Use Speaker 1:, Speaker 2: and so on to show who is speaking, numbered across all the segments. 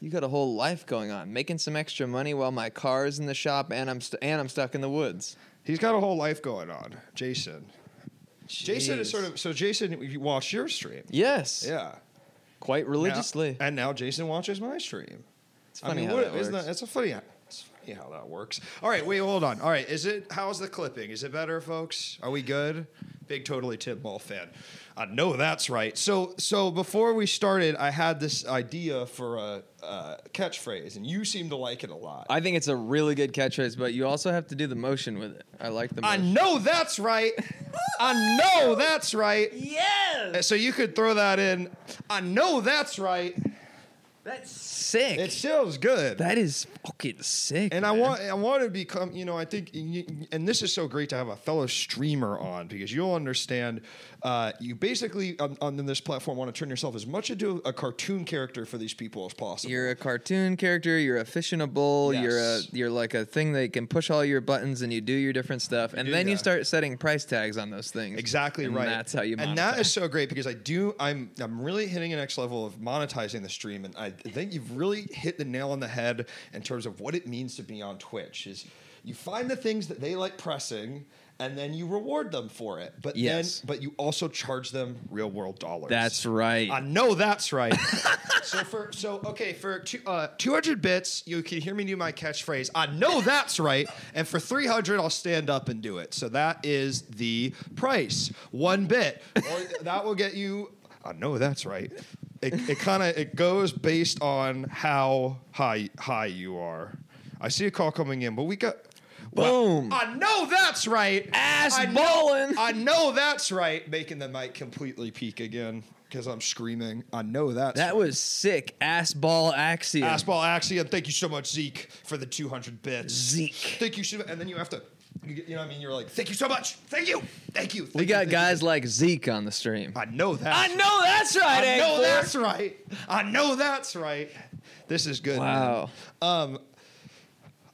Speaker 1: You got a whole life going on, making some extra money while my car is in the shop, and I'm st- and I'm stuck in the woods.
Speaker 2: He's got a whole life going on, Jason. Jason is
Speaker 1: Jeez.
Speaker 2: sort of so. Jason you watched your stream,
Speaker 1: yes,
Speaker 2: yeah,
Speaker 1: quite religiously.
Speaker 2: Now- and now Jason watches my stream.
Speaker 1: it's funny how
Speaker 2: what-
Speaker 1: that works.
Speaker 2: isn't that- It's a funny. It's funny how that works. All right, wait, hold on. All right, is it? How's the clipping? Is it better, folks? Are we good? Big totally Tim Ball fan. I know that's right. So, so before we started, I had this idea for a, a catchphrase, and you seem to like it a lot.
Speaker 1: I think it's a really good catchphrase, but you also have to do the motion with it. I like the
Speaker 2: I
Speaker 1: motion.
Speaker 2: know that's right. I know that's right.
Speaker 1: yes,
Speaker 2: Uh, So you could throw that in. I know that's right.
Speaker 1: that's sick.
Speaker 2: It feels good.
Speaker 1: that is fucking sick.
Speaker 2: And I
Speaker 1: man.
Speaker 2: want I want to become, you know, I think, and this is so great to have a fellow streamer on because you'll understand. Uh, you basically on, on this platform want to turn yourself as much into a cartoon character for these people as possible.
Speaker 1: You're a cartoon character. You're a fish in a bowl. You're a
Speaker 2: Yes.
Speaker 1: you're like a thing that can push all your buttons, and you do your different stuff, and
Speaker 2: do,
Speaker 1: then
Speaker 2: yeah.
Speaker 1: you start setting price tags on those things.
Speaker 2: Exactly
Speaker 1: And
Speaker 2: right.
Speaker 1: That's how you. Monetize.
Speaker 2: And that is so great because I do. I'm I'm really hitting an next level of monetizing the stream, and I think you've really hit the nail on the head in terms of what it means to be on Twitch. Is you find the things that they like pressing. And then you reward them for it, but
Speaker 1: Yes.
Speaker 2: then but you also charge them real world dollars.
Speaker 1: That's right.
Speaker 2: I know that's right. so for so okay for two, uh, 200 bits, you can hear me do my catchphrase. I know that's right. And for 300, I'll stand up and do it. So that is the price. One bit. Or that will get you. I know that's right. It, it kind of it goes based on how high high you are. I see a call coming in, but we got.
Speaker 1: Boom.
Speaker 2: I know that's right.
Speaker 1: Ass
Speaker 2: I know-
Speaker 1: ballin'.
Speaker 2: I know that's right. Making the mic completely peak again because I'm screaming. I know that's
Speaker 1: that was sick. Ass ball axiom.
Speaker 2: Fastball Axiom. Thank you so much, Zeke, for the 200 bits.
Speaker 1: Zeke.
Speaker 2: Thank you so much. And then you have to, you, get- you know what I mean? You're like, thank you so much. Thank you. Thank you.
Speaker 1: We got guys like Zeke on the stream.
Speaker 2: I know that.
Speaker 1: I know that's right.
Speaker 2: I know
Speaker 1: Egg
Speaker 2: that's
Speaker 1: Force.
Speaker 2: right. I know that's right. This is good.
Speaker 1: Wow.
Speaker 2: man. Um,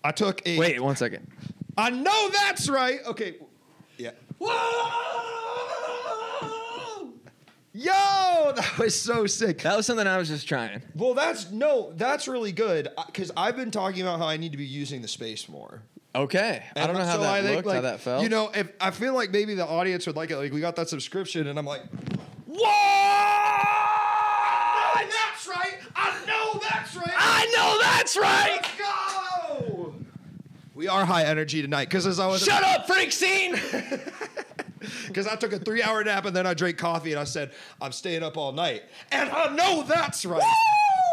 Speaker 2: I took a.
Speaker 1: Wait one second.
Speaker 2: I know that's right. Okay. Yeah. Yo, that was so sick.
Speaker 1: That was something I was just trying.
Speaker 2: Well, that's no, that's really good because I've been talking about how I need to be using the space more.
Speaker 1: Okay. I don't
Speaker 2: And
Speaker 1: know how
Speaker 2: so
Speaker 1: that
Speaker 2: I think,
Speaker 1: looked, how
Speaker 2: like,
Speaker 1: that felt.
Speaker 2: You know, if I feel like maybe the audience would like it, like we got that subscription, and I'm like, whoa! That's right. I know that's right.
Speaker 1: know that's right.
Speaker 2: Let's go. We are high energy tonight because as I was
Speaker 1: up, freak scene.
Speaker 2: because I took a three hour nap and then I drank coffee and I said, I'm staying up all night. And I know that's right.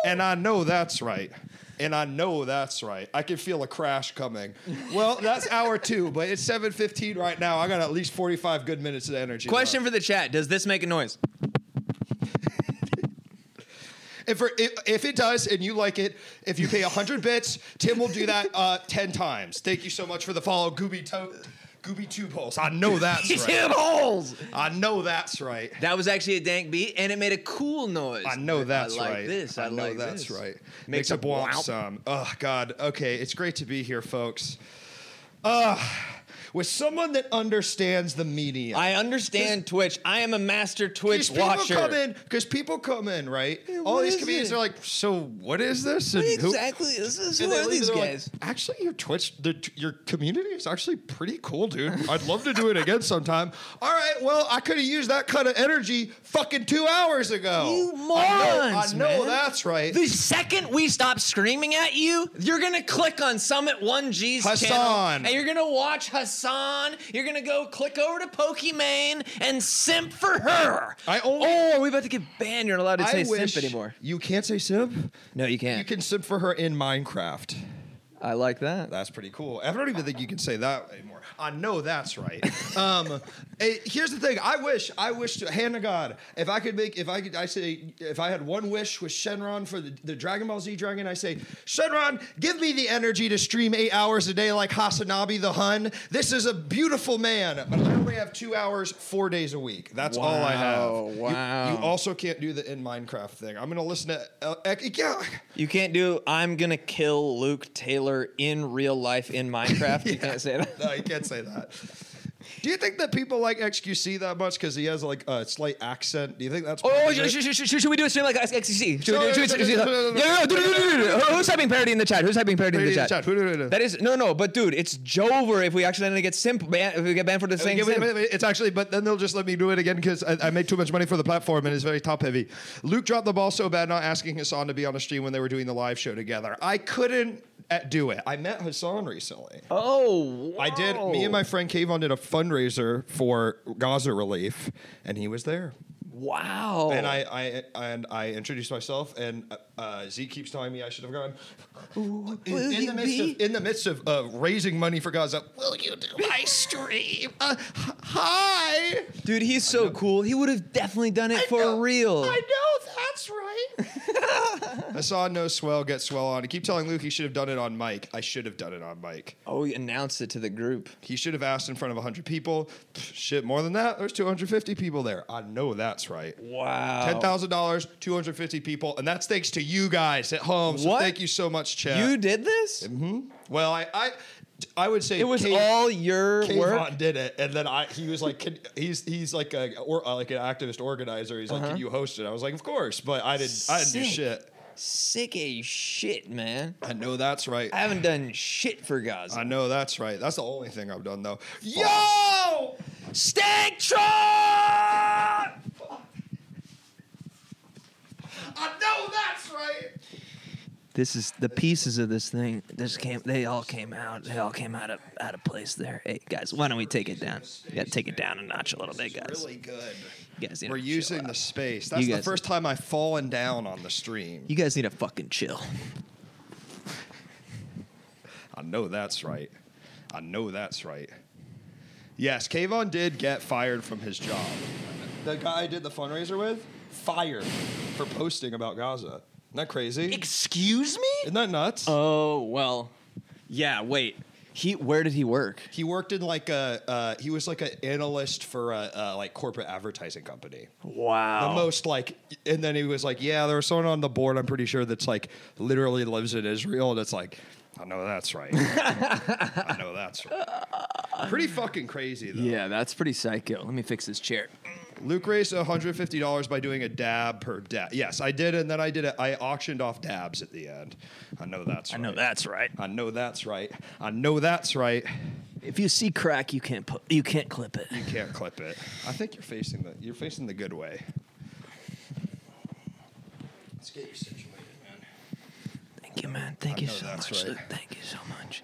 Speaker 2: And I know that's right. And I know that's right. I can feel a crash coming. Well, that's hour two, but it's 7.15 right now. I got at least 45 good minutes of energy.
Speaker 1: Question for the chat: Does this make a noise?
Speaker 2: If, if, if it does and you like it, if you pay 100 bits, Tim will do that uh, 10 times. Thank you so much for the follow, Gooby, to- Gooby Two Pulse. I know that's right.
Speaker 1: holes.
Speaker 2: I know that's right.
Speaker 1: That was actually a dank beat, and it made a cool noise.
Speaker 2: I know that's
Speaker 1: I like
Speaker 2: right.
Speaker 1: This. I,
Speaker 2: know
Speaker 1: like
Speaker 2: that's
Speaker 1: this.
Speaker 2: right.
Speaker 1: Makes, a
Speaker 2: womp
Speaker 1: womp.
Speaker 2: sound. Oh God. Okay, it's great to be here, folks. Uh, with someone that understands the medium.
Speaker 1: I understand Twitch. I am a master Twitch
Speaker 2: people
Speaker 1: watcher.
Speaker 2: come in because people come in, right? All
Speaker 1: what
Speaker 2: these
Speaker 1: is
Speaker 2: comedians
Speaker 1: it?
Speaker 2: are like, so what is this? And who-"
Speaker 1: Exactly. This is
Speaker 2: And
Speaker 1: who
Speaker 2: they
Speaker 1: are
Speaker 2: leave,
Speaker 1: these
Speaker 2: they're like,
Speaker 1: guys?
Speaker 2: actually, your Twitch, the, your community is actually pretty cool, dude. I'd love to do it again sometime. All right, well, I could have used that kind of energy fucking two hours ago.
Speaker 1: You
Speaker 2: I know, I
Speaker 1: morons,
Speaker 2: know
Speaker 1: man.
Speaker 2: that's right.
Speaker 1: the second we stop screaming at you, you're gonna click on Summit One G's channel,
Speaker 2: Hassan.
Speaker 1: and you're gonna watch Hassan. You're gonna go click over to Pokimane and simp for her.
Speaker 2: I only-
Speaker 1: oh, are we about to get banned. You're not allowed to say
Speaker 2: I wish
Speaker 1: simp anymore.
Speaker 2: You can't say simp.
Speaker 1: No, you can't.
Speaker 2: You can simp for her in Minecraft.
Speaker 1: I like that.
Speaker 2: That's pretty cool. I don't even think you can say that anymore. I know that's right. um, eh, here's the thing. I wish, I wish to hand to God, if I could make, if I could, I say, if I had one wish with Shenron for the, the Dragon Ball Z Dragon, I say, Shenron, give me the energy to stream eight hours a day like Hasanabe the Hun. This is a beautiful man, but I only have two hours, four days a week. That's all I have.
Speaker 1: Wow,
Speaker 2: You-
Speaker 1: wow.
Speaker 2: You, also can't do the in Minecraft thing. I'm gonna listen to, uh, ec- yeah.
Speaker 1: You can't do I'm gonna kill Luke Taylor in real life in Minecraft. You can't say that.
Speaker 2: No, I can't say that. Do you think that people like XQC that much because he has like a slight accent? Do you think that's? part
Speaker 1: Oh,
Speaker 2: of it?
Speaker 1: should, should, should, should we do a stream like XCC? Should
Speaker 2: No,
Speaker 1: we do,
Speaker 2: no,
Speaker 1: should we,
Speaker 2: no,
Speaker 1: should we,
Speaker 2: no, no, no,
Speaker 1: no, no,
Speaker 2: no,
Speaker 1: no, no, no, no, no, no. Who's typing parody in the chat? Who's typing parody in the
Speaker 2: Parody in
Speaker 1: chat?
Speaker 2: the chat. Who- who- who- who?
Speaker 1: That is no, no. But dude, it's Jover if we accidentally get simp ban, if we get banned for the same.
Speaker 2: Yeah, wait,
Speaker 1: simp.
Speaker 2: wait, wait, It's actually, but then they'll just let me do it again because I, I make too much money for the platform and it's very top heavy. Luke dropped the ball so bad not asking Hassan to be on the stream when they were doing the live show together. I couldn't uh, do it. I met Hassan recently.
Speaker 3: Oh,
Speaker 2: I did. Me and my friend Kayvon did a fundraiser for Gaza relief, and he was there.
Speaker 3: wow.
Speaker 2: And I, I and I introduced myself, and uh, uh, Z keeps telling me I should have gone. In,
Speaker 3: will
Speaker 2: in the
Speaker 3: you
Speaker 2: midst
Speaker 3: be?
Speaker 2: of, in the midst of uh, raising money for Gaza, will you do my stream? Uh, h- hi.
Speaker 1: Dude, he's so cool. He would have definitely done it for
Speaker 2: know-
Speaker 1: real.
Speaker 2: I know that's right. I saw no swell get swell on. I keep telling Luke he should have done it on Mike. I should have done it on Mike.
Speaker 1: oh, he announced it to the group.
Speaker 2: He should have asked in front of 100 people. Pff, Shit, more than that, there's 250 people there. I know that's right.
Speaker 1: Wow.
Speaker 2: Ten thousand dollars, 250 people, and that's thanks to you guys at home. So
Speaker 1: What?
Speaker 2: thank you so much, Chad.
Speaker 1: You did this?
Speaker 2: well, I, I, I would say
Speaker 1: It was
Speaker 2: Kay-
Speaker 1: all your work.
Speaker 2: Kayvon did it, and then I he was like, can, he's he's like a or, uh, like an activist organizer. He's like, can you host it? I was like, of course, but I didn't I didn't do
Speaker 1: Uh-huh. Sick.
Speaker 2: shit.
Speaker 1: Sick as shit, man.
Speaker 2: I know that's right.
Speaker 1: I haven't done shit for Gaza.
Speaker 2: I know that's right. That's the only thing I've done though. Yo,
Speaker 1: Stank truck!
Speaker 2: I know that's right.
Speaker 1: This is the pieces of this thing. This came. They all came out. They all came out of out of place there. Hey guys, why don't we take it down? We gotta take it down a notch a little bit,
Speaker 2: It's
Speaker 1: guys.
Speaker 2: really good.
Speaker 1: You guys, need
Speaker 2: We're
Speaker 1: to chill
Speaker 2: using
Speaker 1: out.
Speaker 2: the space. That's the
Speaker 1: guys-
Speaker 2: first time I've fallen down on the stream.
Speaker 1: You guys need to fucking chill.
Speaker 2: I know that's right. I know that's right. Yes, Kayvon did get fired from his job. The guy I did the fundraiser with, fired for posting about Gaza. Isn't that crazy?
Speaker 1: Excuse me?
Speaker 2: Isn't that nuts?
Speaker 1: Oh well. Yeah. Wait. He. Where did he work?
Speaker 2: he worked in like a uh, he was like an analyst for a, uh like corporate advertising company.
Speaker 1: Wow.
Speaker 2: The most like, and then he was like, "Yeah, there was someone on the board. I'm pretty sure that's like literally lives in Israel." And it's like, I know that's right. I know that's right. Pretty fucking crazy though.
Speaker 1: Yeah, that's pretty psycho. Let me fix this chair.
Speaker 2: Luke raised $150 by doing a dab per dab. Yes, I did, and then I did it. I auctioned off dabs at the end. I know that's
Speaker 1: I
Speaker 2: right.
Speaker 1: know that's right.
Speaker 2: I know that's right. I know that's right.
Speaker 1: If you see crack, you can't put. You can't clip it.
Speaker 2: You can't clip it. I think you're facing the you're facing the good way. Let's get you situated, man.
Speaker 1: Thank you, man. Thank
Speaker 2: I
Speaker 1: you
Speaker 2: know
Speaker 1: so
Speaker 2: that's
Speaker 1: much.
Speaker 2: right.
Speaker 1: Luke. Thank you so much.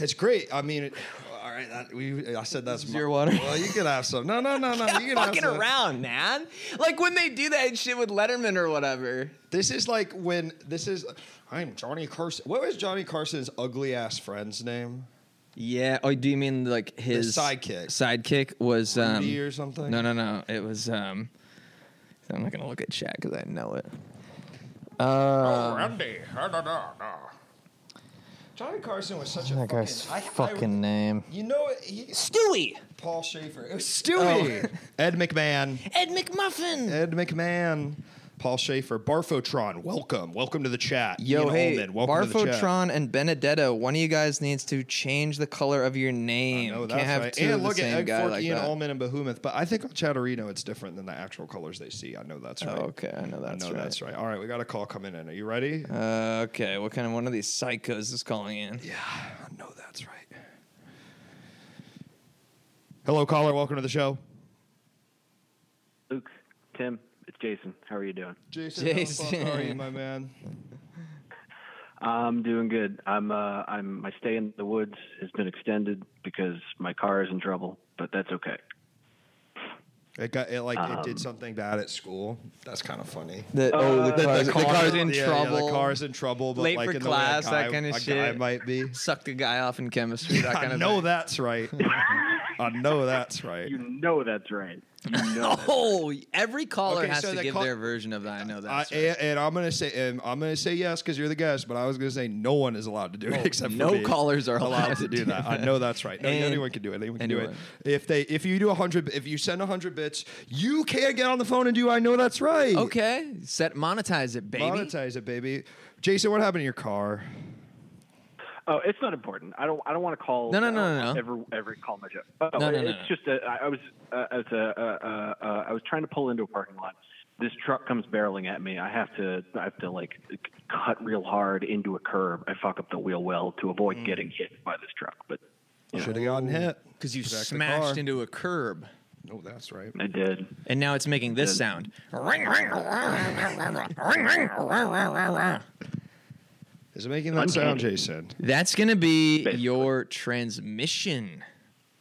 Speaker 2: It's great. I mean, it, all right. That, we I said that's
Speaker 1: your water?
Speaker 2: Well, you can have some. No, no, no, no. You can have
Speaker 1: fucking
Speaker 2: some.
Speaker 1: around, man. Like when they do that shit with Letterman or whatever.
Speaker 2: This is like when this is. I'm Johnny Carson. What was Johnny Carson's ugly ass friend's name?
Speaker 1: Yeah. Oh, do you mean like his
Speaker 2: sidekick.
Speaker 1: Sidekick was um,
Speaker 2: Rudy or something?
Speaker 1: No, no, no. It was. um I'm not gonna look at chat because I know it. Uh,
Speaker 2: Randy. Johnny Carson was such a
Speaker 1: that
Speaker 2: fucking.
Speaker 1: guy's
Speaker 2: I- I-
Speaker 1: fucking name.
Speaker 2: you know, he,
Speaker 3: Stewie,
Speaker 2: Paul Schaefer. It was Stewie.
Speaker 1: Oh.
Speaker 2: Ed McMahon.
Speaker 3: Ed McMuffin.
Speaker 2: Ed McMahon. Paul Schaefer. Barfotron. Welcome. Welcome to the chat.
Speaker 1: Yo,
Speaker 2: Ian
Speaker 1: hey,
Speaker 2: Ullman, welcome to the chat.
Speaker 1: Barfotron and Benedetto. One of you guys needs to change the color of your name.
Speaker 2: No,
Speaker 1: Can't
Speaker 2: Oh, that's
Speaker 1: have
Speaker 2: right.
Speaker 1: two of
Speaker 2: And
Speaker 1: the
Speaker 2: look at
Speaker 1: same
Speaker 2: Egg
Speaker 1: guy
Speaker 2: Fork,
Speaker 1: like
Speaker 2: Ian
Speaker 1: that.
Speaker 2: Ullman, and Behemoth. But I think on Chatterino, it's different than the actual colors they see. I know that's right.
Speaker 1: okay, I know
Speaker 2: I
Speaker 1: that's
Speaker 2: know
Speaker 1: right.
Speaker 2: that's right. All right, we got a call coming in. Are you ready?
Speaker 1: Uh, okay, what kind of one of these psychos is calling in?
Speaker 2: Yeah, I know that's right. Hello, caller. Welcome to the show.
Speaker 4: Luke, Tim, it's Jason. How are you doing?
Speaker 2: Jason,
Speaker 1: how the fuck Jason.
Speaker 2: how
Speaker 1: are
Speaker 2: are
Speaker 1: you,
Speaker 2: you, my man?
Speaker 4: I'm doing good. I'm uh, I'm my stay in the woods has been extended because my car is in trouble, but that's okay.
Speaker 2: It got it like it did something bad at school. That's kind of funny.
Speaker 1: The, oh, the,
Speaker 2: Uh,
Speaker 1: car's, the car's in
Speaker 2: yeah, yeah,
Speaker 1: trouble.
Speaker 2: the car's in trouble, but
Speaker 1: Late
Speaker 2: like
Speaker 1: for
Speaker 2: in
Speaker 1: class,
Speaker 2: the way a
Speaker 1: that
Speaker 2: guy-
Speaker 1: kinda
Speaker 2: a Guy
Speaker 1: shit.
Speaker 2: might be.
Speaker 1: Sucked a guy off in chemistry. That kind
Speaker 2: I
Speaker 1: of
Speaker 2: know
Speaker 1: thing.
Speaker 2: that's right. I know that's right.
Speaker 4: You know that's right. You know that.
Speaker 1: Oh, every caller
Speaker 2: Okay,
Speaker 1: has
Speaker 2: so
Speaker 1: to
Speaker 2: the
Speaker 1: give
Speaker 2: call-
Speaker 1: their version of that. I know
Speaker 2: I,
Speaker 1: that's right.
Speaker 2: and, and I'm gonna say and I'm gonna say yes because you're the guest, but I was gonna say no one is allowed to do it except for
Speaker 1: Oh, no
Speaker 2: me.
Speaker 1: callers are allowed
Speaker 2: to
Speaker 1: to
Speaker 2: do
Speaker 1: do
Speaker 2: that. I know that's right. No,
Speaker 1: And-
Speaker 2: anyone can do it. Anyone can do
Speaker 1: anyone.
Speaker 2: it. If they if you do hundred if you send hundred bits, you can get on the phone and do I know that's right.
Speaker 1: Okay, set monetize it, baby.
Speaker 2: monetize it, baby. Jason, what happened to your car?
Speaker 4: Oh, it's not important. I don't. I don't want to call.
Speaker 1: No, no, no,
Speaker 4: I don't
Speaker 1: no, no.
Speaker 4: Every every call my joke. Oh,
Speaker 1: No, no, no,
Speaker 4: it's
Speaker 1: no.
Speaker 4: just a, I I was uh, it's a, uh, uh, uh, I was trying to pull into a parking lot. This truck comes barreling at me. I have to I have to like c- cut real hard into a curb. I fuck up the wheel well to avoid getting hit by this truck, but
Speaker 2: Should have gotten hit.
Speaker 1: Because you
Speaker 2: Protect the
Speaker 1: smashed
Speaker 2: car.
Speaker 1: into a curb,
Speaker 2: Oh, that's right.
Speaker 4: I did.
Speaker 1: and now it's making this sound. Ring, ring, ring, ring, ring.
Speaker 2: Is it making that sound, Jason?
Speaker 1: That's gonna be
Speaker 4: Basically.
Speaker 1: your transmission.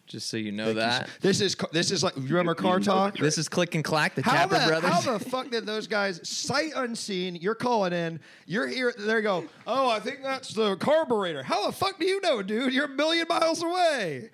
Speaker 1: Just so you know that.
Speaker 2: This is ca- this is like you remember car talk.
Speaker 1: This is Click and Clack, the
Speaker 2: How
Speaker 1: Tapper
Speaker 2: the,
Speaker 1: brothers.
Speaker 2: how the fuck did those guys sight unseen? You're calling in. You're here. There you go. Oh, I think that's the carburetor. How the fuck do you know, dude? You're a million miles away.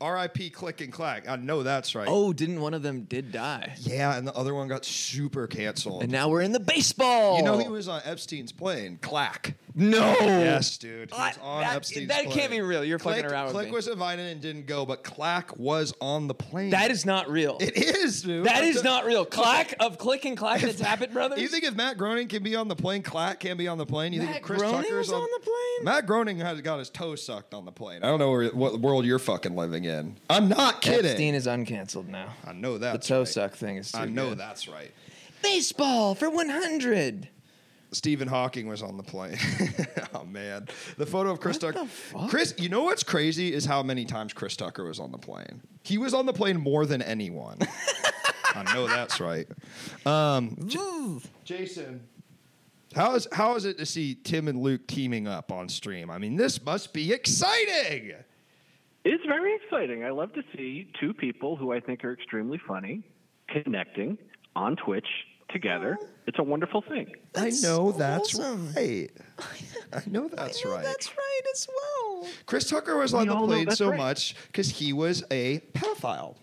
Speaker 2: R.I.P. Click and clack. I know that's right.
Speaker 1: oh, didn't one of them did die?
Speaker 2: yeah, and the other one got super canceled.
Speaker 1: And oh. now we're in the baseball.
Speaker 2: you know he was on Epstein's plane. Clack.
Speaker 1: no.
Speaker 2: Yes, dude. He was
Speaker 1: Oh. I-
Speaker 2: on
Speaker 1: that-
Speaker 2: Epstein's
Speaker 1: that
Speaker 2: plane.
Speaker 1: can't be real. You're
Speaker 2: Click,
Speaker 1: fucking around with
Speaker 2: Click
Speaker 1: me.
Speaker 2: was invited and didn't go, but Clack was on the plane.
Speaker 1: That is not real.
Speaker 2: It is, dude.
Speaker 1: that
Speaker 2: I'm
Speaker 1: is
Speaker 2: t-
Speaker 1: not real. Clack of Click and Clack, the Tappet brothers.
Speaker 2: You think if Matt Groening can be on the plane, Clack can be on the plane? You think
Speaker 1: Matt
Speaker 2: if Chris
Speaker 1: Groening
Speaker 2: Tucker's
Speaker 1: was on the plane?
Speaker 2: Matt Groening has got his toe sucked on the plane. I don't know where, what world you're fucking living in. I'm not kidding.
Speaker 1: Epstein is uncanceled now.
Speaker 2: I know
Speaker 1: The
Speaker 2: Oh, that's
Speaker 1: toe
Speaker 2: right.
Speaker 1: suck thing is. Too
Speaker 2: I know
Speaker 1: good.
Speaker 2: that's right.
Speaker 1: Baseball for 100.
Speaker 2: Stephen Hawking was on the plane. oh man, the photo of Chris
Speaker 1: What
Speaker 2: Tucker.
Speaker 1: the fuck?
Speaker 2: Chris, you know what's crazy is how many times Chris Tucker was on the plane. He was on the plane more than anyone. I know that's right. Um, J- Jason, how is how is it to see Tim and Luke teaming up on stream? I mean, this must be exciting.
Speaker 4: It's very exciting. I love to see two people who I think are extremely funny connecting on Twitch together. It's a wonderful thing.
Speaker 1: That's
Speaker 2: I know that's
Speaker 1: awesome.
Speaker 2: right. I know that's right.
Speaker 1: right as well.
Speaker 2: Chris Tucker was on
Speaker 4: We
Speaker 2: the
Speaker 4: all know
Speaker 2: plane
Speaker 4: that's
Speaker 2: so
Speaker 4: right.
Speaker 2: much because he was a pedophile.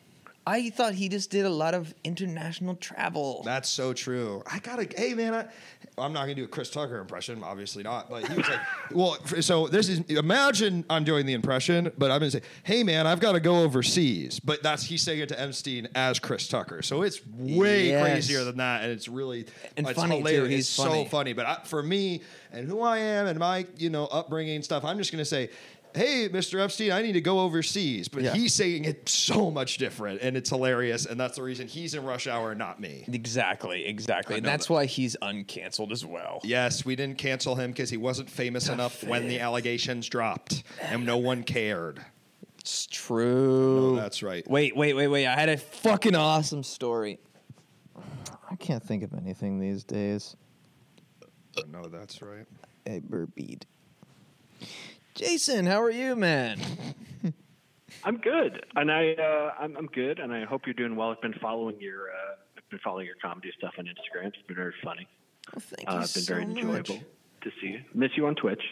Speaker 3: I thought he just did a lot of international travel.
Speaker 2: That's so true. I gotta, hey man, I, I'm not gonna do a Chris Tucker impression, obviously not. But he was like, well, f- so this is imagine I'm doing the impression, but I'm gonna say, hey man, I've got to go overseas. But that's he's saying it to Epstein as Chris Tucker, so it's way
Speaker 1: Yes.
Speaker 2: crazier than that, and it's really
Speaker 1: And
Speaker 2: it's
Speaker 1: funny, too.
Speaker 2: hilarious.
Speaker 1: He's
Speaker 2: it's
Speaker 1: funny.
Speaker 2: so funny. But I, for me and who I am and my you know upbringing and stuff, I'm just gonna say. Hey, Mr. Epstein, I need to go overseas. But
Speaker 1: Yeah.
Speaker 2: he's saying it so much different, and it's hilarious. And that's the reason he's in rush hour, and not me.
Speaker 1: Exactly, exactly. And that's why he's uncanceled as well.
Speaker 2: Yes, we didn't cancel him because he wasn't famous enough when the allegations dropped, and no one cared.
Speaker 1: It's true.
Speaker 2: No, that's right.
Speaker 1: Wait, wait, wait, wait. I had a fucking awesome story. I can't think of anything these days.
Speaker 2: No, that's right.
Speaker 1: I burpied. Jason, how are you, man?
Speaker 4: I'm good, and I uh, I'm, I'm good, and I hope you're doing well. I've been following your uh, I've been following your comedy stuff on Instagram. It's been very funny.
Speaker 1: Oh, thank
Speaker 4: Uh,
Speaker 1: you
Speaker 4: it's been
Speaker 1: so
Speaker 4: very
Speaker 1: much.
Speaker 4: enjoyable to see you. Miss you on Twitch.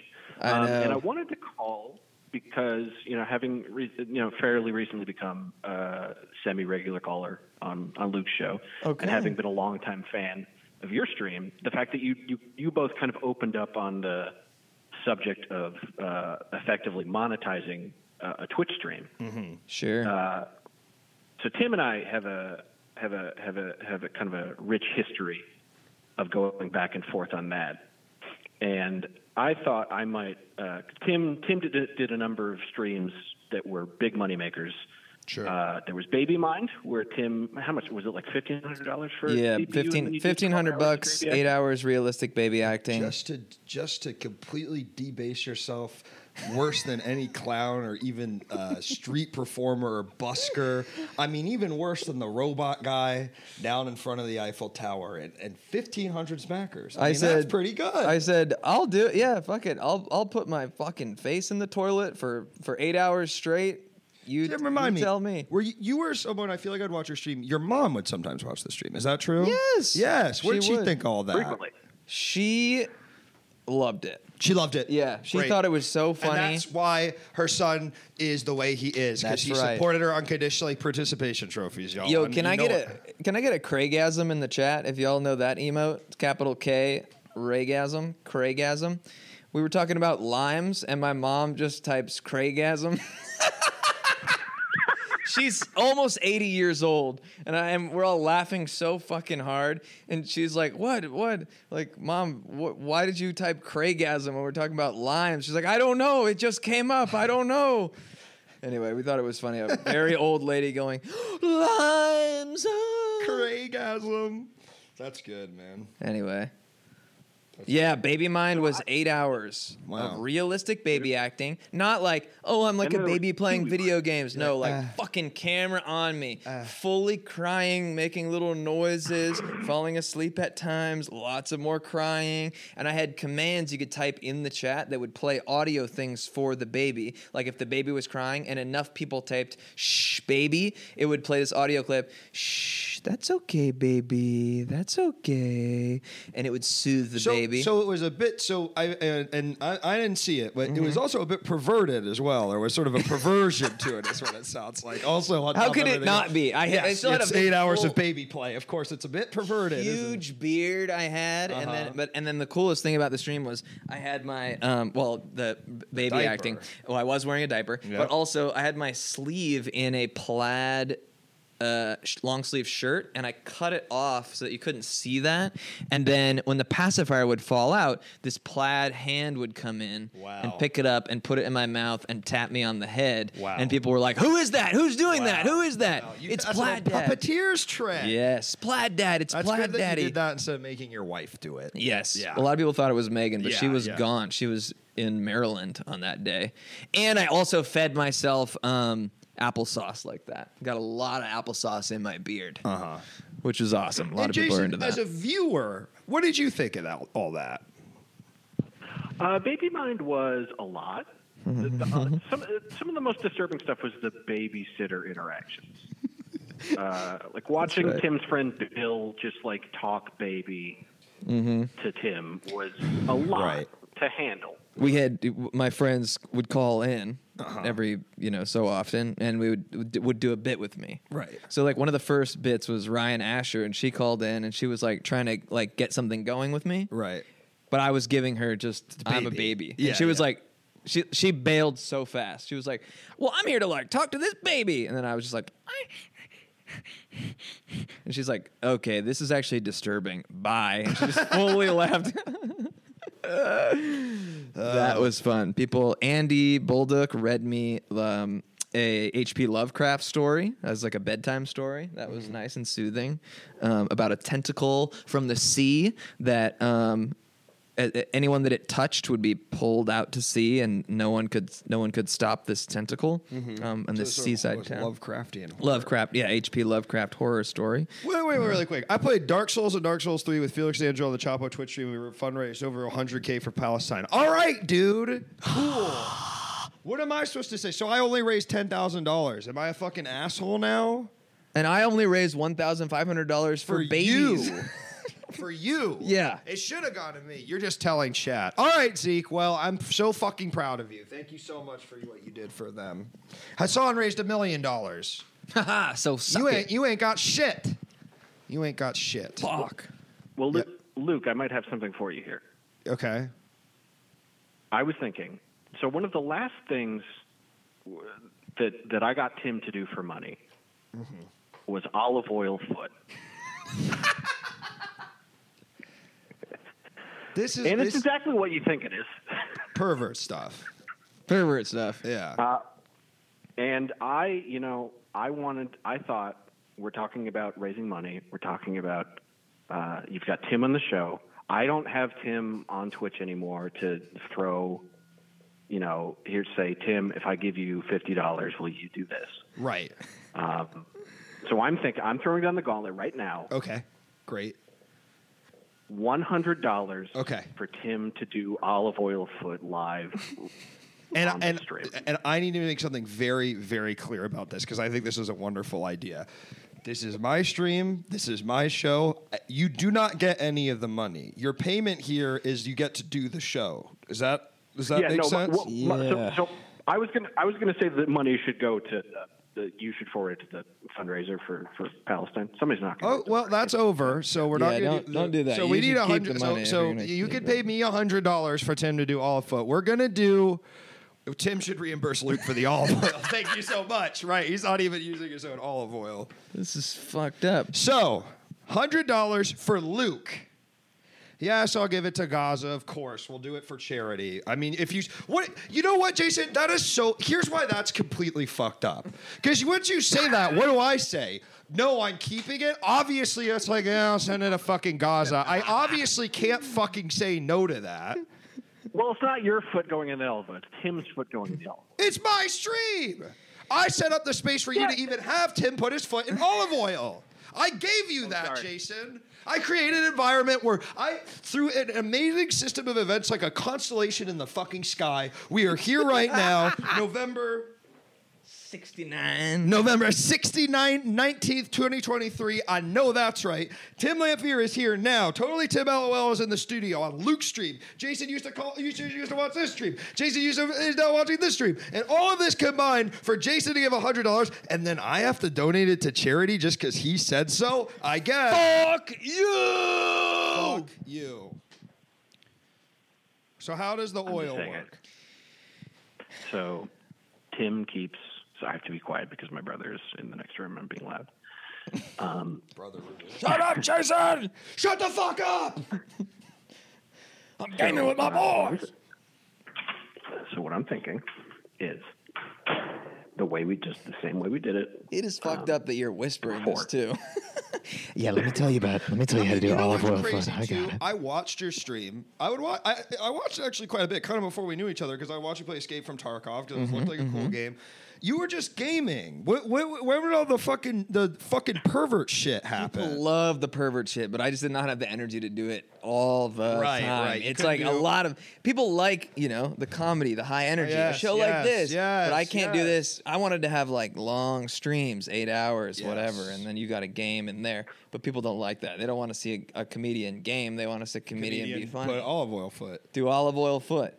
Speaker 1: I
Speaker 4: um,
Speaker 1: know.
Speaker 4: And I wanted to call because you know having re- you know fairly recently become a semi regular caller on on Luke's show,
Speaker 1: Okay.
Speaker 4: and having been a longtime fan of your stream, the fact that you you you both kind of opened up on the subject of uh, effectively monetizing uh, a Twitch stream.
Speaker 1: Sure.
Speaker 4: So Tim and I have a have a have a have a kind of a rich history of going back and forth on that. And I thought I might. Uh, Tim Tim did, did a number of streams that were big money makers.
Speaker 2: Sure.
Speaker 4: Uh, there was Baby Mind, where Tim, how much was it? Like fifteen hundred dollars for
Speaker 1: yeah,
Speaker 4: CPU, and
Speaker 1: 15,
Speaker 4: then you did
Speaker 1: 1500
Speaker 4: 12 hours of
Speaker 1: bucks,
Speaker 4: baby
Speaker 1: eight hours realistic baby acting.
Speaker 2: Just to just to completely debase yourself, worse than any clown or even uh, street performer or busker. I mean, even worse than the robot guy down in front of the Eiffel Tower and, and fifteen hundred smackers. I,
Speaker 1: I
Speaker 2: mean, that's
Speaker 1: said-
Speaker 2: pretty good.
Speaker 1: I said, I'll do it. Yeah, fuck it. I'll I'll put my fucking face in the toilet for for eight hours straight. You,
Speaker 2: Tim, remind
Speaker 1: you
Speaker 2: me.
Speaker 1: Tell me.
Speaker 2: Were you, you were someone I feel like I'd watch your stream. Your mom would sometimes watch the stream. Is that true?
Speaker 1: Yes.
Speaker 2: Yes. What
Speaker 1: She
Speaker 2: did she
Speaker 1: would.
Speaker 2: think all that?
Speaker 4: Frequently.
Speaker 1: She loved it.
Speaker 2: She loved it.
Speaker 1: Yeah, she
Speaker 2: Great.
Speaker 1: thought it was so
Speaker 2: And
Speaker 1: funny.
Speaker 2: that's why her son is the way he is because
Speaker 1: That's
Speaker 2: he
Speaker 1: right.
Speaker 2: supported her unconditionally. Participation trophies, y'all.
Speaker 1: Yo,
Speaker 2: And
Speaker 1: can
Speaker 2: you
Speaker 1: I
Speaker 2: know
Speaker 1: get a can I get a Craigasm in the chat? If y'all know that emote, It's capital K, Craigasm, Craigasm. We were talking about limes, and my mom just types Craigasm.
Speaker 3: she's almost 80 years old, and I am. We're all laughing so fucking hard, and she's like, "What? What? Like, mom, wh- why did you type Craigasm when we're talking about Lyme?" She's like, "I don't know. It just came up. I don't know." Anyway, we thought it was funny. A very old lady going, Lime's oh, up."
Speaker 2: Craigasm. That's good, man.
Speaker 3: Anyway. Yeah, Baby Mind was eight hours
Speaker 2: Wow.
Speaker 3: of realistic baby acting. Not like, oh, I'm like
Speaker 4: And
Speaker 3: a
Speaker 4: then there
Speaker 3: baby
Speaker 4: was
Speaker 3: playing
Speaker 4: Kiwi
Speaker 3: video games. No, like fucking camera on me, fully crying, making little noises, falling asleep at times, lots of more crying. And I had commands you could type in the chat that would play audio things for the baby. Like if the baby was crying and enough people typed, shh, baby, it would play this audio clip, shh, that's okay, baby, that's okay. And it would soothe the
Speaker 2: So,
Speaker 3: baby.
Speaker 2: so it was a bit. So I and, and I, I didn't see it, but it
Speaker 3: Mm-hmm.
Speaker 2: was also a bit perverted as well. There was sort of a perversion to it, is what it sounds like. Also, on
Speaker 3: How
Speaker 2: top of
Speaker 3: could it
Speaker 2: everything
Speaker 3: not
Speaker 2: else.
Speaker 3: be? I- I
Speaker 2: yes,
Speaker 3: still had a
Speaker 2: it's
Speaker 3: big
Speaker 2: eight hours
Speaker 3: full-
Speaker 2: of baby play. Of course, it's a bit perverted. isn't it?
Speaker 3: huge beard I had, and then
Speaker 2: Uh-huh.
Speaker 3: but and then the coolest thing about the stream was I had my um well the b- baby
Speaker 2: diaper.
Speaker 3: acting. Well, I was wearing a diaper,
Speaker 2: Yep.
Speaker 3: but also I had my sleeve in a plaid. Uh, sh- long sleeve shirt, and I cut it off so that you couldn't see that. And then when the pacifier would fall out, this plaid hand would come in
Speaker 2: Wow.
Speaker 3: and pick it up and put it in my mouth and tap me on the head.
Speaker 2: Wow.
Speaker 3: And people were like, "Who is that? Who's doing that?
Speaker 2: Wow.
Speaker 3: Who is that?
Speaker 2: Wow, you-
Speaker 3: it's
Speaker 2: that's a
Speaker 3: plaid dad."
Speaker 2: puppeteers trick.
Speaker 3: Yes, plaid dad. It's
Speaker 2: That's
Speaker 3: plaid
Speaker 2: good that
Speaker 3: daddy.
Speaker 2: you did that instead of making your wife do it.
Speaker 3: Yes.
Speaker 2: Yeah.
Speaker 3: A lot of people thought it was Megan, but she
Speaker 2: Yeah,
Speaker 3: was
Speaker 2: yeah.
Speaker 3: gone. She was in Maryland on that day. And I also fed myself um, applesauce like that. Got a lot of applesauce in my beard,
Speaker 2: Uh-huh.
Speaker 3: which was awesome. A lot
Speaker 2: and
Speaker 3: of people
Speaker 2: Jason,
Speaker 3: are into that.
Speaker 2: as a viewer, what did you think of that, all that?
Speaker 4: Uh, baby Mind was a lot. The- the- uh, some, uh, some of the most disturbing stuff was the babysitter interactions. Uh, like watching
Speaker 3: right.
Speaker 4: Tim's friend Bill just like talk baby to Tim was a lot
Speaker 2: Mm-hmm. Right.
Speaker 4: to handle.
Speaker 3: we had my friends would call in
Speaker 2: Uh-huh.
Speaker 3: every you know so often and we would would do a bit with me
Speaker 2: Right.
Speaker 3: so like one of the first bits was ryan asher and she called in and she was like trying to like get something going with me
Speaker 2: Right.
Speaker 3: but I was giving her just I'm a
Speaker 2: baby.
Speaker 3: baby.
Speaker 2: Yeah,
Speaker 3: and she was
Speaker 2: yeah.
Speaker 3: like she she bailed so fast. She was like, "Well, I'm here to like talk to this baby." And then I was just like And she's like, "Okay, this is actually disturbing. Bye." And she just fully left.
Speaker 1: Uh,
Speaker 2: Um,
Speaker 3: that was fun. People Andy Bolduc read me um a HP Lovecraft story as like a bedtime story that
Speaker 2: Mm-hmm.
Speaker 3: was nice and soothing um, about a tentacle from the sea that um, a- a- anyone that it touched would be pulled out to sea, and no one could no one could stop this tentacle um,
Speaker 2: Mm-hmm.
Speaker 3: on this
Speaker 2: So it
Speaker 3: seaside
Speaker 2: was
Speaker 3: town.
Speaker 2: Lovecraftian.
Speaker 3: Lovecraft, yeah, H.P. Lovecraft horror story.
Speaker 2: Wait, wait, wait, really quick. I played Dark Souls and Dark Souls 3 with Felix Angel on the Chapo Twitch stream. We were fundraised over 100K for Palestine. All right, dude. Cool. what am I supposed to say? So I only raised $10,000. Am I a fucking asshole now?
Speaker 3: And I only raised one thousand five hundred dollars for, babies.
Speaker 2: you. For you.
Speaker 3: Yeah.
Speaker 2: It should have gone to me. You're just telling chat. All right, Zeke. Well, I'm so fucking proud of you. Thank you so much for what you did for them. Hassan raised a million dollars.
Speaker 3: Haha, so suck
Speaker 2: You
Speaker 3: it.
Speaker 2: ain't you ain't got shit. You ain't got shit.
Speaker 3: Fuck.
Speaker 4: Well,
Speaker 2: Yep.
Speaker 4: Luke, Luke, I might have something for you here.
Speaker 2: Okay.
Speaker 4: I was thinking. So one of the last things w- that that I got Tim to do for money
Speaker 2: Mm-hmm.
Speaker 4: was olive oil foot.
Speaker 2: This is,
Speaker 4: And it's
Speaker 2: this is
Speaker 4: exactly what you think it is.
Speaker 2: pervert stuff.
Speaker 3: Pervert stuff.
Speaker 2: Yeah.
Speaker 4: Uh, And I, you know, I wanted, I thought we're talking about raising money. We're talking about, uh, you've got Tim on the show. I don't have Tim on Twitch anymore to throw, you know, here to say, Tim, if I give you $50, will you do this?
Speaker 2: right.
Speaker 4: Um, so I'm thinking, I'm throwing down the gauntlet right now.
Speaker 2: Okay. Great.
Speaker 4: $100
Speaker 2: Okay.
Speaker 4: for Tim to do olive oil foot live.
Speaker 2: And
Speaker 4: on the
Speaker 2: and,
Speaker 4: stream.
Speaker 2: and I need to make something very very clear about this because I think this is a wonderful idea. This is my stream. This is my show. Uh, You do not get any of the money. Your payment here is you get to do the show. Is that does that make
Speaker 4: but-
Speaker 2: sense?
Speaker 4: well, my- so, so I was gonna I was gonna say that money should go to uh, the you should forward it to the fundraiser for, for Palestine. Somebody's not gonna.
Speaker 2: Oh well, that's over. So we're
Speaker 3: Yeah,
Speaker 2: not. Gonna
Speaker 3: don't- don't do that.
Speaker 2: So
Speaker 3: You
Speaker 2: we
Speaker 3: should
Speaker 2: need a
Speaker 3: keep the
Speaker 2: hundred. So,
Speaker 3: money if
Speaker 2: so
Speaker 3: you're gonna
Speaker 2: you
Speaker 3: keep
Speaker 2: could
Speaker 3: it.
Speaker 2: pay me a hundred dollars for Tim to do all of foot. We're gonna do. Tim should reimburse Luke for the olive oil. Thank you so much. Right, he's not even using his own olive oil.
Speaker 1: This is fucked up.
Speaker 2: So, hundred dollars for Luke. Yes, I'll give it to Gaza. Of course, we'll do it for charity. I mean, if you what you know what, Jason, that is so. Here's why that's completely fucked up. Because once you say that, what do I say? No, I'm keeping it. Obviously, it's like yeah, I'll send it to fucking Gaza. I obviously can't fucking say no to that.
Speaker 4: Well, it's not your foot going in the elbow. It's Tim's foot going in the elbow.
Speaker 2: It's my stream. I set up the space for you to even have Tim put his foot in olive oil. I gave you that,
Speaker 4: sorry.
Speaker 2: Jason. I created an environment where I, through an amazing system of events like a constellation in the fucking sky, we are here right now, November
Speaker 3: 69.
Speaker 2: November 69, 19th, 2023. I know that's right. Tim Lamphere is here now. Totally Tim LOL is in the studio on Luke's stream. Jason used to call used to, used to watch this stream. Jason used to, is now watching this stream. And all of this combined for Jason to give $100 and then I have to donate it to charity just because he said so? I guess.
Speaker 1: Fuck you!
Speaker 2: Fuck you. So how does the
Speaker 4: just
Speaker 2: oil
Speaker 4: saying
Speaker 2: work?
Speaker 4: So Tim keeps. So I have to be quiet because my brother is in the next room. and I'm being loud. Um,
Speaker 1: Shut up, Jason!
Speaker 2: Shut the fuck up!
Speaker 1: I'm gaming with my boys.
Speaker 4: uh, so what I'm thinking is the way we just the same way we did it.
Speaker 1: It is fucked up that you're whispering this
Speaker 4: fork.
Speaker 1: too.
Speaker 5: Yeah, let me tell you about. Let me tell you how to do
Speaker 2: You know
Speaker 5: olive
Speaker 2: what's
Speaker 5: oil
Speaker 2: crazy,
Speaker 5: fun. I
Speaker 2: too?
Speaker 5: got it.
Speaker 2: I watched your stream. I would watch. I, I watched actually quite a bit, kind of before we knew each other, because I watched you play Escape from Tarkov because
Speaker 5: Mm-hmm,
Speaker 2: it looked like a cool game. You were just gaming. Where, where, where did all the fucking the fucking pervert shit happen?
Speaker 1: Love the pervert shit, but I just did not have the energy to do it all the
Speaker 2: Right,
Speaker 1: time.
Speaker 2: right. You
Speaker 1: It's like
Speaker 2: couldn't
Speaker 1: a
Speaker 2: do-
Speaker 1: lot of people like you know the comedy, the high energy,
Speaker 2: Yes,
Speaker 1: a show
Speaker 2: yes,
Speaker 1: like this. but I
Speaker 2: yes,
Speaker 1: can't do
Speaker 2: yes.
Speaker 1: this. I wanted to have like long streams, eight hours, whatever,
Speaker 2: Yes.
Speaker 1: and then you got a game in there. But people don't like that. They don't want to see a, a comedian game. They want to see a comedian, be funny.
Speaker 2: But olive oil foot.
Speaker 1: do olive oil foot.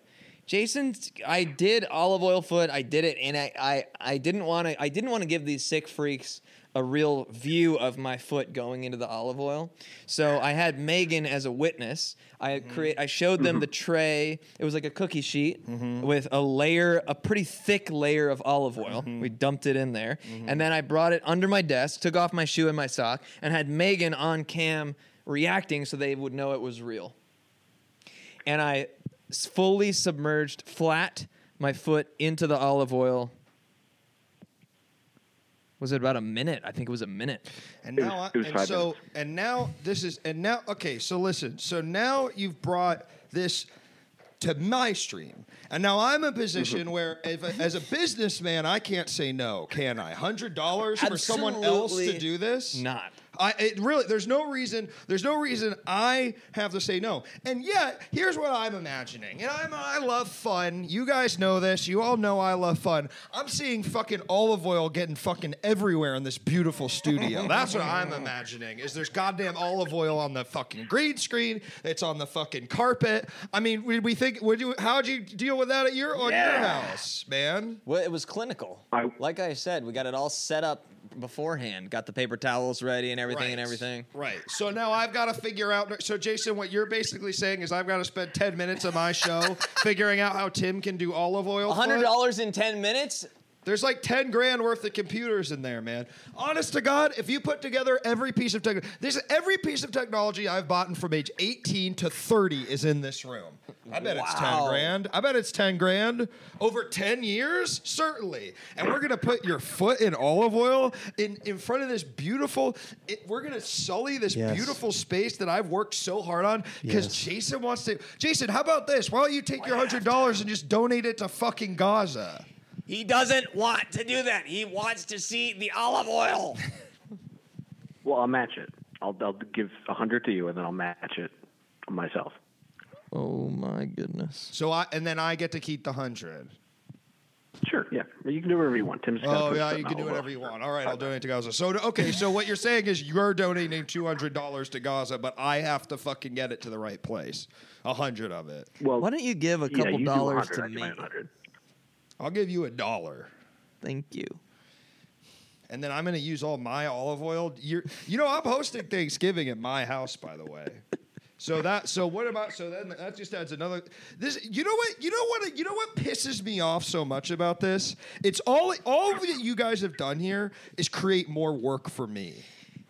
Speaker 1: Jason, I did olive oil foot. I did it, and I, I, I didn't want to. I didn't want to give these sick freaks a real view of my foot going into the olive oil. So I had Megan as a witness. I create. I showed them the tray. It was like a cookie sheet with a layer, a pretty thick layer of olive oil. We dumped it in there,
Speaker 2: Mm-hmm.
Speaker 1: and then I brought it under my desk, took off my shoe and my sock, and had Megan on cam reacting, so they would know it was real and I s- fully submerged flat my foot into the olive oil. Was it about a minute? I think it was a minute.
Speaker 2: And
Speaker 4: It was-
Speaker 2: now, I,
Speaker 4: it was
Speaker 2: and
Speaker 4: five
Speaker 2: so,
Speaker 4: minutes.
Speaker 2: and now this is, and now, okay. So listen. So now you've brought this to my stream, and now I'm in a
Speaker 4: Mm-hmm.
Speaker 2: position where, if a, as a businessman, I can't say no, can I? Hundred dollars for someone else to
Speaker 1: Absolutely
Speaker 2: do this?
Speaker 1: not.
Speaker 2: I it really. There's no reason. There's no reason I have to say no. And yet, here's what I'm imagining. And I'm, I love fun. You guys know this. You all know I love fun. I'm seeing fucking olive oil getting fucking everywhere in this beautiful studio. That's what I'm imagining. Is there's goddamn olive oil on the fucking green screen? It's on the fucking carpet. I mean, would we think? Would you? How'd you deal with that at your on your house, man?
Speaker 1: Well, it was clinical.
Speaker 4: I-
Speaker 1: like I said, we got it all set up beforehand. Got the paper towels ready and everything and
Speaker 2: Right.
Speaker 1: everything.
Speaker 2: Right. So now I've got to figure out. So Jason, what you're basically saying is I've got to spend ten minutes of my show figuring out how Tim can do olive oil.
Speaker 1: hundred
Speaker 2: foot?
Speaker 1: dollars in ten minutes.
Speaker 2: There's like ten grand worth of computers in there, man. Honest to God, if you put together every piece of tech, this every piece of technology I've bought from age 18 to 30 is in this room. I bet it's ten
Speaker 1: Wow.
Speaker 2: grand. I bet it's ten grand over ten years, certainly. And we're gonna put your foot in olive oil in in front of this beautiful. It, we're gonna sully this
Speaker 5: Yes.
Speaker 2: beautiful space that I've worked so hard on because
Speaker 5: Yes.
Speaker 2: Jason wants to. Jason, how about this? Why don't you take your hundred dollars and just donate it to fucking Gaza?
Speaker 3: He doesn't want to do that. He wants to see the olive oil.
Speaker 4: Well, I'll match it. I'll I'll give a hundred to you, and then I'll match it myself.
Speaker 1: Oh my goodness.
Speaker 2: So I and then I get to keep the hundred.
Speaker 4: Sure. Yeah. You can do whatever you want. Tim's. got
Speaker 2: Oh
Speaker 4: his
Speaker 2: yeah,
Speaker 4: foot
Speaker 2: you
Speaker 4: in
Speaker 2: can do
Speaker 4: olive oil.
Speaker 2: whatever you want. All right, I'll donate to Gaza. So okay, so what you're saying is you're donating two hundred dollars to Gaza, but I have to fucking get it to the right place. A hundred of it.
Speaker 4: Well,
Speaker 3: Why don't you give a
Speaker 4: yeah,
Speaker 3: couple
Speaker 4: you do
Speaker 3: dollars
Speaker 4: 100,
Speaker 3: to
Speaker 4: I do
Speaker 3: me?
Speaker 4: my 100.
Speaker 2: I'll give you a dollar.
Speaker 3: Thank you.
Speaker 2: And then I'm gonna use all my olive oil. You're, you know, I'm hosting Thanksgiving at my house, by the way. So that so what about so then that just adds another this you know what you know what you know what pisses me off so much about this? It's all all that you guys have done here is create more work for me.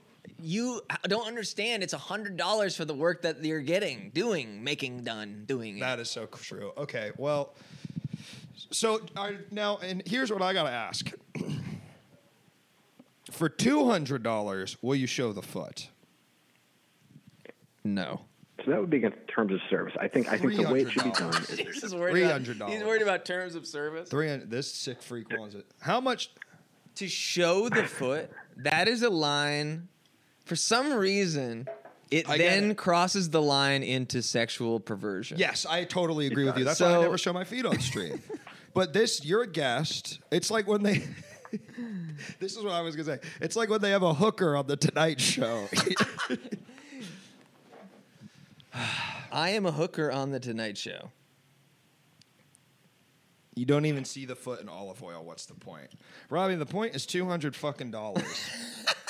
Speaker 1: You don't understand. It's hundred dollars for the work that you're getting, doing, making, done, doing. it.
Speaker 2: That is so true. Okay, well, so I, now, and here's what I gotta ask: for two hundred dollars, will you show the foot?
Speaker 1: no.
Speaker 4: So that would be against terms of service. I think I think the way it should be done
Speaker 2: $300.
Speaker 4: is
Speaker 1: He's just worried about-
Speaker 2: $300.
Speaker 1: He's worried about terms of service.
Speaker 2: Three hundred. This sick freak wants it. How much?
Speaker 1: To show the foot, that is a line. For some reason, it
Speaker 2: I get
Speaker 1: then
Speaker 2: it.
Speaker 1: crosses the line into sexual perversion.
Speaker 2: Yes, I totally agree with you. That's why I
Speaker 1: So-
Speaker 2: never show my feet on stream. but this, you're a guest. It's like when they. this is what I was gonna say. It's like when they have a hooker on the Tonight Show.
Speaker 1: I am a hooker on the Tonight Show.
Speaker 2: You don't even see the foot in olive oil. What's the point, Robbie? The point is two hundred fucking dollars.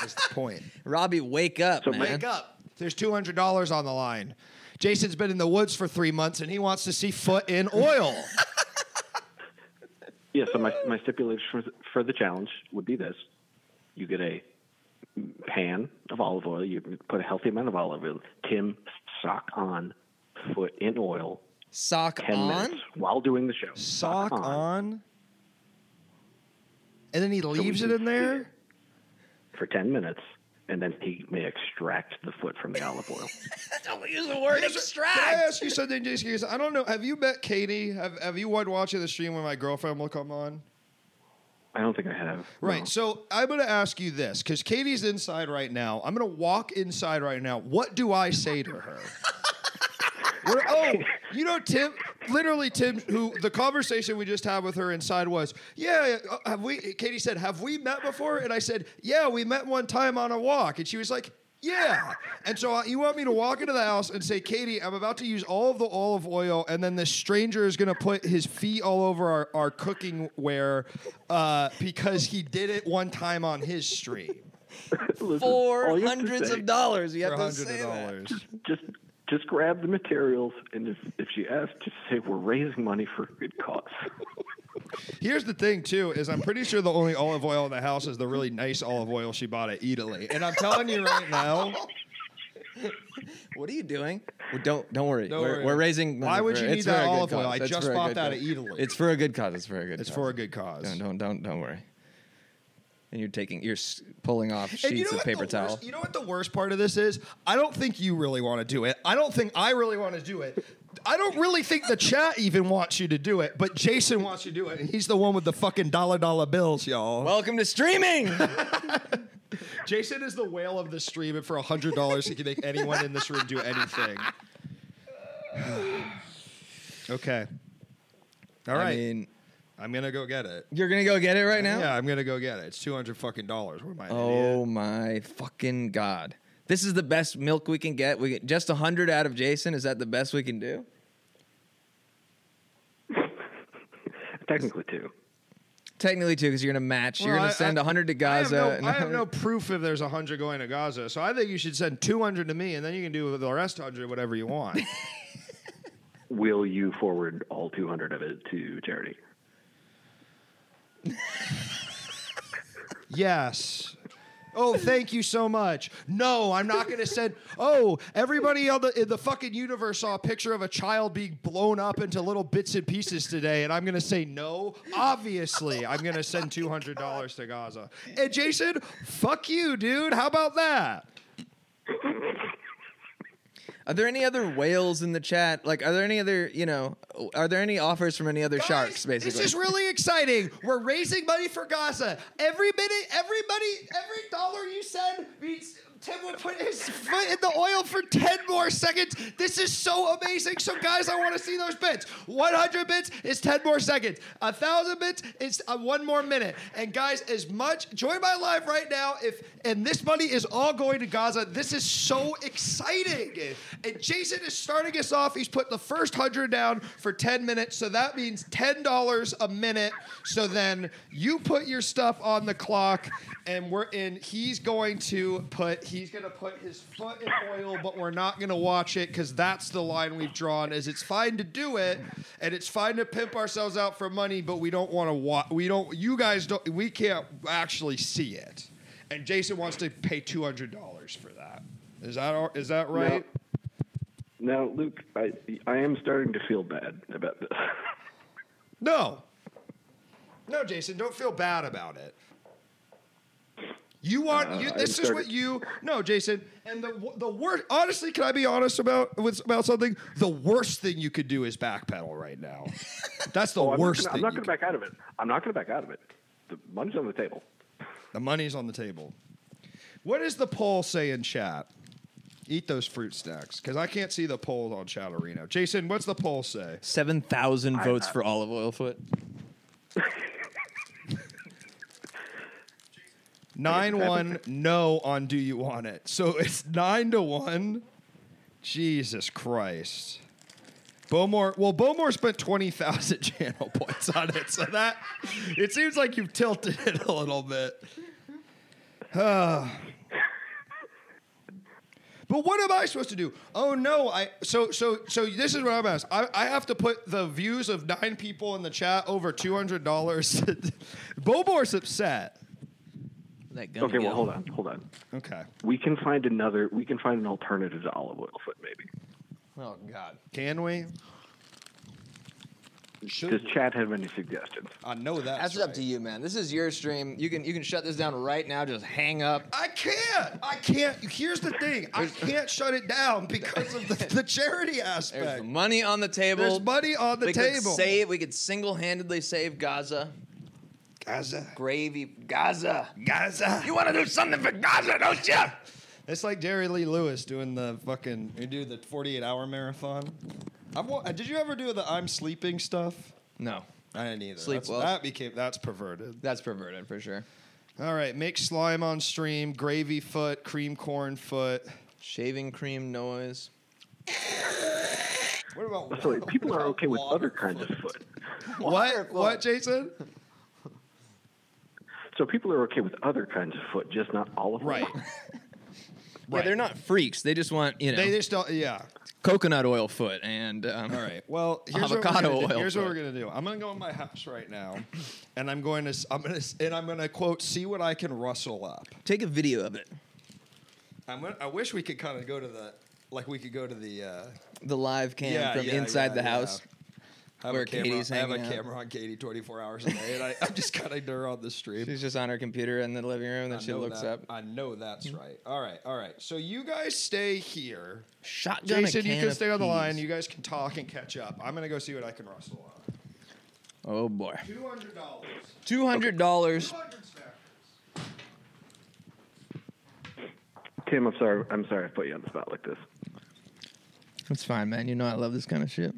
Speaker 2: That's the point.
Speaker 1: Robbie, wake up,
Speaker 4: So
Speaker 1: man.
Speaker 4: wake
Speaker 2: up. There's two hundred dollars on the line. Jason's been in the woods for three months and he wants to see foot in oil.
Speaker 4: Yeah, so my, my stipulation for, for the challenge would be this. You get a pan of olive oil. You put a healthy amount of olive oil. Tim, sock on, foot in oil,
Speaker 1: Sock
Speaker 4: 10
Speaker 1: on.
Speaker 4: minutes while doing the show.
Speaker 2: Sock on. And then he leaves it
Speaker 4: can
Speaker 2: in
Speaker 4: see it.
Speaker 2: there.
Speaker 4: For 10 minutes, and then he may extract the foot from the olive oil.
Speaker 1: Don't use the word
Speaker 2: Can I
Speaker 1: extract.
Speaker 2: ask you something, Jason? Because I don't know. Have you met Katie? Have Have you one watching the stream when my girlfriend will come on?
Speaker 4: I don't think I have.
Speaker 2: Right.
Speaker 4: no.
Speaker 2: So I'm going to ask you this because Katie's inside right now. I'm going to walk inside right now. What do I say to her? We're- oh, you know, Tim. Literally, Tim. Who the conversation we just had with her inside was, yeah. uh, Have we? Katie said, have we met before? And I said, yeah, we met one time on a walk. And she was like, yeah. And so uh, you want me to walk into the house and say, Katie, I'm about to use all of the olive oil, and then this stranger is going to put his feet all over our, our cooking ware uh, because he did it one time on his stream
Speaker 4: Listen, all
Speaker 1: Four
Speaker 4: Oh, you have to
Speaker 1: hundreds
Speaker 4: say-
Speaker 1: of dollars. You
Speaker 2: for
Speaker 1: have to say
Speaker 2: hundred
Speaker 1: that.
Speaker 2: dollars.
Speaker 4: Just, just grab the materials, and if, if she asks, just say, We're raising money for a good cause.
Speaker 2: Here's the thing too is I'm pretty sure the only olive oil in the house is the really nice olive oil she bought at Italy. And I'm telling you right now,
Speaker 1: What are you doing? Well, don't don't worry.
Speaker 2: Don't
Speaker 1: we're,
Speaker 2: worry.
Speaker 1: we're raising. money
Speaker 2: Why would
Speaker 1: for-
Speaker 2: you need
Speaker 1: it's
Speaker 2: that
Speaker 1: for a good
Speaker 2: olive oil?
Speaker 1: cause.
Speaker 2: I
Speaker 1: It's
Speaker 2: just
Speaker 1: for a
Speaker 2: bought
Speaker 1: good
Speaker 2: that
Speaker 1: cause.
Speaker 2: at Italy.
Speaker 1: It's for a good cause. It's for a good.
Speaker 2: it's
Speaker 1: cause.
Speaker 2: for a good cause.
Speaker 1: Don't don't don't don't worry. And you're taking you're s- pulling off sheets
Speaker 2: And you know
Speaker 1: of
Speaker 2: what
Speaker 1: paper
Speaker 2: the
Speaker 1: towel.
Speaker 2: Worst, you know what the worst part of this is? I don't think you really want to do it. I don't think I really want to do it. I don't really think the chat even wants you to do it, but Jason wants you to do it, and he's the one with the fucking dollar dollar bills, y'all.
Speaker 1: Welcome to streaming.
Speaker 2: Jason is the whale of the stream, and for hundred dollars, he can make anyone in this room do anything. okay. All right.
Speaker 1: I mean,
Speaker 2: I'm gonna go get it.
Speaker 1: you're gonna go get it right now.
Speaker 2: Yeah, I'm gonna go get it. It's two hundred fucking dollars. What am I? an
Speaker 1: Oh
Speaker 2: idiot?
Speaker 1: my fucking god! This is the best milk we can get. We get just hundred out of Jason. Is that the best we can do?
Speaker 4: Technically, too.
Speaker 1: Technically, too, because you're gonna match. you're
Speaker 2: Well,
Speaker 1: gonna
Speaker 2: I-
Speaker 1: send
Speaker 2: I-
Speaker 1: hundred to
Speaker 2: I have
Speaker 1: Gaza.
Speaker 2: no-
Speaker 1: and
Speaker 2: I have no
Speaker 1: 100
Speaker 2: proof if there's hundred going to Gaza, so I think you should send two hundred to me, and then you can do with the rest hundred whatever you want.
Speaker 4: Will you forward all 200 of it to charity?
Speaker 2: Yes. Oh, thank you so much. No, I'm not going to send. Oh, everybody on the, in the fucking universe saw a picture of a child being blown up into little bits and pieces today, and I'm going to say no. Obviously, I'm going to send $200 to Gaza. And Jason, fuck you, dude. How about that?
Speaker 1: Are there any other whales in the chat? Like, are there any other, you know, are there any offers from any other sharks,
Speaker 2: Guys,
Speaker 1: basically?
Speaker 2: This is really exciting. We're raising money for Gaza. Every minute, everybody, every dollar you send means Tim will put his foot in the oil for 10 more seconds. This is so amazing. So, guys, I want to see those bits. 100 bits is 10 more seconds. 1,000 bits is uh, one more minute. And, guys, as much, join my live right now. If And this money is all going to Gaza. This is so exciting. And Jason is starting us off. He's put the first 100 down for 10 minutes. So that means $10 a minute. So then you put your stuff on the clock and we're in. He's going to put he's gonna put his foot in oil, but we're not gonna watch it because that's the line we've drawn. Is it's fine to do it, and it's fine to pimp ourselves out for money, but we don't want to watch. We don't. You guys don't. We can't actually see it. And Jason wants to pay two hundred dollars for that. Is that all- is that right?
Speaker 4: Now, Luke, I I am starting to feel bad about this.
Speaker 2: No. No, Jason, don't feel bad about it. You want
Speaker 4: Uh,
Speaker 2: you,
Speaker 4: I
Speaker 2: this is
Speaker 4: started-
Speaker 2: what you no, Jason. And the wo- the worst, honestly, can I be honest about with about something? The worst thing you could do is backpedal right now. That's the
Speaker 4: Oh, I'm not
Speaker 2: worst
Speaker 4: gonna-
Speaker 2: thing.
Speaker 4: I'm not
Speaker 2: you
Speaker 4: going to
Speaker 2: could-
Speaker 4: back out of it. I'm not going to back out of it. The money's on the table.
Speaker 2: the money's on the table. What does the poll say in chat? Eat those fruit snacks because I can't see the poll on Chatterino. Jason, what's the poll say?
Speaker 1: Seven thousand votes for olive oil foot.
Speaker 2: Nine one no on do you want it? So it's nine to one. Jesus Christ. Bowmore well, Bowmore spent twenty thousand channel points on it. So that it seems like you've tilted it a little bit. Ah. But what am I supposed to do? Oh no! I so so so. This is what I'm asked. I, I have to put the views of nine people in the chat over two hundred dollars. Bobor's upset.
Speaker 3: That
Speaker 4: Okay, well, hold on, hold on.
Speaker 2: Okay.
Speaker 4: We can find another. We can find an alternative to olive oil foot, maybe.
Speaker 2: Oh God! Can we?
Speaker 4: Does Chad have any suggestions?
Speaker 2: I know that.
Speaker 1: That's up to you, man. This is your stream. You can you can shut this down right now. Just hang up.
Speaker 2: I can't. I can't. Here's the thing. I can't shut it down because of the, the charity
Speaker 1: There's the
Speaker 2: aspect.
Speaker 1: money on the table.
Speaker 2: There's money on the
Speaker 1: we Could
Speaker 2: table.
Speaker 1: save. We could single-handedly save Gaza.
Speaker 2: Gaza.
Speaker 1: Gravy, Gaza.
Speaker 2: Gaza.
Speaker 1: You want to do something for Gaza, don't you?
Speaker 2: It's like Jerry Lee Lewis doing the fucking. You do the 48 hour marathon. I've, wa- did you ever do the I'm sleeping stuff?
Speaker 1: No,
Speaker 2: I didn't either.
Speaker 1: Sleep
Speaker 2: That's-
Speaker 1: well.
Speaker 2: That became that's perverted.
Speaker 1: that's perverted for sure.
Speaker 2: All right, make slime on stream, gravy foot, cream corn foot.
Speaker 1: Shaving cream noise.
Speaker 2: What about
Speaker 4: So wait, people are okay with other kinds of foot.
Speaker 2: what? What, Jason?
Speaker 4: So people are okay with other kinds of foot, just not olive oil.
Speaker 2: Right.
Speaker 1: Yeah, they're not freaks. They just want you know
Speaker 2: They just don't. Yeah.
Speaker 1: coconut oil foot and um,
Speaker 2: All right. Well, here's
Speaker 1: Avocado
Speaker 2: what we're gonna do.
Speaker 1: oil
Speaker 2: Here's what
Speaker 1: for
Speaker 2: we're
Speaker 1: it.
Speaker 2: gonna do. I'm gonna go in my house right now, and I'm going to. s- I'm gonna s- and I'm gonna quote. See what I can rustle up.
Speaker 1: Take a video of it.
Speaker 2: I'm gonna, I wish we could kind of go to the. Like we could go to the. Uh,
Speaker 1: The live cam
Speaker 2: yeah,
Speaker 1: from
Speaker 2: yeah,
Speaker 1: inside
Speaker 2: yeah,
Speaker 1: the
Speaker 2: yeah.
Speaker 1: house.
Speaker 2: I have
Speaker 1: where
Speaker 2: a camera.
Speaker 1: Katie's
Speaker 2: I have a
Speaker 1: hanging out.
Speaker 2: camera on Katie 24 hours a day, and I, I'm just kind of her on the stream.
Speaker 1: She's just on her computer in the living room, and
Speaker 2: I
Speaker 1: then she
Speaker 2: know
Speaker 1: looks
Speaker 2: that-
Speaker 1: up.
Speaker 2: I know
Speaker 1: Mm-hmm.
Speaker 2: that's right. All right, all right. So you guys stay here.
Speaker 1: Shotgun. a
Speaker 2: Jason, you
Speaker 1: can
Speaker 2: can
Speaker 1: of
Speaker 2: stay on the line.
Speaker 1: peas.
Speaker 2: You guys can talk and catch up. I'm gonna go see what I can rustle up.
Speaker 1: Oh boy.
Speaker 2: Two hundred dollars.
Speaker 1: Two hundred dollars.
Speaker 2: Two hundred snacks.
Speaker 4: Tim, I'm sorry. I'm sorry I put you on the spot like this.
Speaker 1: That's fine, man. You know I love this kind of shit.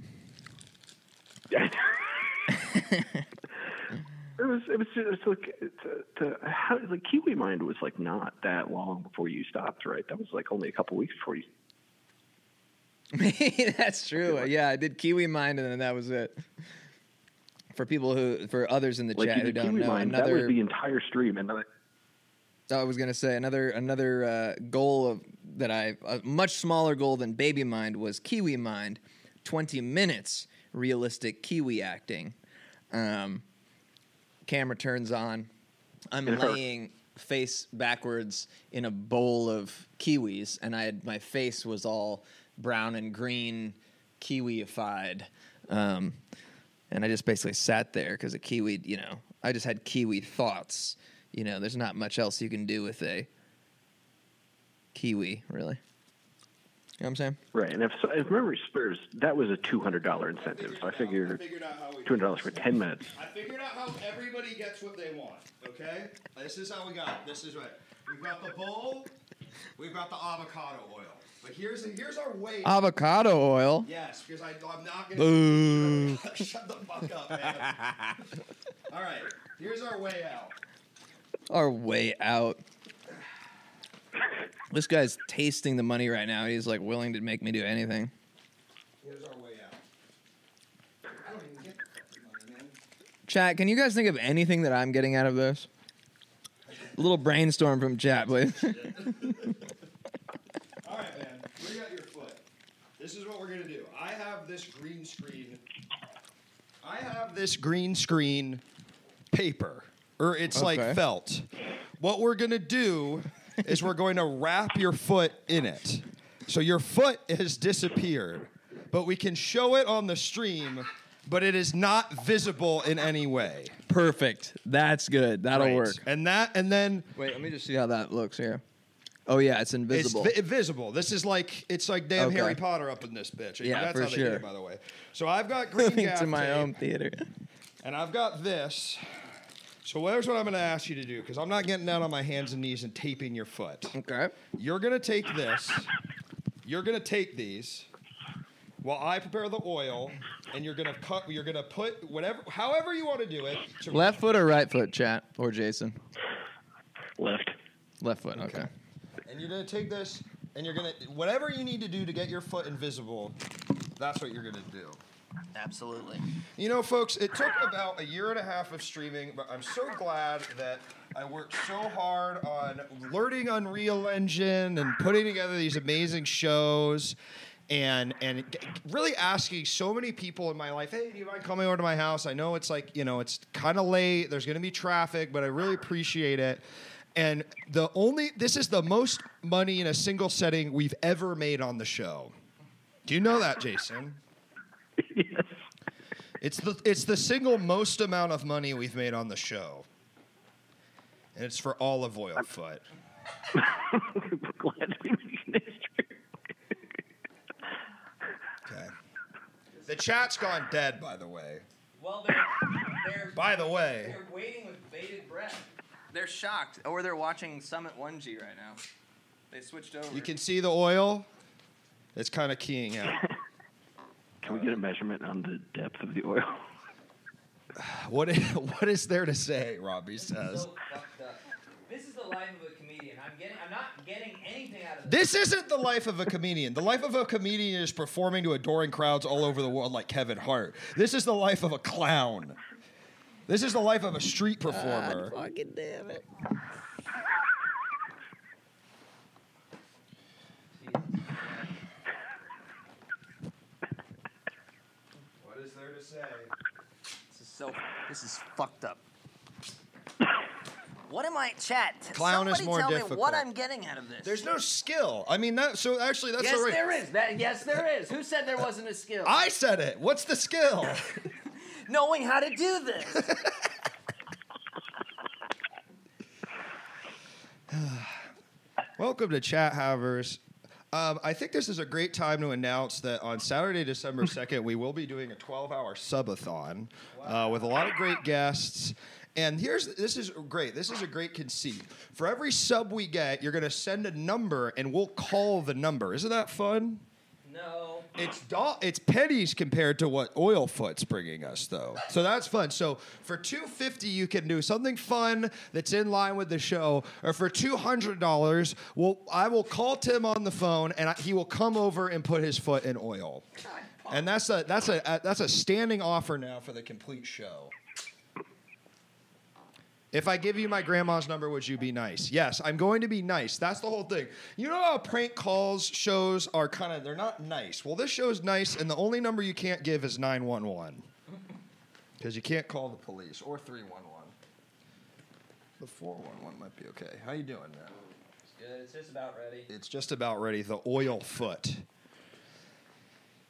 Speaker 4: It was. It was just it's like to, to, how like Kiwi Mind was like not that long before you stopped, right? That was like only a couple weeks before you.
Speaker 1: That's true. Yeah, I did Kiwi Mind, and then that was it. For people who, for others in the
Speaker 4: Like
Speaker 1: chat
Speaker 4: you
Speaker 1: who
Speaker 4: did
Speaker 1: don't
Speaker 4: Kiwi
Speaker 1: know,
Speaker 4: Mind. That was
Speaker 1: another
Speaker 4: the entire stream, and then
Speaker 1: I was gonna say another another uh, goal of that I a much smaller goal than Baby Mind was Kiwi Mind, twenty minutes realistic Kiwi acting. Um, camera turns on. I'm
Speaker 4: It hurt.
Speaker 1: laying face backwards in a bowl of kiwis, and I had my face was all brown and green, kiwiified. Um, and I just basically sat there because a kiwi, you know, I just had kiwi thoughts. You know, there's not much else you can do with a kiwi, really. You know what I'm saying?
Speaker 4: Right, and if, if memory serves, that was a two hundred dollar incentive. So I figured
Speaker 2: I figured out how we
Speaker 4: two hundred dollars for ten minutes.
Speaker 2: I figured out how everybody gets what they want. Okay, this is how we got. it. This is right. We've got the bowl. We've got the avocado oil. But here's here's our way.
Speaker 1: Avocado oil.
Speaker 2: yes, because I, I'm not gonna.
Speaker 1: Boo.
Speaker 2: Shut the fuck up, man. All right, here's our way out.
Speaker 1: Our way out. This guy's tasting the money right now. He's like willing to make me do anything.
Speaker 2: Here's our way out. I don't even get that money, man.
Speaker 1: Chat, can you guys think of anything that I'm getting out of this? A little brainstorm from chat, please.
Speaker 2: this green screen. I have this green screen paper, or it's
Speaker 6: Okay.
Speaker 2: like felt. What we're gonna do is we're going to wrap your foot in it. So your foot has disappeared, but we can show it on the stream, but it is not visible in any way.
Speaker 6: Perfect. That's good. That'll
Speaker 2: Right.
Speaker 6: work.
Speaker 2: And that, and then
Speaker 6: Wait, let me just see how that looks here. Oh yeah, it's
Speaker 2: It's
Speaker 6: invisible.
Speaker 2: vi- visible. This is like it's like damn
Speaker 6: Okay.
Speaker 2: Harry Potter up in this bitch.
Speaker 6: Yeah,
Speaker 2: that's
Speaker 6: for
Speaker 2: how they did
Speaker 6: sure.
Speaker 2: it, by the way. So I've got green gaff
Speaker 6: to my
Speaker 2: tape,
Speaker 6: own theater.
Speaker 2: and I've got this. So here's what I'm going to ask you to do because I'm not getting down on my hands and knees and taping your foot.
Speaker 6: Okay.
Speaker 2: You're going to take this. You're going to take these. While I prepare the oil, and you're gonna cut, you're gonna put whatever, however you want to do it. So
Speaker 6: Left foot or right foot, chat or Jason?
Speaker 4: Left.
Speaker 6: Left foot. Okay.
Speaker 2: and you're gonna take this and you're gonna whatever you need to do to get your foot invisible that's what you're gonna do
Speaker 3: Absolutely.
Speaker 2: you know folks it took about a year and a half of streaming but i'm so glad that i worked so hard on learning unreal engine and putting together these amazing shows and and g- really asking so many people in my life hey do you mind coming over to my house i know it's like you know it's kind of late there's gonna be traffic but i really appreciate it and the only this is the most money in a single setting we've ever made on the show. Do you know that, Jason?
Speaker 4: Yes.
Speaker 2: It's the it's the single most amount of money we've made on the show. And it's for olive oil foot.
Speaker 4: We're glad to be making history.
Speaker 2: Okay. The chat's gone dead, by the way.
Speaker 3: Well, they're, they're,
Speaker 2: By the way.
Speaker 3: they're waiting with bated breath. They're shocked, or they're watching Summit 1G right now. They switched over.
Speaker 2: You can see the oil. It's kind of keying out.
Speaker 4: Can we get a measurement on the depth of the oil?
Speaker 2: What i- what is there to say, Robbie says.
Speaker 3: So fucked up. This is the life of a comedian. I'm getting. I'm not getting anything out of this.
Speaker 2: This isn't the life of a comedian. The life of a comedian is performing to adoring crowds all over the world like Kevin Hart. This is the life of a clown. This is the life of a street performer.
Speaker 3: Uh,
Speaker 6: Fucking damn it.
Speaker 2: What is there to say?
Speaker 3: This is so. This is fucked up. What am I, chat?
Speaker 2: Clown is
Speaker 3: somebody
Speaker 2: more
Speaker 3: tell me
Speaker 2: difficult.
Speaker 3: what I'm getting out of this.
Speaker 2: There's no skill. I mean that so actually that's
Speaker 3: yes,
Speaker 2: all right.
Speaker 3: there is. That yes, there is. Who said there wasn't a skill?
Speaker 2: I said it. What's the skill?
Speaker 3: Knowing how to do this.
Speaker 2: Welcome to Chat Havers. Um, I think this is a great time to announce that on Saturday, December 2nd, we will be doing a 12 hour subathon uh, with a lot of great guests. And here's this is great. This is a great conceit. For every sub we get, you're going to send a number and we'll call the number. Isn't that fun?
Speaker 3: no.
Speaker 2: It's do- it's pennies compared to what oil foot's bringing us though. So that's fun. So for 250 you can do something fun that's in line with the show or for $200 well I will call Tim on the phone and I, he will come over and put his foot in oil. And that's a that's a, a that's a standing offer now for the complete show. If I give you my grandma's number, would you be nice? Yes, I'm going to be nice. That's the whole thing. You know how prank calls shows are kind of they're not nice. Well, this show's nice, and the only number you can't give is 911. Because you can't call the police or 311. The 411 might be okay. How you doing, man?
Speaker 3: It's good. It's just about ready.
Speaker 2: It's just about ready. The oil foot.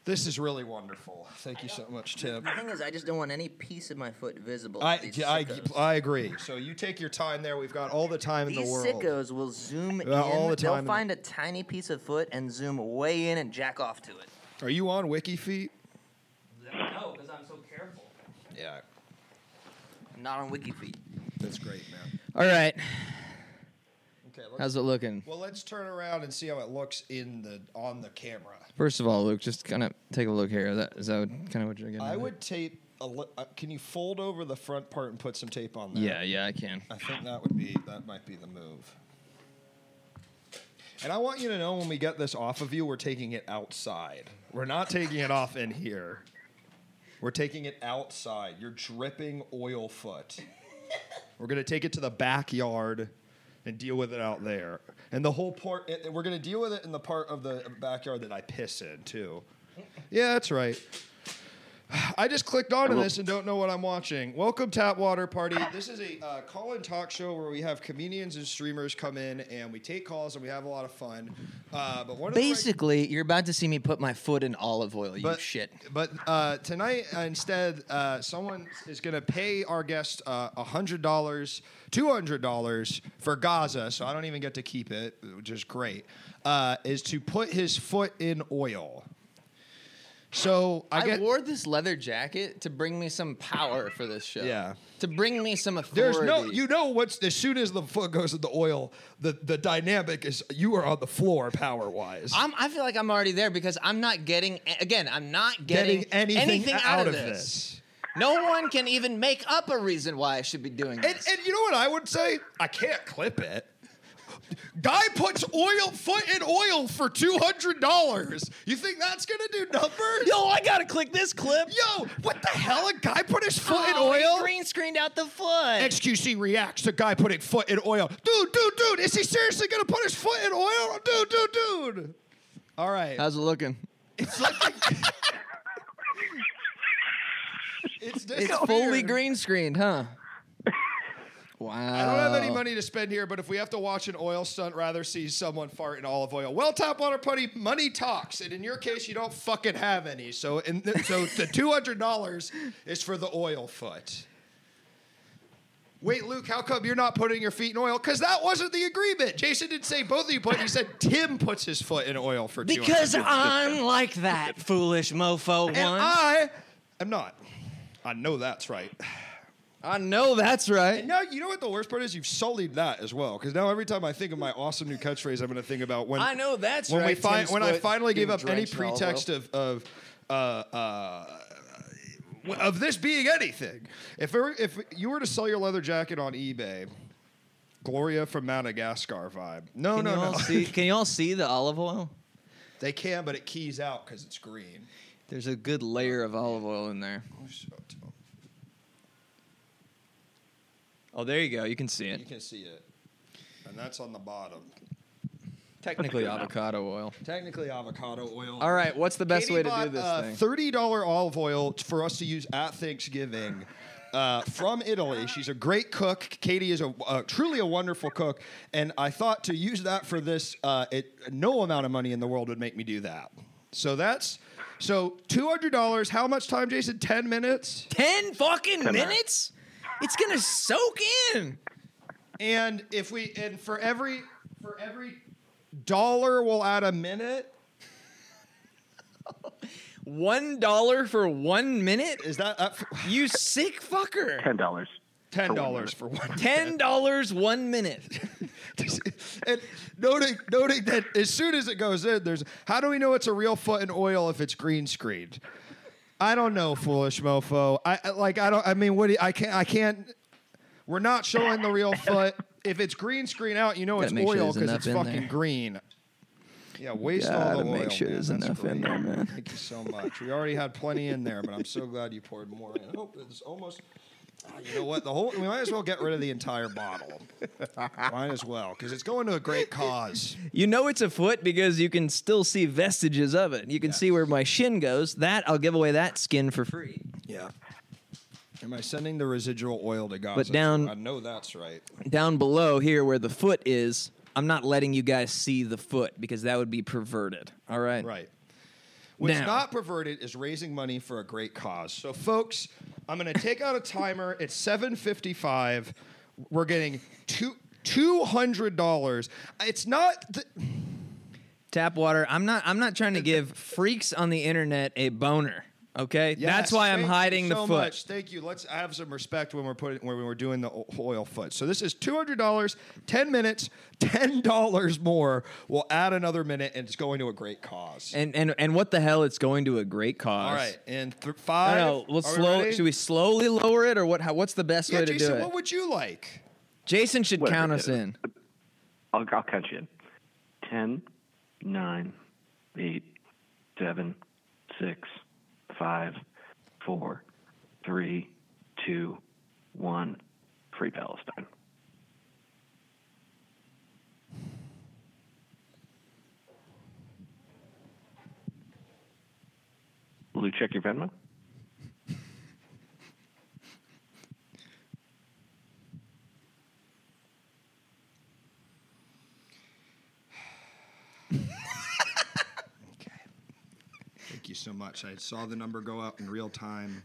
Speaker 2: This is really wonderful. Thank you so much, Tim.
Speaker 3: The thing is, I just don't want any piece of my foot visible.
Speaker 2: I,
Speaker 3: these
Speaker 2: I,
Speaker 3: sickos.
Speaker 2: I agree. So you take your time there. We've got all the time in
Speaker 3: These
Speaker 2: the world.
Speaker 3: sickos will zoom in.
Speaker 2: Yeah, all the time.
Speaker 3: They'll find a tiny piece of foot and zoom way in and jack off to it.
Speaker 2: Are you on WikiFeet?
Speaker 3: No, because I'm so careful.
Speaker 2: Yeah,
Speaker 3: I'm not on WikiFeed.
Speaker 2: that's great, man.
Speaker 6: All right.
Speaker 2: Okay,
Speaker 6: How's it looking?
Speaker 2: well, let's turn around and see how it looks in the on the camera.
Speaker 6: First of all, Luke, just kind of take a look here. Is that, is that kind of what you're getting?
Speaker 2: I
Speaker 6: at?
Speaker 2: would tape. A li- uh, can you fold over the front part and put some tape on that?
Speaker 6: Yeah, yeah, I can.
Speaker 2: I think that would be that might be the move. And I want you to know when we get this off of you, we're taking it outside. We're not taking it off in here. We're taking it outside. You're dripping oil foot. we're gonna take it to the backyard and deal with it out there. And the whole part, it- we're gonna deal with it in the part of the backyard that I piss in too. Yeah, that's right. I just clicked onto this and don't know what I'm watching. Welcome Tap Water Party. This is a uh, call-in talk show where we have comedians and streamers come in and we take calls and we have a lot of fun. Uh, but one of the reg-
Speaker 1: Basically, you're about to see me put my foot in olive oil. You
Speaker 2: but,
Speaker 1: shit.
Speaker 2: But uh, tonight, uh, instead, uh, someone is going to pay our guest uh, $100, $200 for Gaza, so I don't even get to keep it, which is great, uh, is to put his foot in oil. So I,
Speaker 6: I,
Speaker 2: get.
Speaker 6: wore this leather jacket to bring me some power for this show.
Speaker 2: Yeah.
Speaker 6: To bring me some authority.
Speaker 2: there's no, you know, what's as soon as the foot goes in the oil, the, the dynamic is you are on the floor power wise.
Speaker 6: I'm, I feel like I'm already there because I'm not getting, again, I'm not getting,
Speaker 2: anything,
Speaker 6: out, of this. No one can even make up a reason why I should be doing
Speaker 2: And,
Speaker 6: this.
Speaker 2: and you know what I would say? I can't clip it. Guy puts oil foot in oil for two hundred dollars. You think that's gonna do numbers?
Speaker 1: Yo, I gotta click this clip.
Speaker 2: Yo, what the hell? A guy put his foot
Speaker 6: Oh, he
Speaker 2: in oil?
Speaker 6: green screened out the foot.
Speaker 2: XQC reacts to guy putting foot in oil. Dude, dude, dude, is he seriously gonna put his foot in oil? Dude, dude, dude. All right.
Speaker 6: How's it looking?
Speaker 2: it's looking. it's
Speaker 6: It's
Speaker 2: disappeared.
Speaker 6: fully green screened, huh? Wow.
Speaker 2: I don't have any money to spend here, but if we have to watch an oil stunt, rather see someone fart in olive oil. Well, tap water putty, money talks, and in your case, you don't fucking have any. So, in the, so the two hundred dollars is for the oil foot. Wait, Luke, how come you're not putting your feet in oil? Because that wasn't the agreement. Jason didn't say both of you put. He said Tim puts his foot in oil for two hundred.
Speaker 1: Because I'm like that foolish mofo one.
Speaker 2: And I am not. I know that's right.
Speaker 6: I know that's right.
Speaker 2: And now you know what the worst part is? You've sullied that as well. Because now every time I think of my awesome new catchphrase, I'm going to think about when
Speaker 1: I know that's
Speaker 2: when
Speaker 1: right.
Speaker 2: we fi-
Speaker 1: Tim's
Speaker 2: when I
Speaker 1: foot
Speaker 2: finally gave
Speaker 1: being
Speaker 2: up any
Speaker 1: drenched in olive
Speaker 2: pretext
Speaker 1: oil.
Speaker 2: of of uh, uh, of this being anything. If it were, if you were to sell your leather jacket on eBay, Gloria from Madagascar vibe. No,
Speaker 3: Can,
Speaker 2: no,
Speaker 3: you all
Speaker 2: no.
Speaker 3: see, can you all see the olive oil?
Speaker 2: they can, but it keys out because it's green.
Speaker 6: There's a good layer of olive oil in there.
Speaker 3: Oh, there you go. You can see
Speaker 2: You
Speaker 3: it.
Speaker 2: can see it, and that's on the bottom.
Speaker 6: Technically avocado oil.
Speaker 2: Technically, avocado oil.
Speaker 6: All right, what's the best
Speaker 2: Katie
Speaker 6: way to
Speaker 2: bought,
Speaker 6: do this
Speaker 2: uh,
Speaker 6: thing?
Speaker 2: Thirty dollar olive oil t- for us to use at Thanksgiving. Uh, from Italy, she's a great cook. Katie is a uh, truly a wonderful cook, and I thought to use that for this. Uh, it no amount of money in the world would make me do that. So that's so two hundred dollars. How much time, Jason? Ten minutes.
Speaker 1: Ten fucking minutes? It's gonna soak in.
Speaker 2: And if we and for every for every dollar, we'll add a minute.
Speaker 1: One dollar for one minute?
Speaker 2: Is that up?
Speaker 1: You sick fucker.
Speaker 4: Ten dollars.
Speaker 2: Ten dollars for one.
Speaker 1: Ten dollars one minute.
Speaker 2: and noting noting that as soon as it goes in, there's how do we know it's a real foot in oil if it's green screened? I don't know, foolish mofo. I I- like I don't. I mean, what? Do you, I can't. I can't. We're not showing the real foot. If it's green screen out, you know it's
Speaker 6: make sure
Speaker 2: oil
Speaker 6: there's
Speaker 2: because
Speaker 6: enough
Speaker 2: it's
Speaker 6: in
Speaker 2: fucking
Speaker 6: there.
Speaker 2: green. Yeah, waste all the
Speaker 3: Gotta
Speaker 2: oil.
Speaker 3: make sure
Speaker 2: man.
Speaker 3: there's
Speaker 2: That's
Speaker 3: enough in
Speaker 2: great.
Speaker 3: there, man.
Speaker 2: Thank you so much. We already had plenty in there, but I'm so glad you poured more in. Oh, it's almost. Ah, You know what? The whole we might as well get rid of the entire bottle. might as well because it's going to a great cause.
Speaker 3: You know it's a foot because you can still see vestiges of it. You can see where my shin goes. That I'll give away that skin for free.
Speaker 2: Yeah. Am I sending the residual oil to Gaza?
Speaker 3: But down-
Speaker 2: I know that's right.
Speaker 3: Down below here where the foot is, I'm not letting you guys see the foot because that would be perverted. All right.
Speaker 2: Right. What's
Speaker 3: Now-
Speaker 2: not perverted is raising money for a great cause. So, folks, I'm going to take out a timer. It's 7:55. We're getting two. Two hundred dollars. It's not. Th-
Speaker 3: Tap water. I'm not I'm not trying to give freaks on the internet a boner. Okay?
Speaker 2: Yes,
Speaker 3: That's why I'm
Speaker 2: thank
Speaker 3: hiding
Speaker 2: you
Speaker 3: the
Speaker 2: so
Speaker 3: foot.
Speaker 2: Much. Thank you. Let's have some respect when we're putting when we're doing the o- oil foot. So this is two hundred dollars, ten minutes, ten dollars more. We'll add another minute, and it's going to a great cause.
Speaker 3: And and and what the hell it's going to a great cause.
Speaker 2: All right, and th-
Speaker 3: I
Speaker 2: five.
Speaker 3: don't know. We'll
Speaker 2: Are we
Speaker 3: slow
Speaker 2: ready?
Speaker 3: should we slowly lower it or what how, what's the best
Speaker 2: Yeah,
Speaker 3: way to
Speaker 2: Jason,
Speaker 3: do it?
Speaker 2: what would you like?
Speaker 3: Jason should
Speaker 4: Whatever
Speaker 3: count
Speaker 4: it
Speaker 3: us
Speaker 4: is.
Speaker 3: in.
Speaker 4: I'll, I'll count you in. Ten, nine, eight, seven, six, five, four, three, two, one. Free Palestine. Will you check your Venmo?
Speaker 2: Thank you so much. I saw the number go up in real time.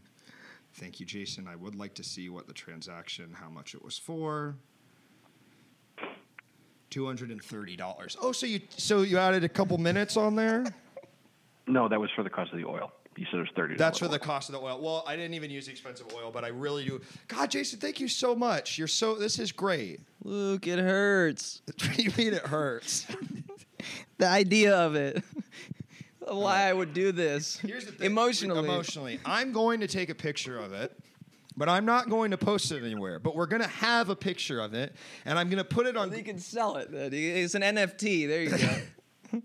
Speaker 2: Thank you, Jason. I would like to see what the transaction, how much it was for. Two hundred and thirty dollars. Oh, so you so you added a couple minutes on there.
Speaker 4: No, that was for the cost of the oil. You said it was thirty.
Speaker 2: That's for the cost of the oil. Well, I didn't even use expensive oil, but I really do. God, Jason, thank you so much. You're so. This is great.
Speaker 3: Luke, it hurts.
Speaker 2: you mean it hurts?
Speaker 3: The idea of it. Why I would do this.
Speaker 2: Here's the thing.
Speaker 3: Emotionally.
Speaker 2: Emotionally. I'm going to take a picture of it, but I'm not going to post it anywhere. But we're going to have a picture of it, and I'm going to put it on.
Speaker 3: You can sell it. then. It's an NFT. There you go.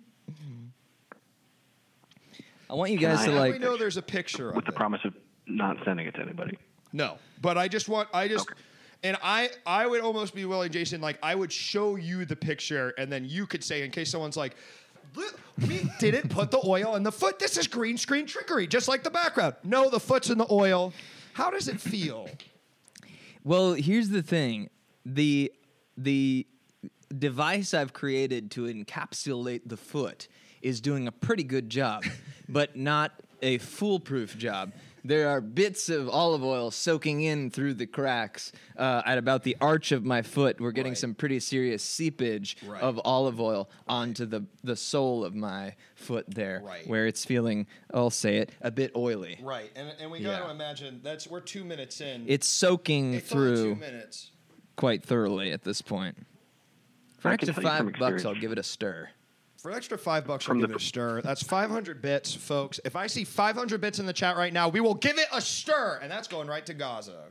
Speaker 3: I want you guys
Speaker 2: How
Speaker 3: to
Speaker 2: do
Speaker 3: like.
Speaker 2: we know there's a picture of
Speaker 4: with the
Speaker 2: it?
Speaker 4: promise of not sending it to anybody.
Speaker 2: No, but I just want. I just.
Speaker 4: Okay.
Speaker 2: And I, I would almost be willing, Jason. Like I would show you the picture, and then you could say, in case someone's like, "Look, "We didn't put the oil in the foot. This is green screen trickery, just like the background." No, the foot's in the oil. How does it feel?
Speaker 3: Well, here's the thing. The the device I've created to encapsulate the foot is doing a pretty good job, but not a foolproof job. There are bits of olive oil soaking in through the cracks uh, at about the arch of my foot. We're getting
Speaker 2: Right.
Speaker 3: some pretty serious seepage
Speaker 2: Right.
Speaker 3: of olive oil onto the, the sole of my foot there,
Speaker 2: Right.
Speaker 3: where it's feeling, I'll say it, a bit oily.
Speaker 2: Right, and and we
Speaker 3: Yeah.
Speaker 2: got to imagine that's we're two minutes in.
Speaker 3: It's soaking
Speaker 2: it's only two
Speaker 3: through
Speaker 2: minutes.
Speaker 3: quite thoroughly at this point. For
Speaker 4: I
Speaker 3: up
Speaker 4: can
Speaker 3: to
Speaker 4: tell you from
Speaker 3: five bucks, I'll
Speaker 4: experience.
Speaker 3: give it a stir.
Speaker 2: For an extra five bucks, I'll
Speaker 4: From
Speaker 2: give
Speaker 4: the-
Speaker 2: it a stir. That's 500 bits, folks. If I see 500 bits in the chat right now, we will give it a stir, and that's going right to Gaza.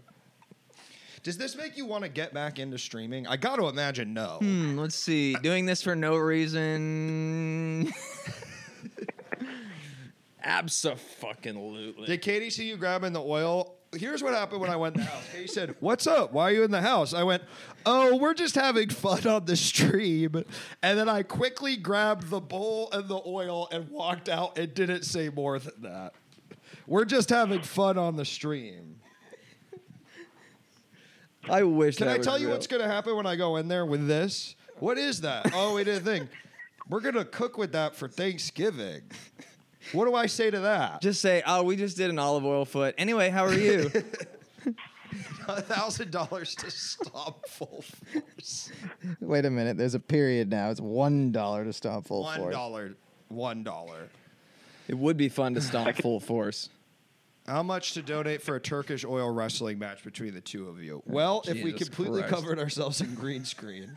Speaker 2: Does this make you want to get back into streaming? I got to imagine no.
Speaker 3: Hmm, let's see. Doing this for no reason.
Speaker 1: Absolutely.
Speaker 2: Did Katie see you grabbing the oil? Here's what happened when I went in the house. Katie said, What's up? Why are you in the house? I went, Oh, we're just having fun on the stream. And then I quickly grabbed the bowl and the oil and walked out and didn't say more than that. We're just having fun on the stream.
Speaker 3: I wish.
Speaker 2: Can
Speaker 3: that
Speaker 2: I
Speaker 3: was
Speaker 2: tell you
Speaker 3: real.
Speaker 2: what's going to happen when I go in there with this? What is that? Oh, it is a thing. We're going to cook with that for Thanksgiving. What do I say to that?
Speaker 3: Just say, oh, we just did an olive oil foot. Anyway, how are you?
Speaker 2: $1,000 to stop full force.
Speaker 6: Wait a minute. There's a period now. It's one dollar to stop full
Speaker 2: One
Speaker 6: force.
Speaker 2: dollar. One dollar.
Speaker 3: it would be fun to stomp full force.
Speaker 2: How much to donate for a Turkish oil wrestling match between the two of you? Well, if we
Speaker 3: Jesus
Speaker 2: completely
Speaker 3: Christ.
Speaker 2: covered ourselves in green screen,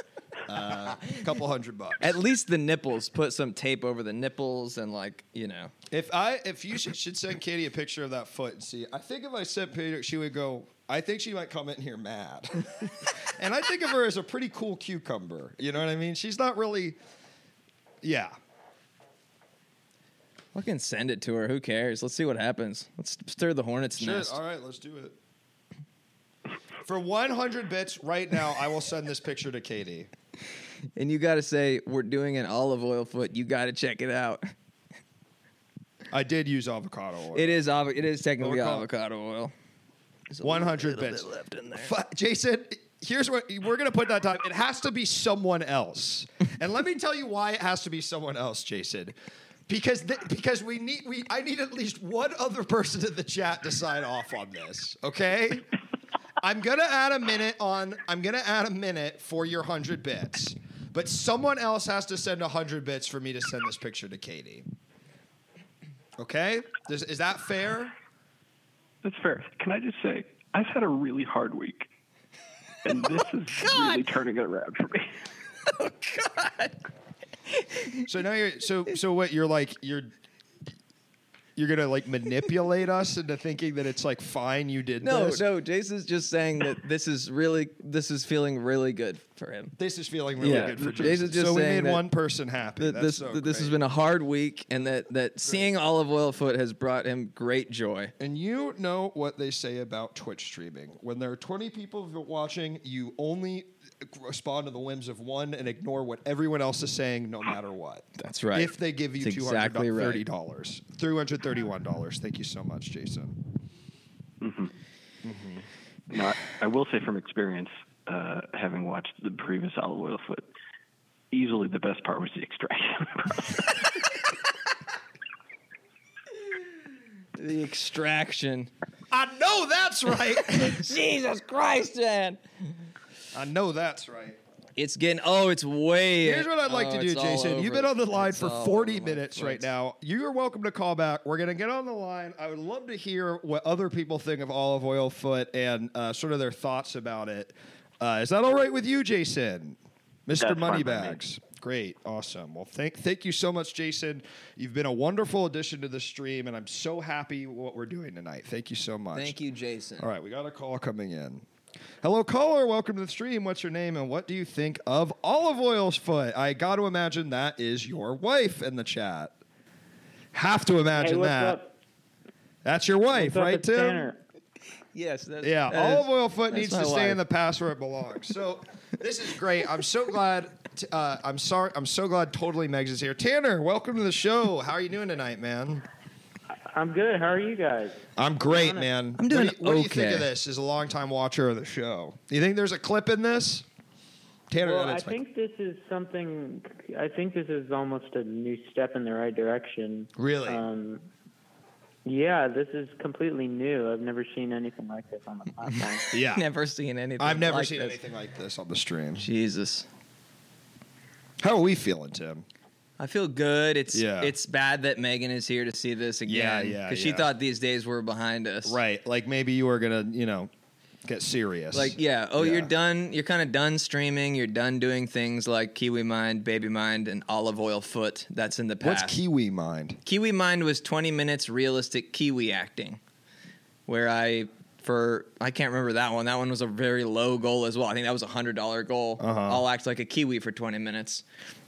Speaker 2: uh, a couple hundred bucks.
Speaker 3: At least the nipples. Put some tape over the nipples and like you know.
Speaker 2: If I if you should, should send Katie a picture of that foot and see, I think if I sent Peter, she would go. I think she might come in here mad, and I think of her as a pretty cool cucumber. You know what I mean? She's not really, yeah.
Speaker 3: Fucking send it to her. Who cares? Let's see what happens. Let's stir the hornet's
Speaker 2: Sure.
Speaker 3: nest.
Speaker 2: All right, let's do it. For 100 bits right now, I will send this picture to Katie.
Speaker 3: And you got to say we're doing an olive oil foot. You got to check it out.
Speaker 2: I did use avocado oil.
Speaker 3: It is avo- it is technically
Speaker 2: Avocado.
Speaker 3: avocado oil.
Speaker 2: 100 bits.
Speaker 3: left in there.
Speaker 2: Fu- Jason, here's what we're going to put that time. It has to be someone else. And let me tell you why it has to be someone else, Jason. Because th- because we need we I need at least one other person in the chat to sign off on this, okay? I'm going to add a minute on I'm going to add a minute for your 100 bits. But someone else has to send 100 bits for me to send this picture to Katie. Okay? Is, is that fair?
Speaker 4: That's fair. Can I just say I've had a really hard week, and this is really turning it around for me.
Speaker 2: So now you're so so what you're like you're you're gonna like manipulate us into thinking that it's like fine you did
Speaker 3: No,
Speaker 2: this.
Speaker 3: no, Jason's just saying that this is really this is feeling really good for him.
Speaker 2: This is feeling really
Speaker 3: Yeah.
Speaker 2: good for
Speaker 3: Jason's
Speaker 2: Jason.
Speaker 3: just
Speaker 2: so we
Speaker 3: saying
Speaker 2: made
Speaker 3: that-
Speaker 2: one person happy.
Speaker 3: That
Speaker 2: That's
Speaker 3: this
Speaker 2: so
Speaker 3: that this has
Speaker 2: great.
Speaker 3: been a hard week and that that seeing olive oil foot has brought him great joy.
Speaker 2: And you know what they say about Twitch streaming. When there are 20 people watching, you only respond to the whims of one and ignore what everyone else is saying no matter what.
Speaker 3: That's right.
Speaker 2: If they give you
Speaker 3: That's
Speaker 2: $230.
Speaker 3: exactly right.
Speaker 2: $330. thirty-one dollars. Thank you so much, Jason.
Speaker 4: Now, I, I will say from experience, uh, having watched the previous olive oil foot, easily the best part was the extraction.
Speaker 1: The extraction.
Speaker 2: I know that's right.
Speaker 1: Jesus Christ, man.
Speaker 2: I know that's right.
Speaker 1: It's getting oh, it's way.
Speaker 2: Here's what I'd like
Speaker 1: oh,
Speaker 2: to do,
Speaker 1: it's all
Speaker 2: Jason.
Speaker 1: over
Speaker 2: You've been on the line
Speaker 1: it's
Speaker 2: for
Speaker 1: all
Speaker 2: 40
Speaker 1: over my
Speaker 2: minutes right
Speaker 1: place.
Speaker 2: now. You are welcome to call back. We're going to get on the line. I would love to hear what other people think of olive oil foot and uh, sort of their thoughts about it. Uh, is that all right with you, Jason? Mr.
Speaker 4: That's fine by me.
Speaker 2: Moneybags. Great. Awesome. Well, thank thank you so much, Jason. You've been a wonderful addition to the stream, and I'm so happy what we're doing tonight. Thank you so much.
Speaker 3: Thank you, Jason.
Speaker 2: All right, we got a call coming in. Hello, caller. Welcome to the stream. What's your name and what do you think of olive oil's foot? I got to imagine that is your wife in the chat. Have to imagine that. That's your wife, right, Tim?
Speaker 3: Yes. That's,
Speaker 2: Yeah,
Speaker 3: that is-
Speaker 2: olive oil foot
Speaker 3: that's
Speaker 2: needs
Speaker 3: my
Speaker 2: to stay in
Speaker 3: wife.
Speaker 2: the past where it belongs. So this is great. I'm so glad. T- uh, I'm sorry. I'm so glad. Totally, Megs is here. Tanner, welcome to the show. How are you doing tonight, man?
Speaker 7: I'm good. How are you guys?
Speaker 2: I'm great, man.
Speaker 3: I'm doing
Speaker 2: What do you, what do you think
Speaker 3: okay.
Speaker 2: of this? As a longtime watcher of the show, do you think there's a clip in this? Tanner,
Speaker 7: Well,
Speaker 2: that
Speaker 7: I
Speaker 2: is my-
Speaker 7: think this is something. I think this is almost a new step in the right direction.
Speaker 2: really.
Speaker 7: Um, yeah, this is completely new. I've never seen anything like this on the platform.
Speaker 2: yeah,
Speaker 3: Never seen anything.
Speaker 2: I've never
Speaker 3: like
Speaker 2: seen
Speaker 3: this.
Speaker 2: anything like this on the stream.
Speaker 3: Jesus.
Speaker 2: How are we feeling, Tim?
Speaker 3: I feel good. It's
Speaker 2: Yeah.
Speaker 3: it's bad that Megan is here to see this again.
Speaker 2: Yeah, yeah,
Speaker 3: Because she
Speaker 2: yeah.
Speaker 3: thought these days were behind us.
Speaker 2: Right, like maybe you are gonna, you know, get serious.
Speaker 3: Like yeah. Oh,
Speaker 2: Yeah.
Speaker 3: you're done. You're kind of done streaming. You're done doing things like Kiwi Mind, Baby Mind, and Olive Oil Foot. That's in the past.
Speaker 2: what's Kiwi mind?
Speaker 3: Kiwi Mind was 20 minutes realistic Kiwi acting, where I for I can't remember that one. That one was a very low goal as well. I think that was a hundred dollar goal. I'll act like a kiwi for 20 minutes.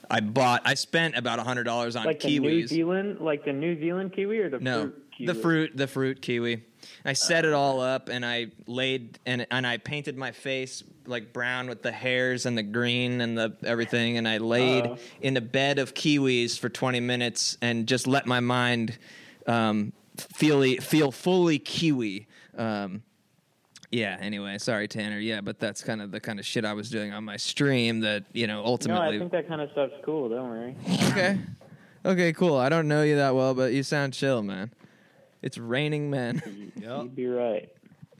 Speaker 3: I bought. I spent about hundred dollars on
Speaker 7: like the New
Speaker 3: kiwis.
Speaker 7: Zealand, like the New Zealand kiwi or the
Speaker 3: no,
Speaker 7: fruit kiwi? Oh,
Speaker 3: the fruit, the fruit kiwi. I set it all up and I laid and and I painted my face like brown with the hairs and the green and the everything and I laid
Speaker 7: Uh-oh.
Speaker 3: in a bed of kiwis for 20 minutes and just let my mind um, feel feel fully kiwi. Um, yeah. Anyway, sorry Tanner. Yeah, but that's kind of the kind of shit I was doing on my stream that you know
Speaker 7: No, I
Speaker 3: ultimately.
Speaker 7: think that kind of stuff's cool. Don't worry.
Speaker 3: okay. Okay. Cool. I don't know you that well, but you sound chill, man. It's raining men.
Speaker 7: You'd be right.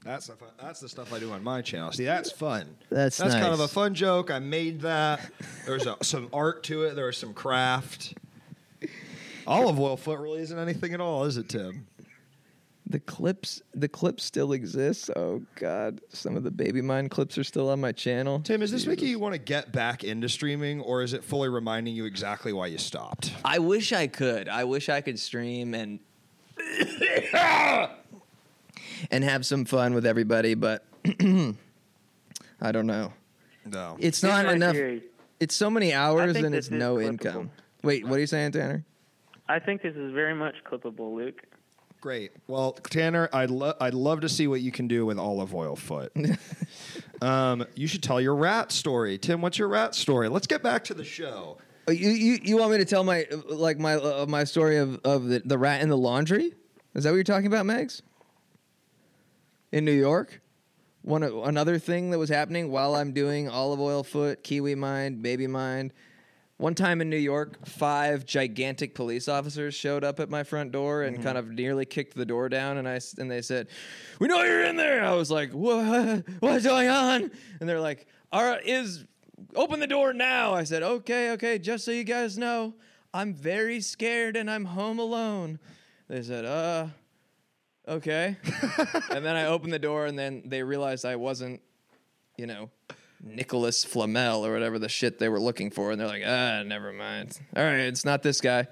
Speaker 2: That's the fun, that's the stuff I do on my channel. See, that's fun.
Speaker 6: That's
Speaker 2: that's kind of a
Speaker 6: nice.
Speaker 2: fun joke. I made that. There's a, some art to it. There was some craft. Olive oil foot really isn't anything at all, is it, Tim?
Speaker 1: The clips, the clips still exist. Oh God, some of the Baby Mind clips are still on my channel.
Speaker 2: Tim, is this making you want to get back into streaming, or is it fully reminding you exactly why you stopped?
Speaker 3: I wish I could. I wish I could stream and and have some fun with everybody, but I don't know.
Speaker 2: No.
Speaker 3: It's not
Speaker 7: I
Speaker 3: enough.
Speaker 7: hear you.
Speaker 3: It's so many
Speaker 7: I
Speaker 3: hours
Speaker 7: think
Speaker 3: and
Speaker 7: this
Speaker 3: it's
Speaker 7: is
Speaker 3: no
Speaker 7: clippable.
Speaker 3: income. Wait, what are you saying, Tanner?
Speaker 7: I think this is very much clippable, Luke.
Speaker 2: Great. Well, Tanner, I'd lo- I'd love to see what you can do with olive oil foot. um, you should tell your rat story, Tim. What's your rat story? Let's get back to the show.
Speaker 1: Oh, You, you, you want me to tell my like my uh, my story of of the, the rat in the laundry? Is that what you're talking about, Megs? In New York, one o- another thing that was happening while I'm doing olive oil foot, kiwi mind, baby mind. One time in New York, five gigantic police officers showed up at my front door and kind of nearly kicked the door down. And I s- and they said, "We know you're in there." I was like, "What? What's going on?" And they're like, "All right, is open the door now." I said, "Okay, okay. Just so you guys know, I'm very scared and I'm home alone." They said, "Uh, okay." and then I opened the door, and then they realized I wasn't, you know, Nicholas Flamel or whatever the shit they were looking for. And they're like, ah, never mind. All right, it's not this guy.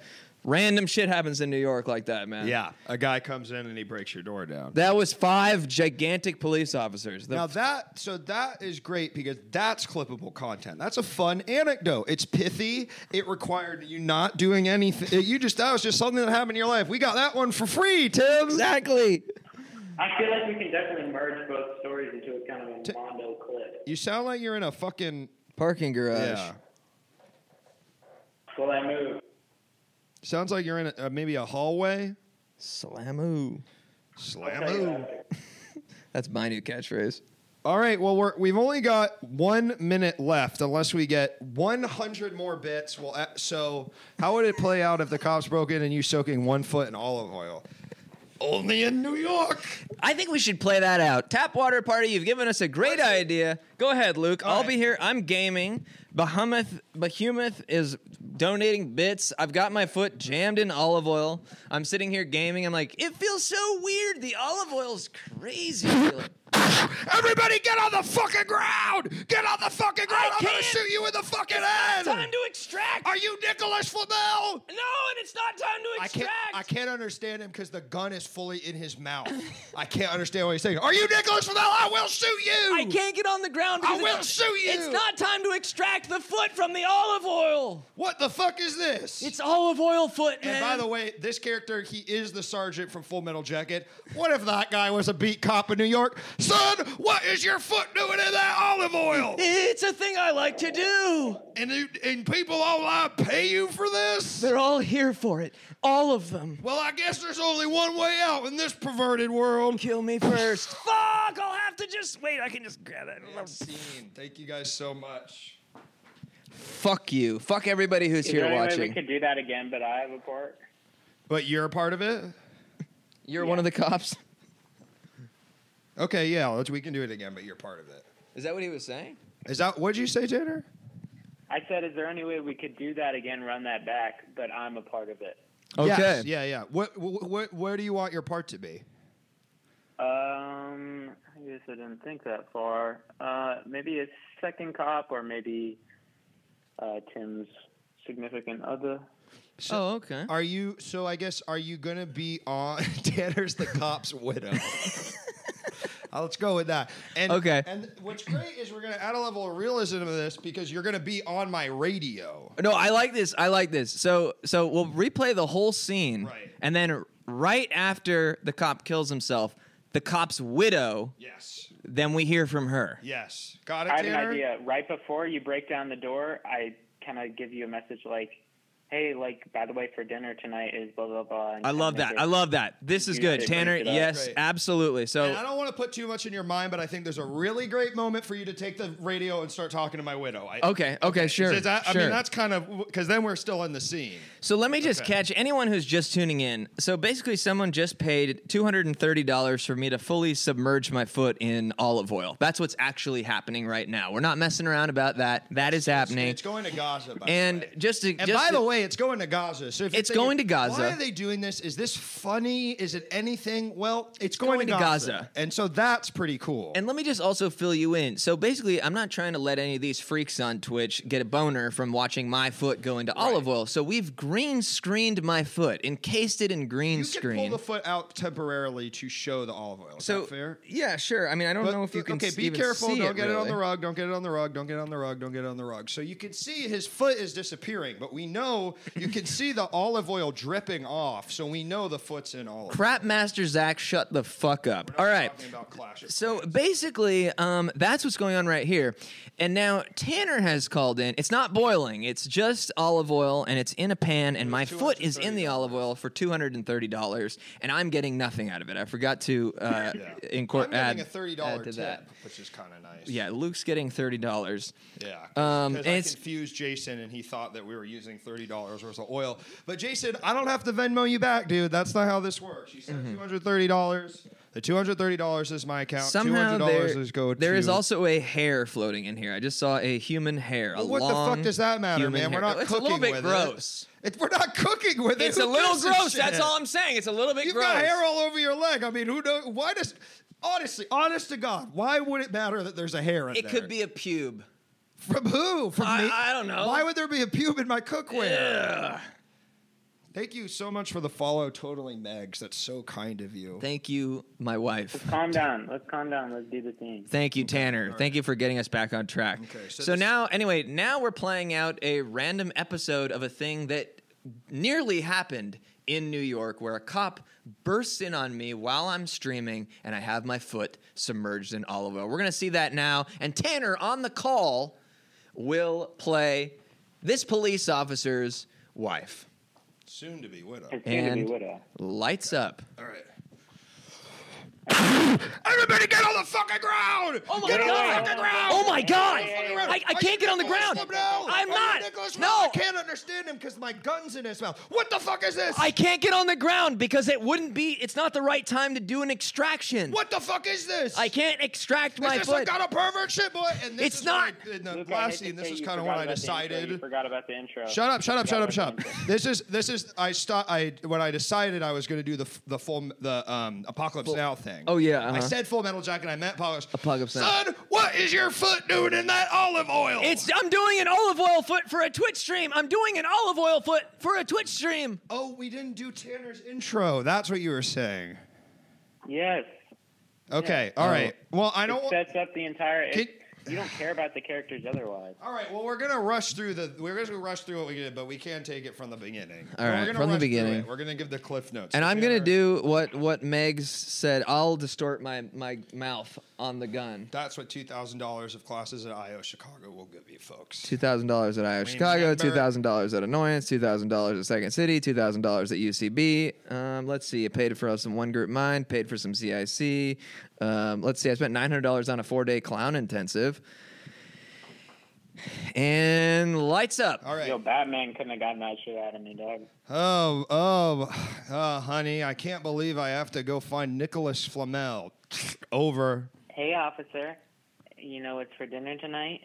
Speaker 1: Random shit happens in New York like that, man.
Speaker 2: Yeah, a guy comes in and he breaks your door down.
Speaker 1: That was five gigantic police officers. The
Speaker 2: now that so that is great because that's clippable content. That's a fun anecdote. It's pithy. It required you not doing anything. You just that was just something that happened in your life. We got that one for free, Tim.
Speaker 1: exactly.
Speaker 8: I feel like we can definitely merge both stories into a kind of a mondo clip.
Speaker 2: You sound like you're in a fucking uh,
Speaker 1: Parking garage.
Speaker 2: yeah.
Speaker 8: Will I move?
Speaker 2: Sounds like you're in a, uh, maybe a hallway.
Speaker 1: Slamoo.
Speaker 2: Slamoo.
Speaker 1: That's my new catchphrase.
Speaker 2: All right. Well, we're, we've only got one minute left, unless we get 100 more bits. Well, uh, so how would it play out if the cops broke in and you soaking one foot in olive oil? Only in New York.
Speaker 1: I think we should play that out. Tap water party. You've given us a great idea. Go ahead, Luke. I'll be here. I'm gaming. Behemoth, Behemoth is donating bits. I've got my foot jammed in olive oil. I'm sitting here gaming. I'm like, it feels so weird. The olive oil's crazy. feeling."
Speaker 2: Everybody, get on the fucking ground! Get on the fucking ground! I'm gonna
Speaker 1: can't.
Speaker 2: shoot you in the fucking head!
Speaker 1: time to extract.
Speaker 2: Are you Nicholas Flamel?
Speaker 1: No, and it's not time to
Speaker 2: I can't,
Speaker 1: extract.
Speaker 2: I can't understand him because the gun is fully in his mouth. I can't understand what he's saying. Are you Nicholas Flamel? I will shoot you!
Speaker 1: I can't get on the ground.
Speaker 2: I
Speaker 1: because
Speaker 2: will
Speaker 1: it's-
Speaker 2: shoot you!
Speaker 1: It's not time to extract the foot from the olive oil.
Speaker 2: What the fuck is this?
Speaker 1: It's olive oil foot, man.
Speaker 2: and by the way, this character, he is the sergeant from Full Metal Jacket. What if that guy was a beat cop in New York? Son, what is your foot doing in that olive oil?
Speaker 1: it's a thing I like to do.
Speaker 2: And, you, and people online pay you for this?
Speaker 1: They're all here for it. All of them.
Speaker 2: Well, I guess there's only one way out in this perverted world.
Speaker 1: Kill me first. Fuck! I'll have to just wait. I can just grab it.
Speaker 2: Scene. Thank you guys so much.
Speaker 1: Fuck you. Fuck everybody who's
Speaker 7: Is
Speaker 1: here
Speaker 7: there any way we
Speaker 1: watching.
Speaker 7: could do that again, but I have a part?
Speaker 2: But you're a part of it?
Speaker 1: You're one of the cops.
Speaker 2: Okay, yeah, let's, we can do it again, but you're part of it.
Speaker 1: Is that what he was saying?
Speaker 2: Is that what'd you say, Tanner?
Speaker 7: I said, is there any way we could do that again, run that back, but I'm a part of it?
Speaker 3: Okay.
Speaker 2: Yes, yeah, yeah. What, what, what, where do you want your part to be?
Speaker 7: Um, I guess I didn't think that far. Uh, maybe a second cop, or maybe uh, Tim's significant other.
Speaker 1: Oh, okay.
Speaker 2: Are you so? I guess are you gonna be on Tanner's the cop's widow? Uh, let's go with that. And,
Speaker 3: Okay.
Speaker 2: And what's great is we're gonna add a level of realism to this because you're gonna be on my radio.
Speaker 3: No, I like this. I like this. So so we'll replay the whole scene,
Speaker 2: Right.
Speaker 3: and then right after the cop kills himself, the cop's widow.
Speaker 2: Yes.
Speaker 3: Then we hear from her.
Speaker 2: Yes. Got it,
Speaker 7: I have an
Speaker 2: Tanner.
Speaker 7: idea. Right before you break down the door, I kind of give you a message like, "Hey, like by the way, for dinner tonight is blah blah blah." and
Speaker 3: I
Speaker 7: kinda
Speaker 3: love
Speaker 7: make
Speaker 3: that.
Speaker 7: it-
Speaker 3: I love that. This is
Speaker 7: You
Speaker 3: good,
Speaker 7: say
Speaker 3: Tanner.
Speaker 7: break it up.
Speaker 3: Yes,
Speaker 2: Great.
Speaker 3: absolutely.
Speaker 2: And I
Speaker 3: So
Speaker 2: don't want to put too much in your mind, but I think there's a really great moment for you to take the radio and start talking to my widow. I,
Speaker 3: okay, okay, sure,
Speaker 2: Is that- I
Speaker 3: sure.
Speaker 2: mean, that's kind of because then we're still in the scene.
Speaker 3: So let me just catch anyone who's just tuning in. So basically, someone just paid two hundred and thirty dollars for me to fully submerge my foot in olive oil. That's what's actually happening right now. We're not messing around about that. That is happening.
Speaker 2: It's going to Gaza. By
Speaker 3: and
Speaker 2: the way.
Speaker 3: just to,
Speaker 2: And
Speaker 3: just
Speaker 2: by
Speaker 3: to-
Speaker 2: the way, it's going to Gaza. So if you're
Speaker 3: It's
Speaker 2: thinking,
Speaker 3: going to Gaza.
Speaker 2: Why are they doing this? Is this funny? Is it anything? Well, it's, going,
Speaker 3: going
Speaker 2: to
Speaker 3: to
Speaker 2: Gaza.
Speaker 3: Gaza.
Speaker 2: and so that's pretty cool.
Speaker 3: And let me just also fill you in. So basically, I'm not trying to let any of these freaks on Twitch get a boner from watching my foot go into olive oil. So we've green screened my foot, encased it in green
Speaker 2: you
Speaker 3: screen.
Speaker 2: can pull the foot out temporarily to show the olive oil. Is
Speaker 1: So
Speaker 2: that fair?
Speaker 1: yeah, sure. I mean, I don't
Speaker 2: But- uh,
Speaker 1: know if you can.
Speaker 2: okay, be
Speaker 1: even
Speaker 2: careful.
Speaker 1: See
Speaker 2: don't get it on the
Speaker 1: really.
Speaker 2: rug. Don't get it on the rug. Don't get it on the rug. Don't get it on the rug. So you can see his foot is disappearing, but we know you can see the olive oil dripping off. So we know the foot's in olive.
Speaker 3: Crap Master Zach, shut the fuck up. All right.
Speaker 2: Talking about Clash of
Speaker 3: So basically, um, that's what's going on right here. And now Tanner has called in. It's not boiling, it's just olive oil and it's in a pan, and my foot is in the olive oil for $230, and I'm getting nothing out of it. I forgot to uh, incor-
Speaker 2: I'm getting
Speaker 3: add,
Speaker 2: a thirty dollar
Speaker 3: add to
Speaker 2: tip,
Speaker 3: that.
Speaker 2: which is kind of nice.
Speaker 3: Yeah, Luke's getting $30.
Speaker 2: Yeah,
Speaker 3: Um,
Speaker 2: because
Speaker 3: and
Speaker 2: I
Speaker 3: it's-
Speaker 2: confused Jason and he thought that we were using thirty dollars worth of oil. But Jason, I don't have to Venmo you back, dude. That's not how this works. You
Speaker 3: Mm-hmm.
Speaker 2: said hundred thirty dollars. The two hundred thirty dollars is my account. Two
Speaker 3: Somehow
Speaker 2: hundred
Speaker 3: there,
Speaker 2: dollars is go.
Speaker 3: there
Speaker 2: to,
Speaker 3: is also a hair floating in here. I just saw a human hair. a
Speaker 2: Well, what the
Speaker 3: long
Speaker 2: fuck does that matter,
Speaker 3: human
Speaker 2: man? We're
Speaker 3: hair.
Speaker 2: not
Speaker 3: It's
Speaker 2: cooking
Speaker 3: a little bit
Speaker 2: with
Speaker 3: gross.
Speaker 2: it. It- We're not cooking with it.
Speaker 3: It's
Speaker 2: Who
Speaker 3: a little
Speaker 2: gives a
Speaker 3: gross.
Speaker 2: shit?
Speaker 3: That's all I'm saying. It's a little bit
Speaker 2: You've
Speaker 3: gross.
Speaker 2: got hair all over your leg. I mean, who knows? Why does? Honestly, honest to God, why would it matter that there's a hair in
Speaker 3: it
Speaker 2: there?
Speaker 3: could be a pube.
Speaker 2: From who? From
Speaker 3: I-
Speaker 2: me?
Speaker 3: I don't know.
Speaker 2: Why would there be a pube in my cookware? Thank you so much for the follow, totally Megs. That's so kind of you.
Speaker 3: Thank you, my wife.
Speaker 7: Calm down. Let's calm down. Let's do the thing.
Speaker 3: Thank you, Tanner. Thank you for getting us back on track.
Speaker 2: Okay, so
Speaker 3: so
Speaker 2: this-
Speaker 3: now, anyway, now we're playing out a random episode of a thing that nearly happened in New York where a cop bursts in on me while I'm streaming and I have my foot submerged in olive oil. We're going to see that now. And Tanner on the call will play this police officer's wife.
Speaker 2: Soon to be widow.
Speaker 7: It's soon to
Speaker 3: and
Speaker 7: be widow.
Speaker 3: lights up.
Speaker 2: All right. Everybody get on the fucking ground!
Speaker 1: Oh my
Speaker 2: get on the
Speaker 1: God.
Speaker 2: fucking ground!
Speaker 1: Oh my God.
Speaker 2: Get on the fucking ground.
Speaker 1: I- I can't get on the
Speaker 2: Nicholas
Speaker 1: ground.
Speaker 2: Rob, no.
Speaker 1: I'm
Speaker 2: Oh,
Speaker 1: not.
Speaker 2: Nicholas
Speaker 1: No.
Speaker 2: Rob, I can't understand him because my gun's in his mouth. What the fuck is this?
Speaker 1: I can't get on the ground because it wouldn't be. It's not the right time to do an extraction.
Speaker 2: What the fuck is this?
Speaker 1: I can't extract my
Speaker 2: is this
Speaker 1: foot.
Speaker 2: some kind of pervert shit, boy? And this
Speaker 1: It's
Speaker 2: is
Speaker 1: not.
Speaker 2: What, in the
Speaker 7: Luke, I hate
Speaker 2: last
Speaker 7: to
Speaker 2: scene, this
Speaker 7: say
Speaker 2: is
Speaker 7: you
Speaker 2: kind of
Speaker 7: forgot
Speaker 2: what I
Speaker 7: about the intro. You
Speaker 2: decided.
Speaker 7: forgot about the intro.
Speaker 2: Shut up! Shut up! Shut
Speaker 7: Forgot
Speaker 2: up! Shut
Speaker 7: about
Speaker 2: up!
Speaker 7: the intro.
Speaker 2: This is this is I stop. I when I decided I was going to do the f- the full the um apocalypse now thing.
Speaker 1: Oh, yeah,
Speaker 2: I
Speaker 1: uh-huh.
Speaker 2: said full metal jacket. I meant apocalypse.
Speaker 1: Apocalypse Now.
Speaker 2: Son, what is your foot doing in that olive oil?
Speaker 1: It's. I'm doing an olive oil foot for a Twitch stream. I'm doing an olive oil foot for a Twitch stream.
Speaker 2: oh, we didn't do Tanner's intro. That's what you were saying.
Speaker 7: Yes.
Speaker 2: Okay. All right.
Speaker 1: Oh.
Speaker 2: Well, I don't. want.
Speaker 7: It sets up the entire.
Speaker 2: Can-
Speaker 7: It, you don't care about the characters otherwise.
Speaker 2: All right. Well, we're gonna rush through the. We're gonna rush through what we did, but we can take it from the beginning.
Speaker 1: All
Speaker 2: We're
Speaker 1: right,
Speaker 2: gonna
Speaker 1: from the
Speaker 2: rush through
Speaker 1: beginning.
Speaker 2: it. We're gonna give the cliff notes.
Speaker 1: And I'm
Speaker 2: Tanner-
Speaker 1: gonna do what what Megs said. I'll distort my my mouth on the gun.
Speaker 2: That's what two thousand dollars of classes at IO Chicago will give you, folks.
Speaker 1: Two thousand dollars at IO Chicago,
Speaker 2: Remember-
Speaker 1: two thousand dollars at Annoyance, two thousand dollars at Second City, two thousand dollars at UCB. Um, let's see, it paid for us in one group mind, paid for some CIC. Um, let's see, I spent nine hundred dollars on a four day clown intensive. And lights up.
Speaker 2: All right.
Speaker 7: Yo, Batman couldn't have gotten that shit out of me, dog.
Speaker 2: Oh, oh, oh, honey, I can't believe I have to go find Nicholas Flamel. Over.
Speaker 7: Hey, officer. You know what's for dinner tonight?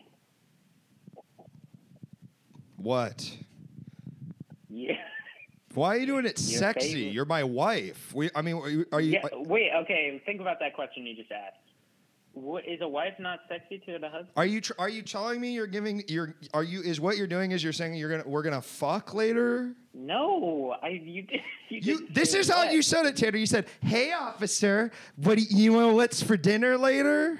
Speaker 2: What?
Speaker 7: Yeah.
Speaker 2: Why are you doing it
Speaker 7: Your
Speaker 2: sexy?
Speaker 7: favorite-
Speaker 2: You're my wife. We. I mean, are you? Are you
Speaker 7: yeah. Wait. Okay. Think about that question you just asked. What, is a wife not sexy to the husband?
Speaker 2: Are you tr- are you telling me you're giving you're are you is what you're doing is you're saying you're gonna we're gonna fuck later?
Speaker 7: No. I. You. did- You.
Speaker 2: You
Speaker 7: didn't
Speaker 2: this
Speaker 7: say
Speaker 2: is how
Speaker 7: what.
Speaker 2: you said it, Tanner. You said, "Hey, officer, what do you know? What's for dinner later?"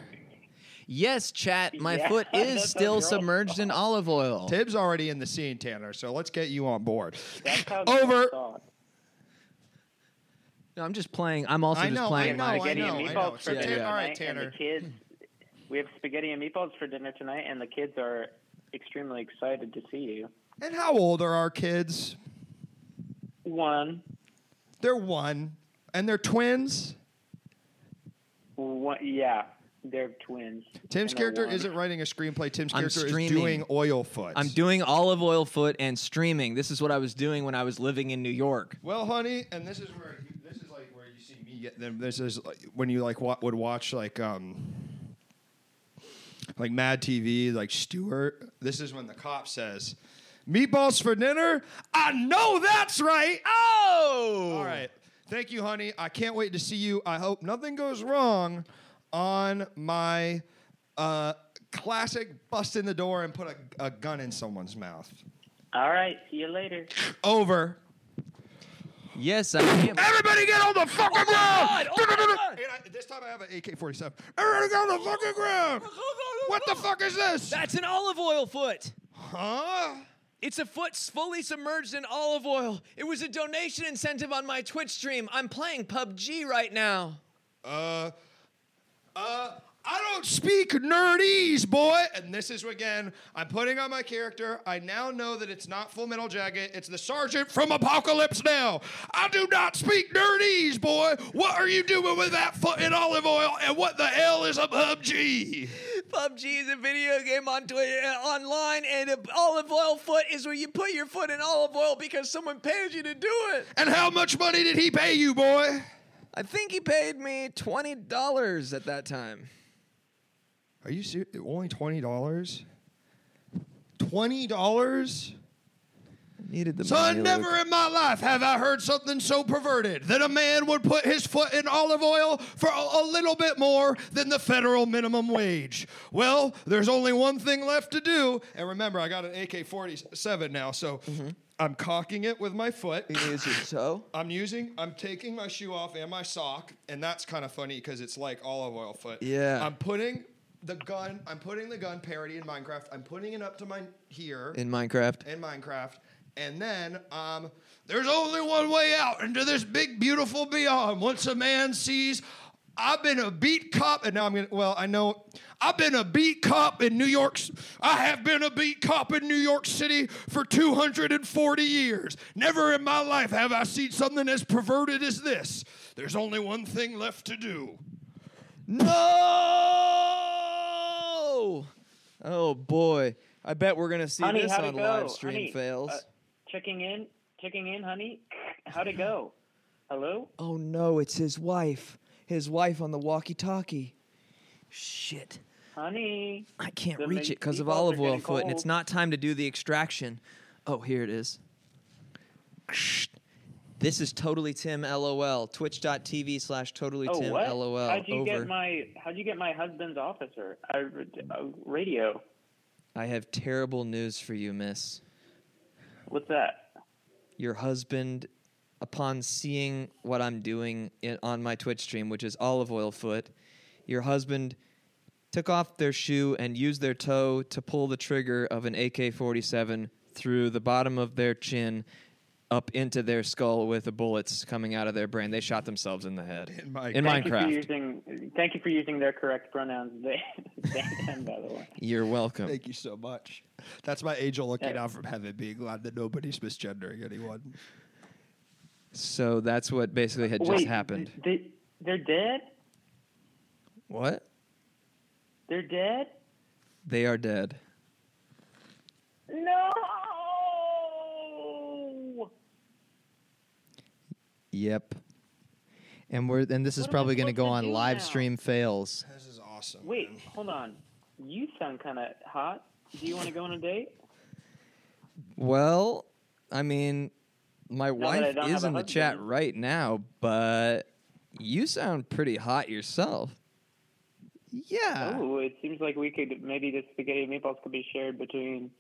Speaker 3: Yes, chat. My
Speaker 7: Yeah,
Speaker 3: foot is
Speaker 7: that's a
Speaker 3: still
Speaker 7: girl.
Speaker 3: submerged in olive oil.
Speaker 2: Tib's already in the scene, Tanner. So let's get you on board.
Speaker 7: That's how
Speaker 2: Over.
Speaker 7: girls talk.
Speaker 3: No, I'm just playing. I'm also
Speaker 2: I
Speaker 3: just
Speaker 2: know,
Speaker 3: playing.
Speaker 2: I know,
Speaker 3: my-
Speaker 2: I
Speaker 7: spaghetti
Speaker 2: know,
Speaker 7: and
Speaker 2: I
Speaker 7: meatballs
Speaker 2: know.
Speaker 7: for
Speaker 2: Yeah,
Speaker 7: dinner
Speaker 2: yeah. All right,
Speaker 7: tonight, and
Speaker 2: Tanner.
Speaker 7: the kids. We have spaghetti and meatballs for dinner tonight, and the kids are extremely excited to see you.
Speaker 2: And how old are our kids?
Speaker 7: One,
Speaker 2: They're one, and they're twins.
Speaker 7: one yeah, they're twins.
Speaker 2: Tim's
Speaker 7: And a
Speaker 2: character
Speaker 7: one.
Speaker 2: isn't writing a screenplay. Tim's
Speaker 3: I'm
Speaker 2: character is
Speaker 3: streaming.
Speaker 2: doing oil foot.
Speaker 3: I'm doing olive oil foot and streaming. This is what I was doing when I was living in New York.
Speaker 2: Well, honey, and this is where you- this is like where you see me get them. This is like when you like wa- would watch like um like Mad TV, like Stewart. This is when the cop says, "Meatballs for dinner." I know that's right. Oh, all right. Thank you, honey. I can't wait to see you. I hope nothing goes wrong on my uh, classic bust in the door and put a, a gun in someone's mouth.
Speaker 7: All right, see you later.
Speaker 2: Over.
Speaker 3: Yes, I am.
Speaker 2: Everybody get on the fucking ground!
Speaker 1: God! Oh my God!
Speaker 2: And I, this time I have an AK-47. Everybody get on the fucking ground! What the fuck is this?
Speaker 1: That's an olive oil foot.
Speaker 2: Huh?
Speaker 1: It's a foot fully submerged in olive oil. It was a donation incentive on my Twitch stream. I'm playing PUBG right now.
Speaker 2: Uh, uh, I don't speak nerdese, boy. And this is again, I'm putting on my character. I now know that it's not Full Metal Jacket. It's the Sergeant from Apocalypse Now. I do not speak nerdese, boy. What are you doing with that foot in olive oil? And what the hell is a PUBG?
Speaker 1: PUBG is a video game on Twitter, uh, online, and a olive oil foot is where you put your foot in olive oil because someone paid you to do it.
Speaker 2: And how much money did he pay you, boy?
Speaker 1: I think he paid me twenty dollars at that time.
Speaker 2: Are you serious? Only twenty dollars? Twenty dollars?
Speaker 1: Needed the
Speaker 2: Son, never in my life have I heard something so perverted that a man would put his foot in olive oil for a, a little bit more than the federal minimum wage. Well, there's only one thing left to do, and remember, I got an AK-47 now, so I'm cocking it with my foot.
Speaker 1: Use your toe.
Speaker 2: I'm using, I'm taking my shoe off and my sock, and that's kind of funny because it's like olive oil foot.
Speaker 1: Yeah.
Speaker 2: I'm putting the gun, I'm putting the gun parody in Minecraft. I'm putting it up to my here in,
Speaker 1: In Minecraft.
Speaker 2: Minecraft. And then, um, there's only one way out into this big, beautiful beyond. Once a man sees I've been a beat cop, and now I'm gonna. Well, I know I've been a beat cop in New York. C- I have been a beat cop in New York City for 240 years. Never in my life have I seen something as perverted as this. There's only one thing left to do.
Speaker 1: No! Oh boy, I bet we're gonna see
Speaker 7: honey,
Speaker 1: this
Speaker 7: how'd
Speaker 1: on
Speaker 7: it go?
Speaker 1: live stream
Speaker 7: honey,
Speaker 1: fails.
Speaker 7: Uh, checking in, checking in, honey. How'd it go? Hello?
Speaker 1: oh no, it's his wife. His wife on the walkie-talkie. Shit.
Speaker 7: Honey.
Speaker 1: I can't
Speaker 7: The
Speaker 1: reach
Speaker 7: ma-
Speaker 1: it because of
Speaker 7: meatballs are
Speaker 1: olive oil
Speaker 7: getting
Speaker 1: foot, and it's
Speaker 7: cold.
Speaker 1: not time to do the extraction. Oh, here it is. This is totally Tim LOL. Twitch.tv slash totally
Speaker 7: Oh,
Speaker 1: Tim
Speaker 7: what?
Speaker 1: LOL.
Speaker 7: How'd you
Speaker 1: Over.
Speaker 7: get my How'd you get my husband's officer? I, uh, radio.
Speaker 1: I have terrible news for you, miss.
Speaker 7: What's that?
Speaker 1: Your husband, upon seeing what I'm doing in, on my Twitch stream, which is olive oil foot, your husband took off their shoe and used their toe to pull the trigger of an AK 47 through the bottom of their chin up into their skull with the bullets coming out of their brain. They shot themselves in the head. In,
Speaker 7: Thank
Speaker 1: Minecraft.
Speaker 7: You for using, thank you for using their correct pronouns. They, they them, by the way.
Speaker 1: You're welcome.
Speaker 2: Thank you so much. That's my angel looking down from heaven, being glad that nobody's misgendering anyone.
Speaker 1: So that's what basically had just
Speaker 7: Wait,
Speaker 1: happened.
Speaker 7: They, they're dead.
Speaker 1: What?
Speaker 7: They're dead.
Speaker 1: They are dead.
Speaker 7: No.
Speaker 1: Yep. And we're and this is
Speaker 7: What am I
Speaker 1: probably going to
Speaker 7: supposed
Speaker 1: go
Speaker 7: to
Speaker 1: on
Speaker 7: do
Speaker 1: live
Speaker 7: now?
Speaker 1: stream fails.
Speaker 2: This is awesome.
Speaker 7: Wait, hold on. You sound kind of hot. Do you want to go on a date?
Speaker 1: Well, I mean, my
Speaker 7: that I
Speaker 1: wife
Speaker 7: don't
Speaker 1: is
Speaker 7: have a
Speaker 1: in the chat
Speaker 7: husband.
Speaker 1: right now, but you sound pretty hot yourself. Yeah.
Speaker 7: Oh, it seems like we could maybe the spaghetti and meatballs could be shared between.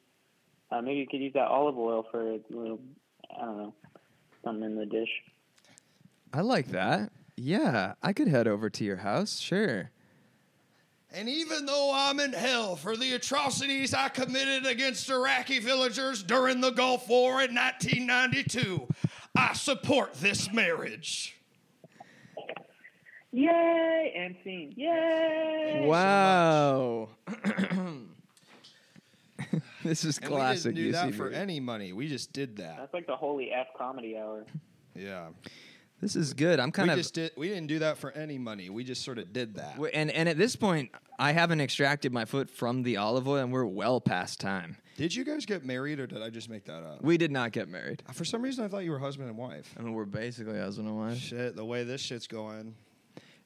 Speaker 7: Uh, maybe you could use that olive oil for a little. I don't know, something in the dish.
Speaker 1: I like that. Yeah, I could head over to your house, sure.
Speaker 2: And even though I'm in hell for the atrocities I committed against Iraqi villagers during the Gulf War in 1992, I support this marriage.
Speaker 7: Yay! And scene. Yay!
Speaker 1: Wow. this is classic.
Speaker 2: we didn't do that
Speaker 1: UCB.
Speaker 2: for any money. We just did that.
Speaker 7: That's like the holy f comedy hour.
Speaker 2: Yeah,
Speaker 1: this is good. I'm kind
Speaker 2: we
Speaker 1: of
Speaker 2: just did. We didn't do that for any money. We just sort of did that.
Speaker 1: W- And and at this point, I haven't extracted my foot from the olive oil, and we're well past time.
Speaker 2: Did you guys get married, or did I just make that up?
Speaker 1: We did not get married.
Speaker 2: For some reason, I thought you were husband and wife.
Speaker 1: I mean, we're basically husband and wife.
Speaker 2: Shit, the way this shit's going,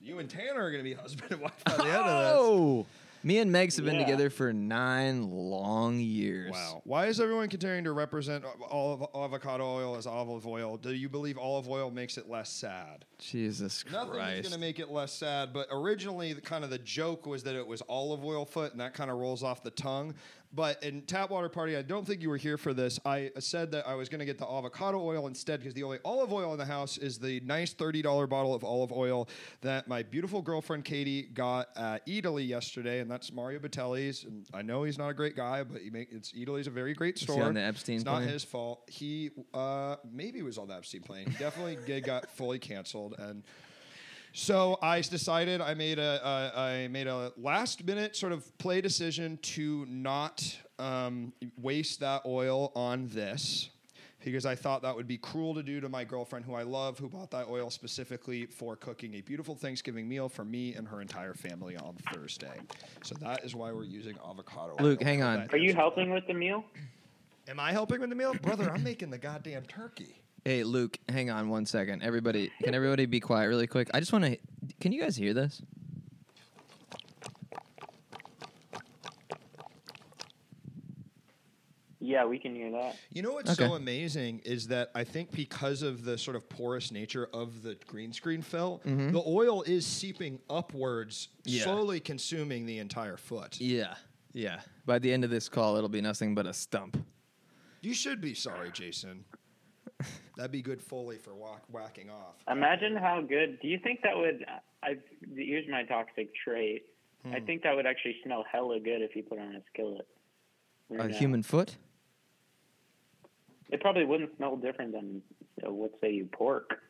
Speaker 2: you and Tanner are gonna be husband and wife by the end of this.
Speaker 1: Oh, me and Megs have been
Speaker 7: Yeah.
Speaker 1: together for nine long years.
Speaker 2: Wow. Why is everyone continuing to represent olive, avocado oil as olive oil? Do you believe olive oil makes it less sad?
Speaker 1: Jesus
Speaker 2: Nothing is going
Speaker 1: Christ.
Speaker 2: to make it less sad, but originally, the, kind of the joke was that it was olive oil foot, and that kind of rolls off the tongue. But in Tapwater Party, I don't think you were here for this. I said that I was going to get the avocado oil instead because the only olive oil in the house is the nice $30 bottle of olive oil that my beautiful girlfriend Katie got at Italy yesterday, and that's Mario Battelli's. And I know he's not a great guy, but he make, it's Italy's a very great
Speaker 1: he
Speaker 2: store.
Speaker 1: on the Epstein
Speaker 2: It's not
Speaker 1: plane?
Speaker 2: his his fault. He uh, maybe was on the Epstein plane. He definitely did got fully canceled, and so I s- decided I made a uh, I made a last minute sort of play decision to not um, waste that oil on this. Because I thought that would be cruel to do to my girlfriend, who I love, who bought that oil specifically for cooking a beautiful Thanksgiving meal for me and her entire family on Thursday. So that is why we're using avocado.
Speaker 1: Luke,
Speaker 2: oil
Speaker 1: hang
Speaker 2: for
Speaker 1: on.
Speaker 2: that
Speaker 7: Are you
Speaker 2: Thanksgiving.
Speaker 7: helping with the meal?
Speaker 2: Am I helping with the meal? Brother, I'm making the goddamn turkey.
Speaker 1: Hey, Luke, hang on one second. Everybody, can everybody be quiet really quick? I just want to. Can you guys hear this?
Speaker 7: Yeah, we can hear that.
Speaker 2: You know what's so amazing is that I think because of the sort of porous nature of the green screen fill, the oil is seeping upwards,
Speaker 1: Yeah.
Speaker 2: slowly consuming the entire foot.
Speaker 1: Yeah. Yeah. By the end of this call, it'll be nothing but a stump.
Speaker 2: You should be sorry, Jason. That'd be good Foley for walk, whacking off.
Speaker 7: Imagine how good. Do you think that would? I here's my toxic trait. I
Speaker 1: Hmm.
Speaker 7: think that would actually smell hella good if you put on a skillet. Or
Speaker 1: A
Speaker 7: no.
Speaker 1: human foot?
Speaker 7: It probably wouldn't smell different than uh, what say you pork.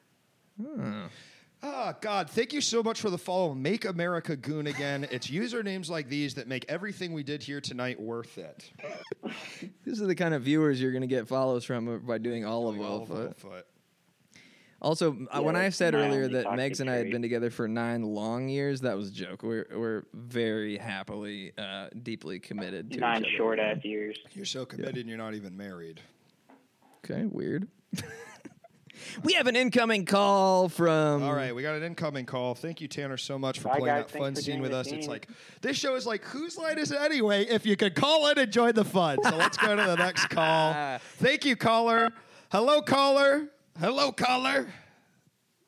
Speaker 2: Oh, God. Thank you so much for the follow. Make America Goon again. It's usernames like these that make everything we did here tonight worth it.
Speaker 1: These are the kind of viewers you're going to get follows from by doing all of Wellfoot.
Speaker 2: Foot.
Speaker 1: Also, uh, when I
Speaker 7: that's
Speaker 1: said
Speaker 7: my
Speaker 1: earlier
Speaker 7: only
Speaker 1: that
Speaker 7: toxic
Speaker 1: Megs and I had
Speaker 7: trait.
Speaker 1: been together for nine long years, that was a joke. We're, we're very happily, uh, deeply committed to
Speaker 7: Nine
Speaker 1: each other.
Speaker 7: short ass years.
Speaker 2: You're so committed and you're not even married.
Speaker 1: Okay, weird. we have an incoming call from.
Speaker 2: All right, we got an incoming call. Thank you, Tanner, so much for
Speaker 7: Bye,
Speaker 2: playing
Speaker 7: guys.
Speaker 2: that
Speaker 7: Thanks
Speaker 2: fun
Speaker 7: for
Speaker 2: scene
Speaker 7: doing
Speaker 2: with
Speaker 7: the
Speaker 2: us. It's
Speaker 7: scene.
Speaker 2: like this show is like whose line is it anyway? If you could call in and join the fun. So let's go to the next call. Thank you, caller. Hello, caller. Hello, caller.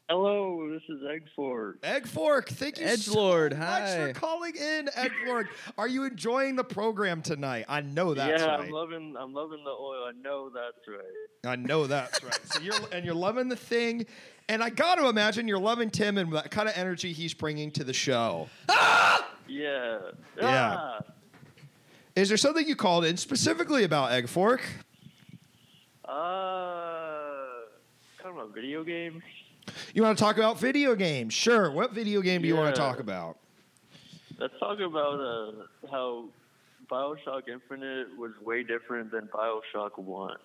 Speaker 8: Hello, this is Eggford.
Speaker 2: Egg Fork. Thank you
Speaker 1: Edgelord,
Speaker 2: so much
Speaker 1: hi.
Speaker 2: for calling in, Egg Fork. Are you enjoying the program tonight? I know that's
Speaker 8: yeah,
Speaker 2: right.
Speaker 8: I'm loving I'm loving the oil. I know that's right.
Speaker 2: I know that's right. So you're and you're loving the thing, and I got to imagine you're loving Tim and that kind of energy he's bringing to the show.
Speaker 8: Yeah.
Speaker 2: Yeah.
Speaker 8: Ah!
Speaker 2: Is there something you called in specifically about Egg Fork?
Speaker 8: Uh kind of a video game.
Speaker 2: You want to talk about video games? Sure. What video game do you want
Speaker 8: Yeah.
Speaker 2: to talk about?
Speaker 8: Let's talk about uh, how Bioshock Infinite was way different than Bioshock One.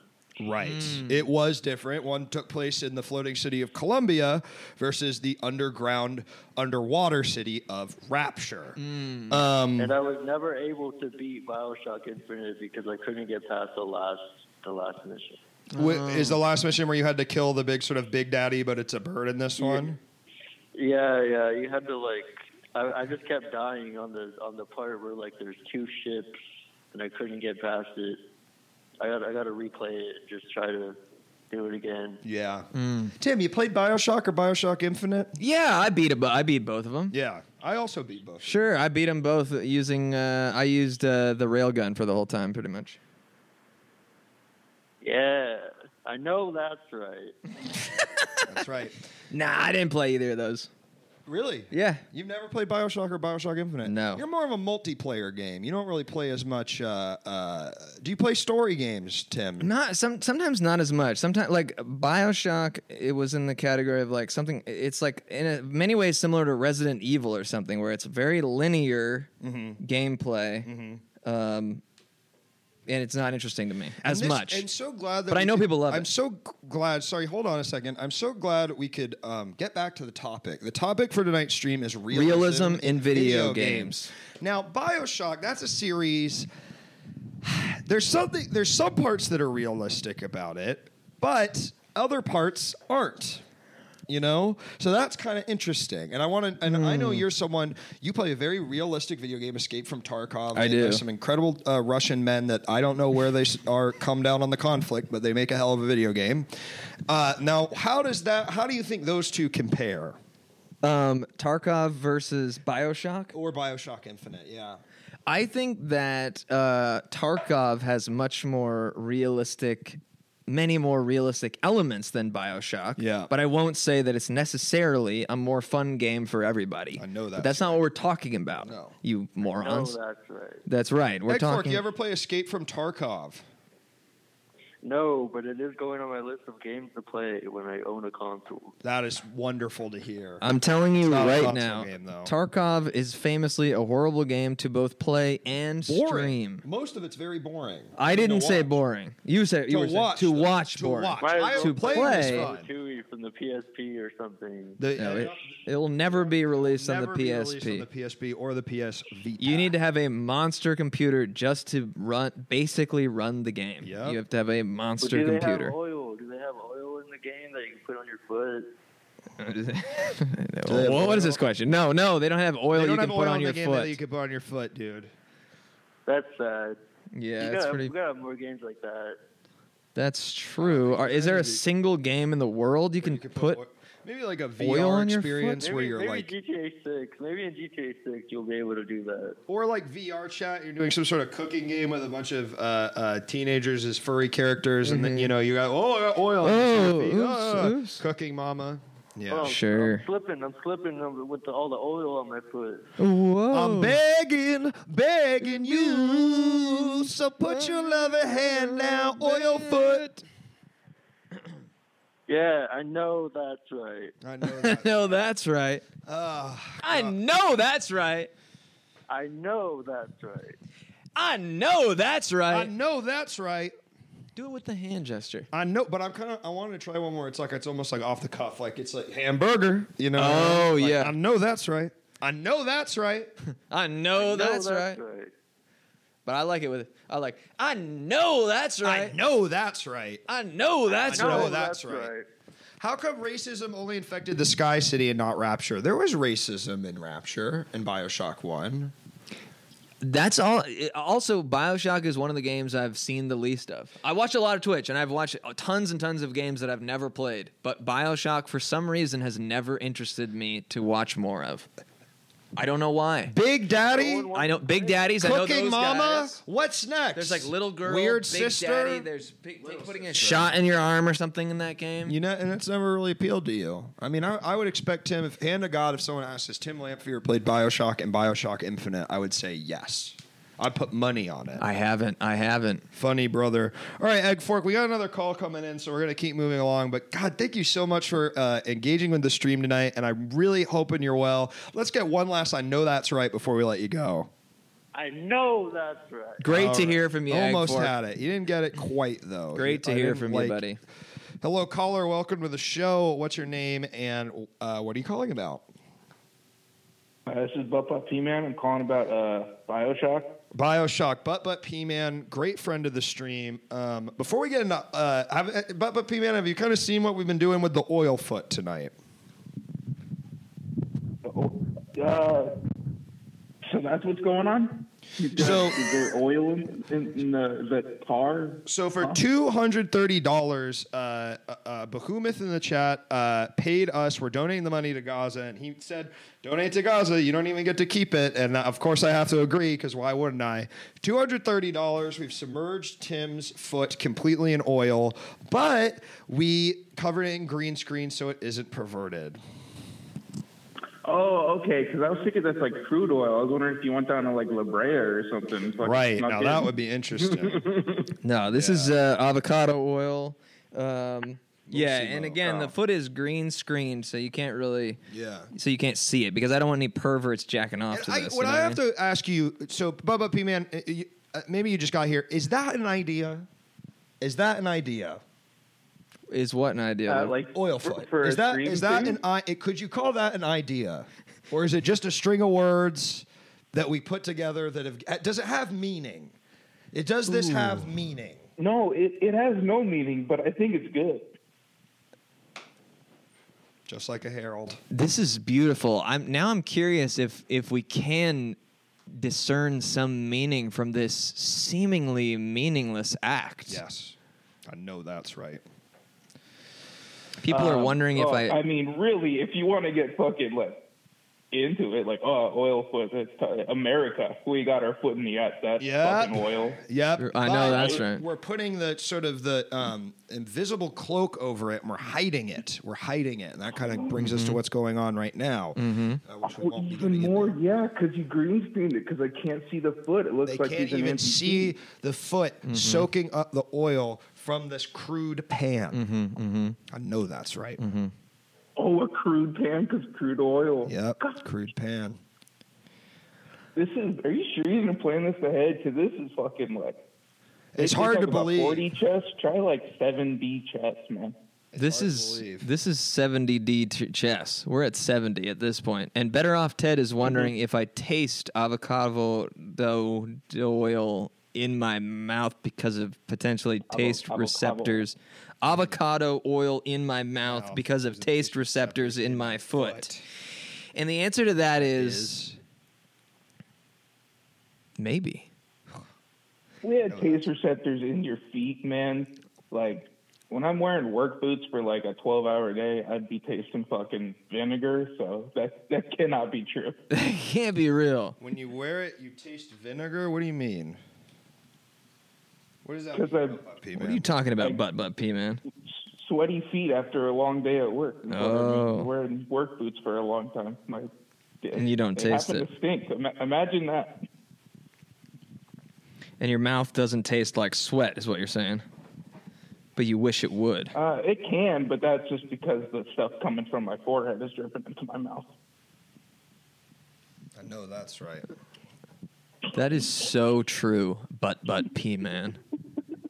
Speaker 2: Right. It was different. One took place in the floating city of Columbia versus the underground, underwater city of Rapture. Um,
Speaker 8: And I was never able to beat Bioshock Infinite because I couldn't get past the last the last mission.
Speaker 2: wh- Is the last mission where you had to kill the big sort of Big Daddy, but it's a bird in this one?
Speaker 8: Yeah, yeah. You had to like. I, I just kept dying on the on the part where like there's two ships and I couldn't get past it. I got I got to replay it. and Just try to do it again.
Speaker 2: Yeah. Tim, you played Bioshock or Bioshock Infinite?
Speaker 1: Yeah, I beat, a, bo- I beat both of them.
Speaker 2: Yeah. I also beat both.
Speaker 1: Sure, I beat them both using. Uh, I used uh, the railgun for the whole time, pretty much.
Speaker 8: Yeah, I know that's right.
Speaker 2: That's right.
Speaker 1: Nah, I didn't play either of those.
Speaker 2: Really?
Speaker 1: Yeah.
Speaker 2: You've never played Bioshock or Bioshock Infinite?
Speaker 1: No.
Speaker 2: You're more of a multiplayer game. You don't really play as much. Uh, uh, do you play story games, Tim?
Speaker 1: Not some sometimes not as much. Sometimes like BioShock it was in the category of like something it's like in a, many ways similar to Resident Evil or something where it's very linear
Speaker 2: Mm-hmm.
Speaker 1: gameplay. Um and it's not interesting to me as
Speaker 2: And this-
Speaker 1: much.
Speaker 2: And so glad that
Speaker 1: But I
Speaker 2: we
Speaker 1: know
Speaker 2: could-
Speaker 1: people love
Speaker 2: I'm
Speaker 1: it.
Speaker 2: so g- glad. Sorry, hold on a second. I'm so glad we could um, get back to the topic. The topic for tonight's stream is realism,
Speaker 1: Realism in video games.
Speaker 2: Now, Bioshock, that's a series. There's something. There's some parts that are realistic about it, but other parts aren't. You know, so that's kind of interesting, and I want to. And I
Speaker 1: Hmm.
Speaker 2: know you're someone. You play a very realistic video game, Escape from Tarkov.
Speaker 1: I
Speaker 2: and
Speaker 1: do.
Speaker 2: There's some incredible uh, Russian men that I don't know where they s- are come down on the conflict, but they make a hell of a video game. Uh, now, how does that? How do you think those two compare?
Speaker 1: um Tarkov versus BioShock.
Speaker 2: Or Bioshock Infinite? Yeah.
Speaker 1: I think that uh, Tarkov has much more realistic, many more realistic elements than Bioshock.
Speaker 2: Yeah.
Speaker 1: But I won't say that it's necessarily a more fun game for everybody.
Speaker 2: I know
Speaker 1: But
Speaker 2: that's
Speaker 1: that's not what we're talking about.
Speaker 2: No.
Speaker 1: You
Speaker 8: No,
Speaker 1: morons.
Speaker 8: that's right.
Speaker 1: That's right. We're
Speaker 2: Egg Fork,
Speaker 1: talking.
Speaker 2: you ever play Escape from Tarkov?
Speaker 8: No, but it is going on my list of games to play when I own a console.
Speaker 2: That is wonderful to hear.
Speaker 1: I'm telling you
Speaker 2: not a
Speaker 1: right
Speaker 2: console
Speaker 1: now,
Speaker 2: game, though.
Speaker 1: Tarkov is famously a horrible game to both play and stream.
Speaker 2: Most of it's very boring.
Speaker 1: I
Speaker 2: To
Speaker 1: didn't say
Speaker 2: watch.
Speaker 1: boring. You said you
Speaker 2: To
Speaker 1: were saying-
Speaker 2: watch,
Speaker 1: to
Speaker 2: though.
Speaker 1: watch
Speaker 2: To
Speaker 1: boring.
Speaker 2: watch.
Speaker 8: Why-
Speaker 2: I
Speaker 1: To
Speaker 2: am playing
Speaker 1: play. uh,
Speaker 2: this fun.
Speaker 8: Tui from the PSP or something.
Speaker 2: The,
Speaker 1: No, it, it'll never be released on the
Speaker 2: never be
Speaker 1: PSP.
Speaker 2: released on the PSP or the PS Vita.
Speaker 1: You need to have a monster computer just to run, basically run the game.
Speaker 2: Yep.
Speaker 1: You have to have a
Speaker 8: Well,
Speaker 1: monster
Speaker 8: do they
Speaker 1: computer.
Speaker 8: have oil? Do they have oil in the game that you can put on your foot?
Speaker 1: Wha-
Speaker 2: have
Speaker 1: what is this question? No, no, they don't have oil
Speaker 2: They
Speaker 1: you
Speaker 2: don't
Speaker 1: can
Speaker 2: have
Speaker 1: put
Speaker 2: oil
Speaker 1: on
Speaker 2: in
Speaker 1: your
Speaker 2: the game that
Speaker 1: foot.
Speaker 2: you can put on your foot, dude.
Speaker 8: That's sad.
Speaker 1: yeah,
Speaker 8: you
Speaker 1: it's
Speaker 8: gotta,
Speaker 1: pretty.
Speaker 8: we gotta have more games like that.
Speaker 1: That's true. Are, is there a single game in the world you can,
Speaker 2: You could
Speaker 1: put?
Speaker 2: oil- maybe like a
Speaker 1: oil
Speaker 2: VR
Speaker 1: on your
Speaker 2: experience
Speaker 8: Maybe,
Speaker 2: where you're
Speaker 8: maybe
Speaker 2: like,
Speaker 8: GTA Six. Maybe in GTA Six you'll be able to do that.
Speaker 2: or like VR chat. You're doing some sort of cooking game with a bunch of uh, uh, teenagers as furry characters, and then you know you got oh I got oil. on
Speaker 1: Mm-hmm. Oh,
Speaker 2: your feet.
Speaker 1: oops,
Speaker 2: Ah,
Speaker 1: oops.
Speaker 2: cooking mama. Yeah.
Speaker 8: Oh,
Speaker 1: Sure.
Speaker 8: I'm slipping. I'm slipping um, with the, all the oil on my foot.
Speaker 1: Whoa!
Speaker 2: I'm
Speaker 8: Oh.
Speaker 2: begging, begging you. So put your loving hand now on your foot.
Speaker 8: Yeah, I know that's right.
Speaker 2: I know.
Speaker 1: I know that's right.
Speaker 2: Ah,
Speaker 1: I
Speaker 2: uh,
Speaker 1: know that's right.
Speaker 8: I know that's right.
Speaker 1: I know that's
Speaker 2: I
Speaker 1: right.
Speaker 2: know that's right.
Speaker 1: Do it with the hand gesture.
Speaker 2: I know, but I'm kind of. I wanted to try one where it's like it's almost like off the cuff, like it's like hamburger. You know?
Speaker 1: Oh,
Speaker 2: Like,
Speaker 1: yeah.
Speaker 2: I know that's right. I know that's right.
Speaker 1: I know
Speaker 8: No,
Speaker 1: that's right. But I like it with I like I know that's right.
Speaker 2: I know that's right.
Speaker 1: I know that's
Speaker 2: I know
Speaker 8: Oh,
Speaker 1: right.
Speaker 2: that- Oh, that's right. How come racism only infected the Sky City and not Rapture? There was racism in Rapture and Bioshock One.
Speaker 1: That's all. it- Also, Bioshock is one of the games I've seen the least of. I watch a lot of Twitch, and I've watched tons and tons of games that I've never played. But Bioshock, for some reason, has never interested me to watch more of. I don't know why.
Speaker 2: Big Daddy,
Speaker 1: I know Big Daddies. I know
Speaker 2: Cooking
Speaker 1: those
Speaker 2: Mama.
Speaker 1: guys.
Speaker 2: What's next?
Speaker 1: There's like little girl,
Speaker 2: weird
Speaker 1: Big
Speaker 2: sister.
Speaker 1: Daddy, there's big, big putting a shot in your arm or something in that game.
Speaker 2: You know, and it's never really appealed to you. I mean, I, I would expect Tim, if hand to God, if someone asked, has Tim Lamphere played Bioshock and Bioshock Infinite, I would say yes. I put money on it.
Speaker 1: I haven't. I haven't.
Speaker 2: Funny brother. All right, Egg Fork, we got another call coming in, so we're gonna keep moving along. But God, thank you so much for uh, engaging with the stream tonight, and I'm really hoping you're well. Let's get one last. I know that's right before we let you go.
Speaker 8: I know that's right.
Speaker 1: Great
Speaker 2: All
Speaker 1: to
Speaker 2: right.
Speaker 1: hear from you.
Speaker 2: Almost
Speaker 1: Agfork.
Speaker 2: had it. You didn't get it quite though.
Speaker 1: Great to
Speaker 2: I
Speaker 1: hear
Speaker 2: didn't
Speaker 1: from
Speaker 2: like-
Speaker 1: you, buddy.
Speaker 2: Hello, caller. Welcome to the show. What's your name and uh, what are you calling about?
Speaker 3: Uh, this is Butt Butt P-Man. I'm calling about uh, Bioshock.
Speaker 2: Bioshock, Butt Butt P Man, great friend of the stream. Um, before we get into uh, have, uh, Butt Butt P Man, have you kind of seen what we've been doing with the oil foot tonight?
Speaker 3: Uh, so that's what's going on? Is there,
Speaker 2: So-
Speaker 3: is there oil in, in, in the, the car?
Speaker 2: So for two hundred thirty dollars, uh, uh, uh, Behemoth in the chat uh, paid us. We're donating the money to Gaza, and he said, "Donate to Gaza. You don't even get to keep it." And uh, of course, I have to agree because why wouldn't I? Two hundred thirty dollars. We've submerged Tim's foot completely in oil, but we covered it in green screen so it isn't perverted.
Speaker 3: Oh, okay, because I was thinking that's like crude oil. I was wondering if you went down to like La Brea or something. fucking
Speaker 2: Right
Speaker 3: snuck
Speaker 2: now,
Speaker 3: in.
Speaker 2: that would be interesting.
Speaker 1: No, this is uh, avocado oil. Um, yeah, and
Speaker 2: Simo.
Speaker 1: again, the foot is green screened, so you can't really,
Speaker 2: yeah.
Speaker 1: so you can't see it because I don't want any perverts jacking off
Speaker 2: And
Speaker 1: to
Speaker 2: I,
Speaker 1: this.
Speaker 2: what
Speaker 1: you know
Speaker 2: I have
Speaker 1: mean?
Speaker 2: to ask you, so Bubba P Man, uh, you- uh, maybe you just got here. Is that an idea? Is that an idea?
Speaker 1: is what an idea.
Speaker 9: Uh,
Speaker 1: Luke?
Speaker 9: like
Speaker 2: Oil
Speaker 9: for-
Speaker 2: foot.
Speaker 9: for a
Speaker 2: is that
Speaker 9: stream
Speaker 2: is that
Speaker 9: thing?
Speaker 2: an I? it- Could you call that an idea, or is it just a string of words that we put together that have? uh, Does it have meaning? It does this have meaning?
Speaker 3: No, it, it has no meaning, but I think it's good.
Speaker 2: Just like a herald.
Speaker 1: this is beautiful. I'm now I'm curious if if we can discern some meaning from this seemingly meaningless act.
Speaker 2: Yes, I know that's right.
Speaker 1: People are
Speaker 3: Um,
Speaker 1: wondering
Speaker 3: oh,
Speaker 1: if I,
Speaker 3: I mean, really, if you want to get fucking like into it, like oh, oil foot. That's t- America. We got our foot in the ass. That's
Speaker 2: Yep.
Speaker 3: fucking oil.
Speaker 2: Yep.
Speaker 1: I know,
Speaker 2: but
Speaker 1: that's right.
Speaker 2: We're putting the sort of the um, invisible cloak over it and we're hiding it. We're hiding it. And that kind of brings
Speaker 1: Mm-hmm.
Speaker 2: us to what's going on right now. Uh, which we won't be
Speaker 3: even
Speaker 2: getting
Speaker 3: more,
Speaker 2: into.
Speaker 3: yeah, because you green screened it. Because I can't see the foot. It looks
Speaker 2: They
Speaker 3: like
Speaker 2: can't
Speaker 3: he's an
Speaker 2: even
Speaker 3: amputee.
Speaker 2: see the foot
Speaker 1: Mm-hmm.
Speaker 2: soaking up the oil from this crude pan.
Speaker 1: Mm-hmm.
Speaker 2: I know that's right.
Speaker 3: Oh, a crude pan because crude oil.
Speaker 2: Yep. Crude pan.
Speaker 3: This is. Are you sure you're gonna plan this ahead? Because this is fucking like. they
Speaker 2: It's
Speaker 3: keep
Speaker 2: hard
Speaker 3: talking
Speaker 2: to
Speaker 3: about
Speaker 2: believe.
Speaker 3: Forty chests. Try like seven B chests, man.
Speaker 1: this
Speaker 2: hard to
Speaker 1: is
Speaker 2: believe.
Speaker 1: this is 70 D t- chess. We're at 70 at this point. And better off Ted is wondering if I taste avocado dough oil in my mouth because of potentially taste
Speaker 3: avocado.
Speaker 1: receptors. Avocado oil in my mouth
Speaker 2: Mouth
Speaker 1: because of
Speaker 2: because of
Speaker 1: taste receptors in my foot. And the answer to that is, maybe.
Speaker 3: We had taste receptors in your feet, man. Like when I'm wearing work boots for like a 12 hour day, I'd be tasting fucking vinegar. So that that cannot be true.
Speaker 1: That can't be real.
Speaker 2: When you wear it, you taste vinegar? What do you mean? What does that
Speaker 3: 'Cause
Speaker 2: mean?
Speaker 3: I-
Speaker 2: P
Speaker 1: What are you talking about, butt butt pee man?
Speaker 3: Sweaty feet after a long day at work. You know what I mean?
Speaker 1: Oh.
Speaker 3: Wearing work boots for a long time. My,
Speaker 1: And you don't
Speaker 3: they
Speaker 1: taste
Speaker 3: happen
Speaker 1: it.
Speaker 3: To stink. Ima- imagine that.
Speaker 1: And your mouth doesn't taste like sweat, is what you're saying. but you wish it would.
Speaker 3: Uh, it can, but that's just because the stuff coming from my forehead is dripping into my mouth.
Speaker 2: I know that's right.
Speaker 1: That is so true, but but P man,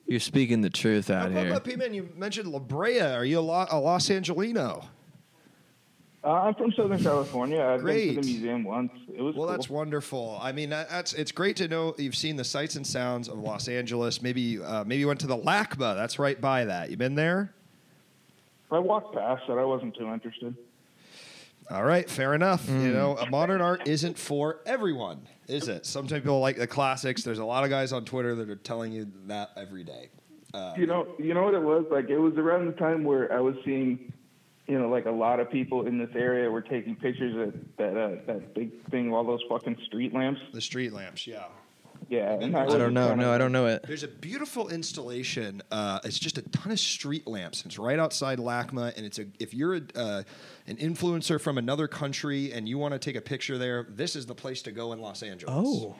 Speaker 1: you're speaking the truth out
Speaker 2: What
Speaker 1: here.
Speaker 2: about P-Man? You mentioned La Brea. Are you a, Lo- a Los Angelino?
Speaker 3: Uh, I'm from Southern California. I've been to
Speaker 2: Great.
Speaker 3: the museum once. It was
Speaker 2: Well,
Speaker 3: cool.
Speaker 2: that's wonderful. I mean, that, that's it's great to know you've seen the sights and sounds of Los Angeles. Maybe uh, maybe you went to the LACMA. That's right by that. You been there?
Speaker 3: I walked past it. I wasn't too interested.
Speaker 2: All right, fair enough. You know, uh, modern art isn't for everyone, is it? Sometimes people like the classics. There's a lot of guys on Twitter that are telling you that every day. Uh,
Speaker 3: You know, you know what it was like. It was around the time where I was seeing, you know, like a lot of people in this area were taking pictures of that uh, that big thing, all those fucking street lamps.
Speaker 2: the street lamps, yeah.
Speaker 3: Yeah, and
Speaker 2: I
Speaker 3: was
Speaker 2: don't
Speaker 3: kinda-
Speaker 1: don't know it.
Speaker 2: There's a beautiful installation. Uh, it's just a ton of street lamps. It's right outside LACMA, and it's a if you're a, uh, an influencer from another country and you want to take a picture there, this is the place to go in Los Angeles.
Speaker 1: Oh,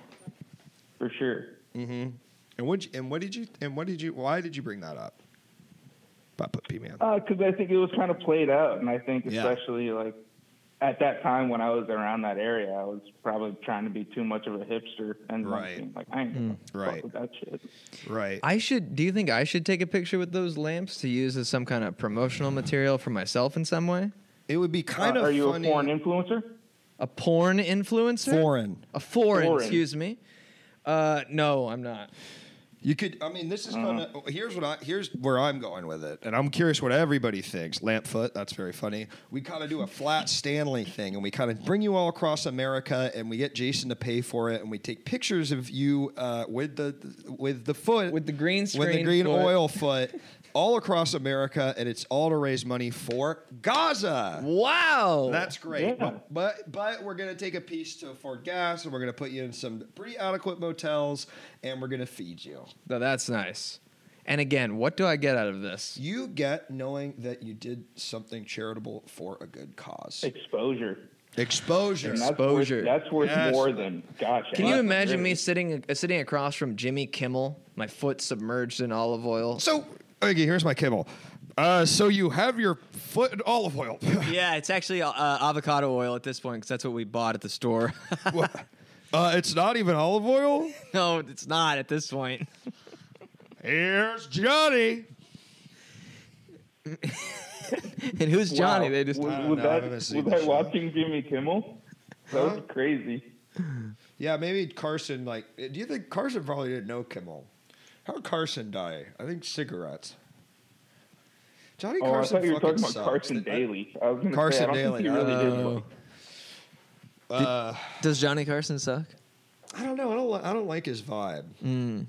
Speaker 3: for sure.
Speaker 2: Mm-hmm. And what and what did you and what did you why did you bring that up? But P man.
Speaker 3: Because Uh, I think it was kind of played out, and I think
Speaker 2: Yeah.
Speaker 3: especially like at that time when I was around that area, I was probably trying to be too much of a hipster and like,
Speaker 2: Right. Hmm.
Speaker 3: being like I ain't gonna fuck
Speaker 2: Right.
Speaker 3: with that shit.
Speaker 2: Right.
Speaker 1: I should. Do you think I should take a picture with those lamps to use as some kind of promotional material for myself in some way?
Speaker 2: It would be kind
Speaker 3: Uh,
Speaker 2: of
Speaker 3: are you
Speaker 2: funny.
Speaker 3: a foreign influencer?
Speaker 1: A porn influencer?
Speaker 2: foreign.
Speaker 1: A foreign,
Speaker 3: Foreign.
Speaker 1: Excuse me. Uh, no, I'm not.
Speaker 2: You could. I mean, this is
Speaker 1: Uh-huh.
Speaker 2: kind of. Here's what I. Here's where I'm going with it, and I'm curious what everybody thinks. Lampfoot. That's very funny. We kind of do a flat Stanley thing, and we kind of bring you all across America, and we get Jason to pay for it, and we take pictures of you uh, with the with the foot
Speaker 1: With the green screen.
Speaker 2: with the green
Speaker 1: foot.
Speaker 2: oil foot. All across America, and it's all to raise money for Gaza.
Speaker 1: Wow.
Speaker 2: That's great.
Speaker 3: Yeah.
Speaker 2: But, but but we're gonna take a piece to Fort Gas, and we're gonna put you in some pretty adequate motels, and we're gonna feed you.
Speaker 1: No, that's nice. And again, what do I get out of this?
Speaker 2: You get knowing that you did something charitable for a good cause.
Speaker 3: Exposure.
Speaker 2: Exposure.
Speaker 3: And that's
Speaker 1: Exposure.
Speaker 3: Worth, that's worth
Speaker 2: Yes.
Speaker 3: more than gosh.
Speaker 1: Can you
Speaker 3: that's
Speaker 1: imagine me
Speaker 3: really-
Speaker 1: sitting uh, sitting across from Jimmy Kimmel, my foot submerged in olive oil?
Speaker 2: So okay, here's my kibble. Uh, so you have your foot in olive oil.
Speaker 1: Yeah, it's actually uh, avocado oil at this point because that's what we bought at the store.
Speaker 2: uh, it's not even olive oil.
Speaker 1: no, it's not at this point.
Speaker 2: Here's Johnny.
Speaker 1: And who's Johnny?
Speaker 3: Wow.
Speaker 1: They just
Speaker 3: was,
Speaker 2: I don't
Speaker 3: was
Speaker 2: know. I
Speaker 3: that,
Speaker 2: haven't
Speaker 3: was
Speaker 2: seen the
Speaker 3: that
Speaker 2: show.
Speaker 3: watching Jimmy Kimmel? That was crazy.
Speaker 2: Yeah, maybe Carson. Like, uh, do you think Carson probably didn't know Kimmel? How did Carson die? I think cigarettes. Johnny
Speaker 3: Oh,
Speaker 2: Carson.
Speaker 3: I thought you were
Speaker 2: fucking
Speaker 3: talking about
Speaker 2: sucks.
Speaker 3: Carson
Speaker 2: That-
Speaker 3: Daly. I was gonna
Speaker 2: Carson
Speaker 3: say, I don't
Speaker 2: Daly,
Speaker 3: Think he really did
Speaker 1: oh.
Speaker 3: look-
Speaker 2: Uh,
Speaker 1: does Johnny Carson suck?
Speaker 2: I don't know. I don't. li- I don't like his vibe.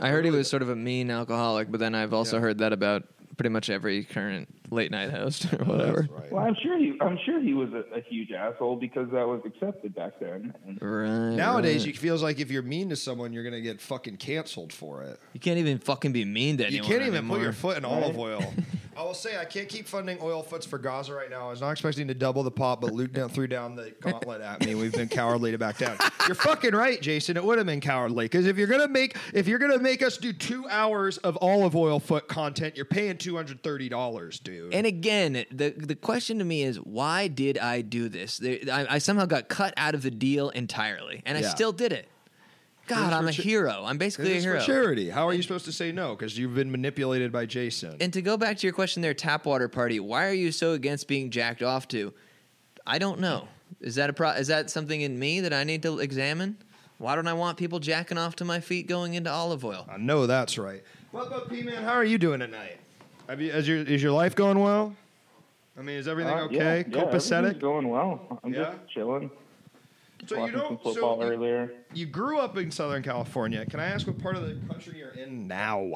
Speaker 1: I heard he was sort of a mean alcoholic, but then I've also heard that about pretty much every current late night host or whatever.
Speaker 2: Right.
Speaker 3: Well, I'm sure he. I'm sure he was a, a huge asshole because that was accepted back then. And
Speaker 1: Right,
Speaker 2: Nowadays,
Speaker 1: right.
Speaker 2: it feels like if you're mean to someone, you're gonna get fucking canceled for it.
Speaker 1: you can't even fucking be mean to anyone.
Speaker 2: you can't even
Speaker 1: anymore.
Speaker 2: put your foot in olive oil. I will say I can't keep funding oil foots for Gaza right now. I was not expecting to double the pot, but Luke down, threw down the gauntlet at me. We've been cowardly to back down. You're fucking right, Jason. It would have been cowardly because if you're gonna make if you're gonna make us do two hours of olive oil foot content, you're paying two hundred thirty dollars, dude.
Speaker 1: And again, the the question to me is why did I do this? There- I, I somehow got cut out of the deal entirely, and I
Speaker 2: Yeah.
Speaker 1: still did it.
Speaker 2: It was
Speaker 1: God, I'm
Speaker 2: for
Speaker 1: a
Speaker 2: cha-
Speaker 1: hero. I'm
Speaker 2: This
Speaker 1: basically a
Speaker 2: is for
Speaker 1: hero.
Speaker 2: charity. How are you supposed to say no? Because you've been manipulated by Jason.
Speaker 1: And to go back to your question there, tap water party, why are you so against being jacked off to? I don't know. Is that a pro- is that something in me that I need to examine? Why don't I want people jacking off to my feet going into olive oil?
Speaker 2: I know that's right. What about P Man? How are you doing tonight? Have you, is your is your life going well? I mean, is everything
Speaker 3: Uh, yeah,
Speaker 2: okay?
Speaker 3: yeah,
Speaker 2: Copacetic.
Speaker 3: everything's going well. I'm
Speaker 2: Yeah?
Speaker 3: just chilling.
Speaker 2: so you
Speaker 3: watching some
Speaker 2: don't.
Speaker 3: football
Speaker 2: so you,
Speaker 3: earlier.
Speaker 2: you grew up in Southern California. Can I ask what part of the country you're in now?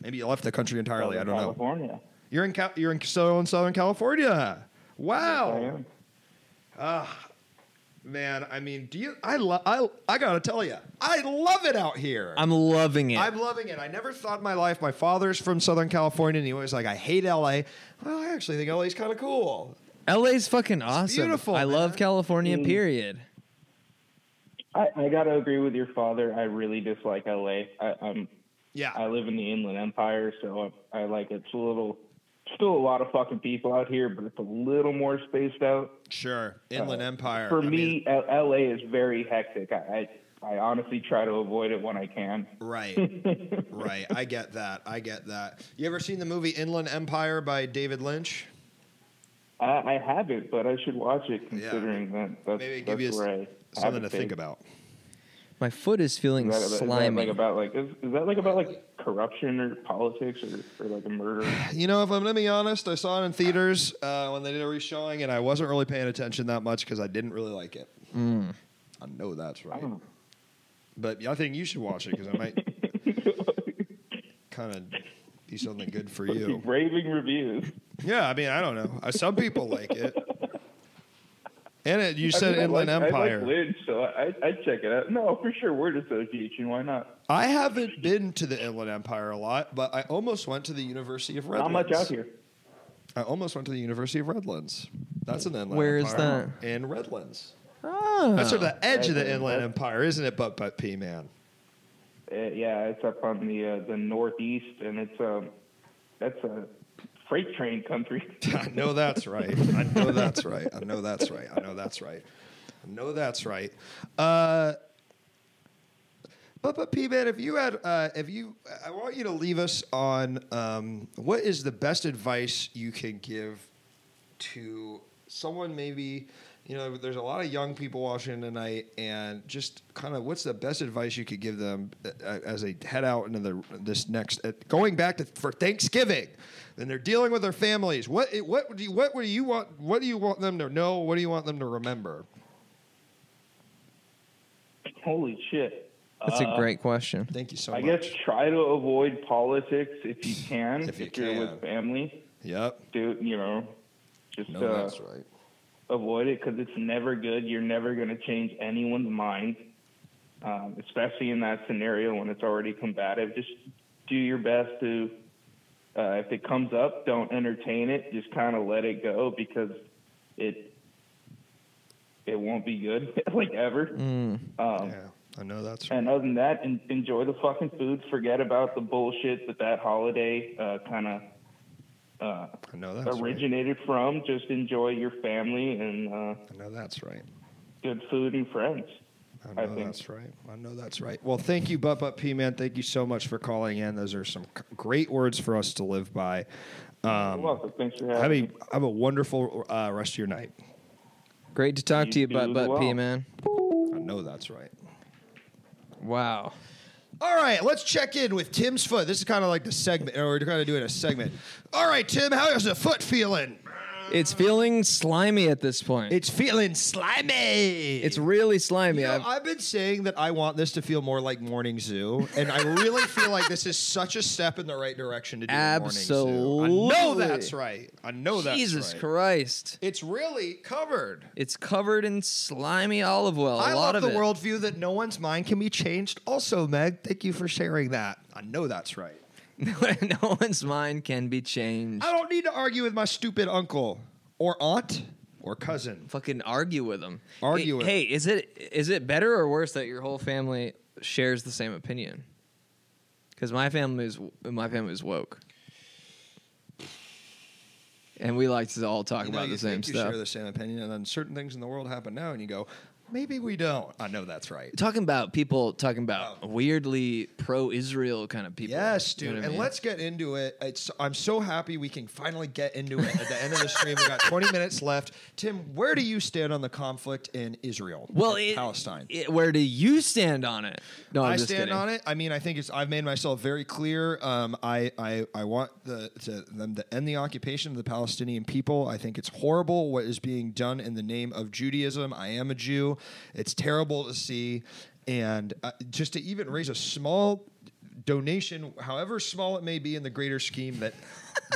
Speaker 2: Maybe you left the country entirely. I
Speaker 3: Southern
Speaker 2: don't know.
Speaker 3: California.
Speaker 2: You're in Cal- you're in so in Southern California.
Speaker 3: I
Speaker 2: Wow, Ah,
Speaker 3: am.
Speaker 2: man. I mean, do you? I love. I I gotta tell you, I love it out here.
Speaker 1: I'm loving it.
Speaker 2: I'm loving it. I never thought in my life. My father's from Southern California, and he was like, "I hate LA." Well, I actually think LA's kind of cool.
Speaker 1: LA's fucking awesome.
Speaker 2: beautiful,
Speaker 1: I
Speaker 2: man.
Speaker 1: love California,
Speaker 3: Mm.
Speaker 1: period.
Speaker 3: I, I gotta agree with your father. I really dislike LA. I, I'm
Speaker 2: Yeah.
Speaker 10: I live in the Inland Empire, so I, I like it's a little, still a lot of fucking people out here, but it's a little more spaced out.
Speaker 2: Sure. Inland
Speaker 10: Uh,
Speaker 2: Empire.
Speaker 10: For
Speaker 2: I mean,
Speaker 10: me, L- LA is very hectic. I, I I honestly try to avoid it when I can.
Speaker 2: Right. right. I get that. I get that. You ever seen the movie Inland Empire by David Lynch?
Speaker 10: I, I haven't, but I should watch it considering that. That's,
Speaker 2: Maybe
Speaker 10: Maybe
Speaker 2: give
Speaker 10: give
Speaker 2: you
Speaker 10: that's
Speaker 2: s-
Speaker 10: where I have
Speaker 2: Something to
Speaker 10: it
Speaker 2: think
Speaker 10: based.
Speaker 2: about.
Speaker 1: My foot is feeling
Speaker 10: Is that- is that,
Speaker 1: slimy.
Speaker 10: like about like is, is that like about like corruption or politics or, or like a murder?
Speaker 2: You know, if I'm going to be honest, I saw it in theaters uh, when they did a reshowing, and I wasn't really paying attention that much because I didn't really like it. I know that's right. But I think you should watch it because it might kind of be something good for you.
Speaker 10: Raving reviews.
Speaker 2: Yeah, I mean, I don't know. Uh, Some people like it. And it, you
Speaker 10: I
Speaker 2: said
Speaker 10: mean, I
Speaker 2: Inland
Speaker 10: like-
Speaker 2: Empire.
Speaker 10: I like Lynch, so I I'd check it out. No, for sure, word association. Why not?
Speaker 2: I haven't been to the Inland Empire a lot, but I almost went to the University of
Speaker 10: Not
Speaker 2: Redlands.
Speaker 10: much out here.
Speaker 2: I almost went to the University of Redlands. That's an Inland
Speaker 1: Where is
Speaker 2: Empire. that? In Redlands.
Speaker 1: Oh.
Speaker 2: That's sort of the edge of the
Speaker 10: Redlands,
Speaker 2: Inland
Speaker 10: huh?
Speaker 2: Empire, isn't it, Butt Butt P Man?
Speaker 10: Uh, yeah, it's up on the uh, the northeast, and it's um that's a freight train country.
Speaker 2: I know that's right. I know that's right. I know that's right. I know that's right. I know that's right. Uh, but but P man, if you had, uh, if you, I want you to leave us on um, what is the best advice you can give to someone maybe. You know, there's a lot of young people watching tonight, and just kind of what's the best advice you could give them uh, as they head out into the this next uh, going back to for Thanksgiving, and they're dealing with their families. What what would you what would you want? What do you want them to know? What do you want them to remember?
Speaker 10: Holy shit!
Speaker 1: That's a
Speaker 10: Uh,
Speaker 1: great question.
Speaker 2: Thank you so
Speaker 10: I
Speaker 2: much.
Speaker 10: guess try to avoid politics if you can.
Speaker 2: If you
Speaker 10: are
Speaker 2: can.
Speaker 10: with family,
Speaker 2: Yep.
Speaker 10: do you know? Just
Speaker 2: No,
Speaker 10: uh,
Speaker 2: that's right.
Speaker 10: avoid it because it's never good. You're never going to change anyone's mind, um, especially in that scenario when it's already combative. Just do your best to, uh, if it comes up, don't entertain it. Just kind of let it go because it it won't be good like ever.
Speaker 2: uh,
Speaker 1: Mm.
Speaker 10: Um,
Speaker 2: Yeah, I know that's right.
Speaker 10: and other than that, en- enjoy the fucking food. Forget about the bullshit that that holiday uh, kind of uh,
Speaker 2: I know that's right.
Speaker 10: originated from. Just enjoy your family and uh,
Speaker 2: I know that's right.
Speaker 10: good food and friends.
Speaker 2: I
Speaker 10: I
Speaker 2: know
Speaker 10: think.
Speaker 2: that's right. I know that's right. Well, thank you, Butt Butt P Man. Thank you so much for calling in. Those are some c- great words for us to live by.
Speaker 10: You're
Speaker 2: Um,
Speaker 10: welcome. Thanks for having
Speaker 2: have
Speaker 10: me.
Speaker 2: a have a wonderful uh, rest of your night.
Speaker 1: Great to talk
Speaker 10: You
Speaker 1: to you,
Speaker 10: do
Speaker 1: Butt
Speaker 10: as
Speaker 1: Butt P
Speaker 10: well.
Speaker 1: man.
Speaker 2: I know that's right.
Speaker 1: Wow.
Speaker 2: All right, let's check in with Tim's foot. This is kind of like the segment, or we're kind of doing a segment. All right, Tim, how is the foot feeling?
Speaker 1: It's feeling slimy at this point.
Speaker 2: It's feeling slimy.
Speaker 1: it's really slimy.
Speaker 2: You know,
Speaker 1: I've-
Speaker 2: I've been saying that I want this to feel more like Morning Zoo, and I really feel like this is such a step in the right direction to do Morning Zoo. I know
Speaker 1: Absolutely.
Speaker 2: that's right. I know that's
Speaker 1: Jesus
Speaker 2: right.
Speaker 1: Christ.
Speaker 2: It's really covered.
Speaker 1: It's covered in slimy olive oil. A
Speaker 2: I
Speaker 1: lot of
Speaker 2: love the
Speaker 1: it.
Speaker 2: worldview that no one's mind can be changed. Also, Meg, thank you for sharing that. I know that's right.
Speaker 1: no one's mind can be changed.
Speaker 2: I don't need to argue with my stupid uncle or aunt or cousin.
Speaker 1: Fucking argue with them. hey,
Speaker 2: Argue with
Speaker 1: Hey, is it is it better or worse that your whole family shares the same opinion? Because my family is my family is woke, and we like to all talk
Speaker 2: You know,
Speaker 1: about
Speaker 2: you
Speaker 1: the same
Speaker 2: think you
Speaker 1: stuff.
Speaker 2: share the same opinion, and then certain things in the world happen now, and you go, maybe we don't. I know that's right.
Speaker 1: talking about people talking about weirdly pro-Israel kind of people.
Speaker 2: Oh. Yes,
Speaker 1: You
Speaker 2: dude.
Speaker 1: know what I
Speaker 2: and
Speaker 1: mean?
Speaker 2: let's get into it. It's, I'm so happy we can finally get into it at the end of the stream. We got 20 minutes left. Tim, where do you stand on the conflict in Israel?
Speaker 1: well,
Speaker 2: and
Speaker 1: it-
Speaker 2: Palestine.
Speaker 1: it- where do you stand on it? No, I'm
Speaker 2: I
Speaker 1: just
Speaker 2: stand
Speaker 1: kidding.
Speaker 2: on it. I mean, I think it's. I've made myself very clear. Um, I, I, I want the to them to end the occupation of the Palestinian people. I think it's horrible what is being done in the name of Judaism. I am a Jew. It's terrible to see, and uh, just to even raise a small donation, however small it may be, in the greater scheme that.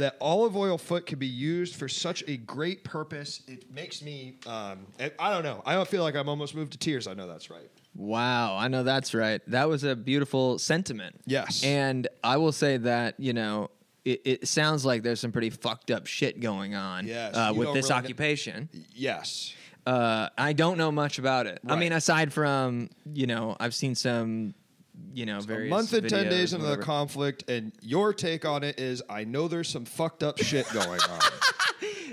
Speaker 2: that olive oil foot could be used for such a great purpose. It makes me, um, I I don't know. I don't feel like I'm almost moved to tears. I know that's right.
Speaker 1: Wow, I know that's right. That was a beautiful sentiment.
Speaker 2: Yes.
Speaker 1: And I will say that, you know, it, it sounds like there's some pretty fucked up shit going on
Speaker 2: Yes,
Speaker 1: uh,
Speaker 2: you
Speaker 1: with
Speaker 2: don't
Speaker 1: this
Speaker 2: really kn-
Speaker 1: occupation.
Speaker 2: Yes.
Speaker 1: Uh, I don't know much about it. I mean,
Speaker 2: Right.
Speaker 1: aside from, you know, I've seen some
Speaker 3: you know,
Speaker 2: A
Speaker 3: very
Speaker 2: month and 10 days into the conflict, and your take on it is I know there's some fucked up shit going on.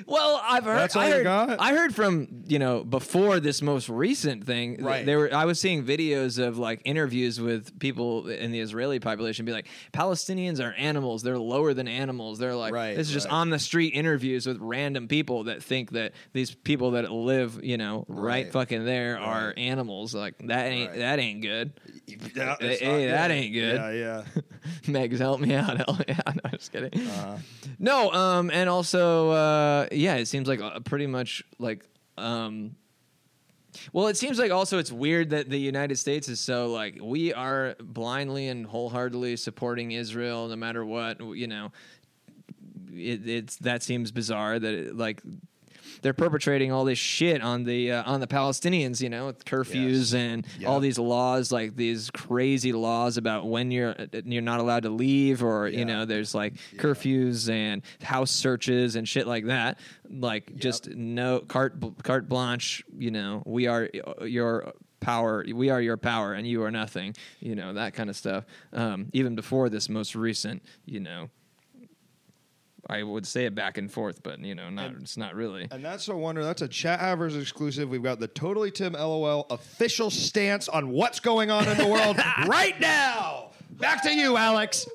Speaker 3: Well, I've heard.
Speaker 2: That's all
Speaker 3: I
Speaker 2: you
Speaker 3: heard,
Speaker 2: got?
Speaker 3: I heard from you know before this most recent thing. th-
Speaker 2: Right.
Speaker 3: There were. I was seeing videos of like interviews with people in the Israeli population, be like, Palestinians are animals. They're lower than animals. They're like,
Speaker 2: Right,
Speaker 3: this is just
Speaker 2: right.
Speaker 3: on the street interviews with random people that think that these people that live, you know, right,
Speaker 2: Right.
Speaker 3: fucking there are animals. Like that ain't
Speaker 2: Right.
Speaker 3: that ain't good.
Speaker 2: Yeah, it's
Speaker 3: Hey,
Speaker 2: not
Speaker 3: that ain't good.
Speaker 2: Yeah, yeah.
Speaker 3: Megs, help me out. Help me out. No, I'm just kidding. No, um, and also, uh, yeah, it seems like uh, pretty much like, um, well, it seems like also it's weird that the United States is so like we are blindly and wholeheartedly supporting Israel no matter what. You know, it, it's that seems bizarre that it, like they're perpetrating all this shit on the uh, on the Palestinians, you know, with curfews and
Speaker 2: Yeah.
Speaker 3: all these laws, like these crazy laws about when you're you're not allowed to leave, or
Speaker 2: Yeah.
Speaker 3: you know, there's like curfews and house searches and shit like that. Like just no carte bl- carte blanche, you know, we are y- your power we are your power and you are nothing you know that kind of stuff um even before this most recent you know i would say it back and forth but you know not it's not really
Speaker 2: And that's no wonder. That's a Chat Havers exclusive. We've got the Totally Tim LOL official stance on what's going on in the world right now. Back to you, Alex.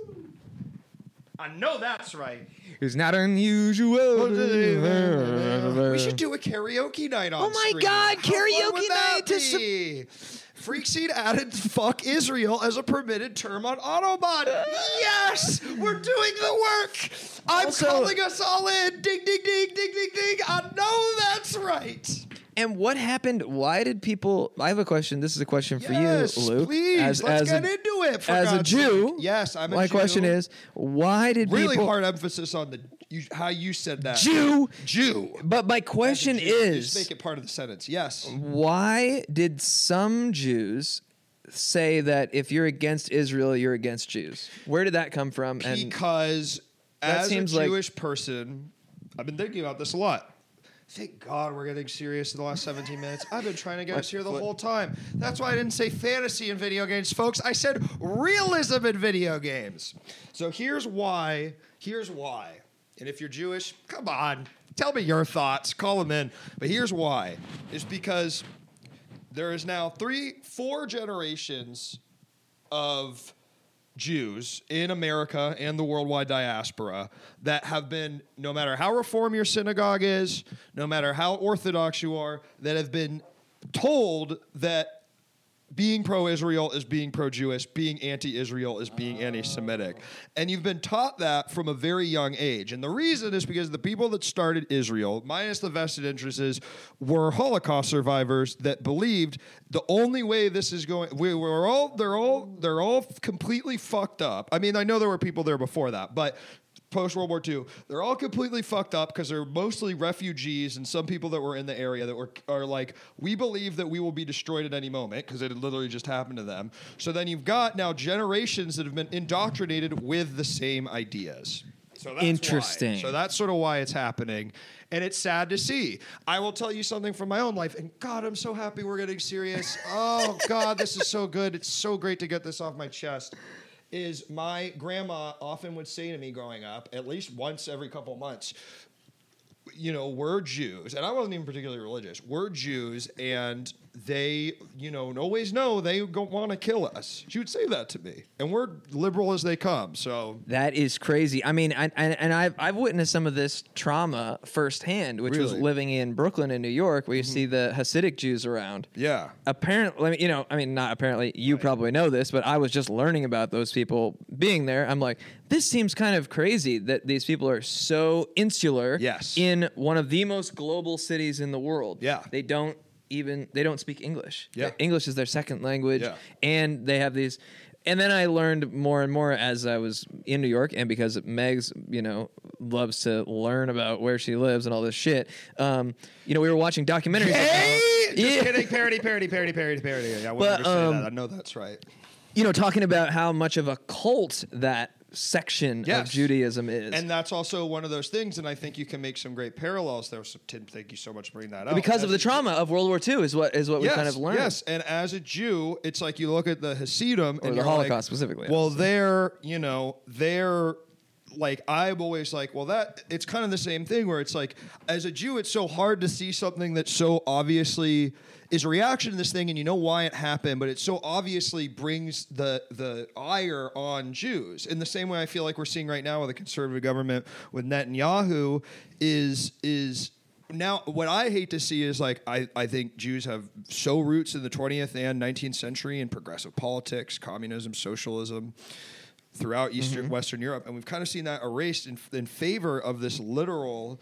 Speaker 2: I know that's right.
Speaker 3: It's not unusual.
Speaker 2: We should do a karaoke night on.
Speaker 3: Oh my
Speaker 2: stream.
Speaker 3: God,
Speaker 2: How fun would
Speaker 3: karaoke night
Speaker 2: That
Speaker 3: to su-
Speaker 2: be? Freak Seed added "fuck Israel" as a permitted term on Autobot. yes, we're doing the work. I'm calling us all in. Ding, ding, ding, ding, ding, ding. I know that's right.
Speaker 1: And what happened? Why did people? I have a question. This is a question for
Speaker 2: yes,
Speaker 1: you, Luke.
Speaker 2: please.
Speaker 1: as,
Speaker 2: Let's
Speaker 1: as
Speaker 2: get
Speaker 1: a,
Speaker 2: into it. For
Speaker 1: as a
Speaker 2: God's
Speaker 1: Jew,
Speaker 2: sake. yes, I'm. A
Speaker 1: my
Speaker 2: Jew.
Speaker 1: question is, why did
Speaker 2: really
Speaker 1: people?
Speaker 2: hard emphasis on the you, how you said that.
Speaker 1: Jew.
Speaker 2: Jew.
Speaker 1: But my question
Speaker 2: just
Speaker 1: is,
Speaker 2: make it part of the sentence. Yes.
Speaker 1: why did some Jews say that if you're against Israel, you're against Jews? Where did that come from? Um, And
Speaker 2: because
Speaker 1: That
Speaker 2: as
Speaker 1: seems
Speaker 2: a
Speaker 1: like-
Speaker 2: Jewish person, I've been thinking about this a lot. Thank God we're getting serious in the last 17 minutes. I've been trying to get us here the whole time. That's why I didn't say fantasy in video games, folks. I said realism in video games. So here's why. Here's why. And if you're Jewish, come on, tell me your thoughts. Call them in. But here's why. It's because there is now three, four generations of Jews in America and the worldwide diaspora that have been, no matter how reform your synagogue is, no matter how orthodox you are, that have been told that being pro Israel is being pro Jewish, being anti Israel is being anti Semitic. And you've been taught that from a very young age. And the reason is because the people that started Israel, minus the vested interests, were Holocaust survivors that believed the only way this is going we were all they're all they're all completely fucked up. I mean, I know there were people there before that, but post World War II. They're all completely fucked up because they're mostly refugees and some people that were in the area that were are like, we believe that we will be destroyed at any moment because it had literally just happened to them. So then you've got now generations that have been indoctrinated with the same ideas. So that's why.
Speaker 3: Interesting.
Speaker 2: So that's sort of why it's happening. And it's sad to see. I will tell you something from my own life. And God, I'm so happy we're getting serious. oh, God, this is so good. It's so great to get this off my chest. Is my grandma often would say to me growing up, at least once every couple months, you know, we're Jews, and I wasn't even particularly religious. We're Jews, and they, you know, always know they want to kill us. She would say that to me, and we're liberal as they come. So
Speaker 1: That is crazy. I mean, I, and, and I've, I've witnessed some of this trauma firsthand, which was
Speaker 2: Really? Mm-hmm.
Speaker 1: living in Brooklyn and New York, where you see the Hasidic Jews around.
Speaker 2: yeah,
Speaker 1: Apparently, you know, I mean, not apparently, you probably know this, but I was just learning about those people being there. I'm like, this seems kind of crazy that these people are so insular
Speaker 2: Yes.
Speaker 1: in one of the most global cities in the world.
Speaker 2: Yeah.
Speaker 1: They don't even, they don't speak English.
Speaker 2: Yeah.
Speaker 1: English is their second language
Speaker 2: Yeah.
Speaker 1: and they have these and then i learned more and more as i was in new york and because meg's you know loves to learn about where she lives and all this shit um, you know we were watching documentaries
Speaker 2: Hey, just
Speaker 1: Yeah.
Speaker 2: kidding. Parody, parody, parody, parody, parody. I would
Speaker 1: But,
Speaker 2: never say
Speaker 1: um,
Speaker 2: that. I know that's right.
Speaker 1: you know talking about how much of a cult that section
Speaker 2: Yes.
Speaker 1: of Judaism is.
Speaker 2: And that's also one of those things, and I think you can make some great parallels there. So, Tim, thank you so much for bringing that up.
Speaker 1: because
Speaker 2: As
Speaker 1: of the
Speaker 2: a-
Speaker 1: trauma of World War II is what is what we kind of learned.
Speaker 2: Yes, and as a Jew, it's like you look at the Hasidim
Speaker 1: Or
Speaker 2: and
Speaker 1: the
Speaker 2: you're like,
Speaker 1: Holocaust specifically, yeah.
Speaker 2: Well, they're you know they're like I'm always like, well, that it's kind of the same thing where it's like as a Jew, it's so hard to see something that so obviously is a reaction to this thing, and you know why it happened, but it so obviously brings the the ire on Jews in the same way I feel like we're seeing right now with the conservative government with Netanyahu is is now what i hate to see is like I, I think jews have so roots in the 20th and 19th century in progressive politics communism socialism throughout eastern western europe and we've kind of seen that erased in, in favor of this literal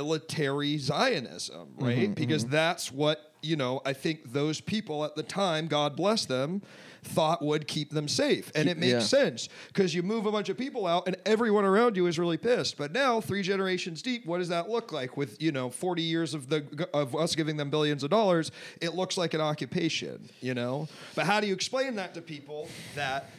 Speaker 2: military zionism right because that's what you know i think those people at the time god bless them thought would keep them safe and it makes
Speaker 1: yeah.
Speaker 2: sense because you move a bunch of people out and everyone around you is really pissed but now three generations deep what does that look like with you know 40 years of the of us giving them billions of dollars it looks like an occupation you know but how do you explain that to people that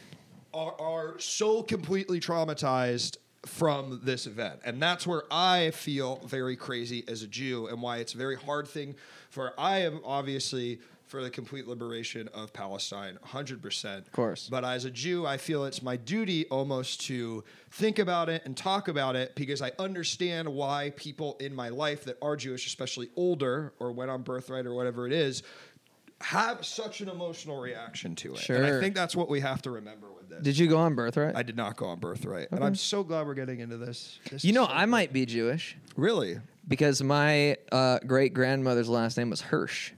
Speaker 2: are, are so completely traumatized from this event. And that's where I feel very crazy as a Jew and why it's a very hard thing for I am obviously for the complete liberation of Palestine 100%. Of
Speaker 1: course.
Speaker 2: But as a Jew, I feel it's my duty almost to think about it and talk about it because I understand why people in my life that are Jewish, especially older or went on birthright or whatever it is, have such an emotional reaction to it. And I
Speaker 1: Sure.
Speaker 2: think that's what we have to remember with this.
Speaker 1: Did you go on birthright?
Speaker 2: I did not go on birthright, and I'm so glad we're getting into this. This
Speaker 1: you
Speaker 2: is
Speaker 1: know,
Speaker 2: so-
Speaker 1: I might be Jewish
Speaker 2: really
Speaker 1: because my uh, great grandmother's last name was Hirsch,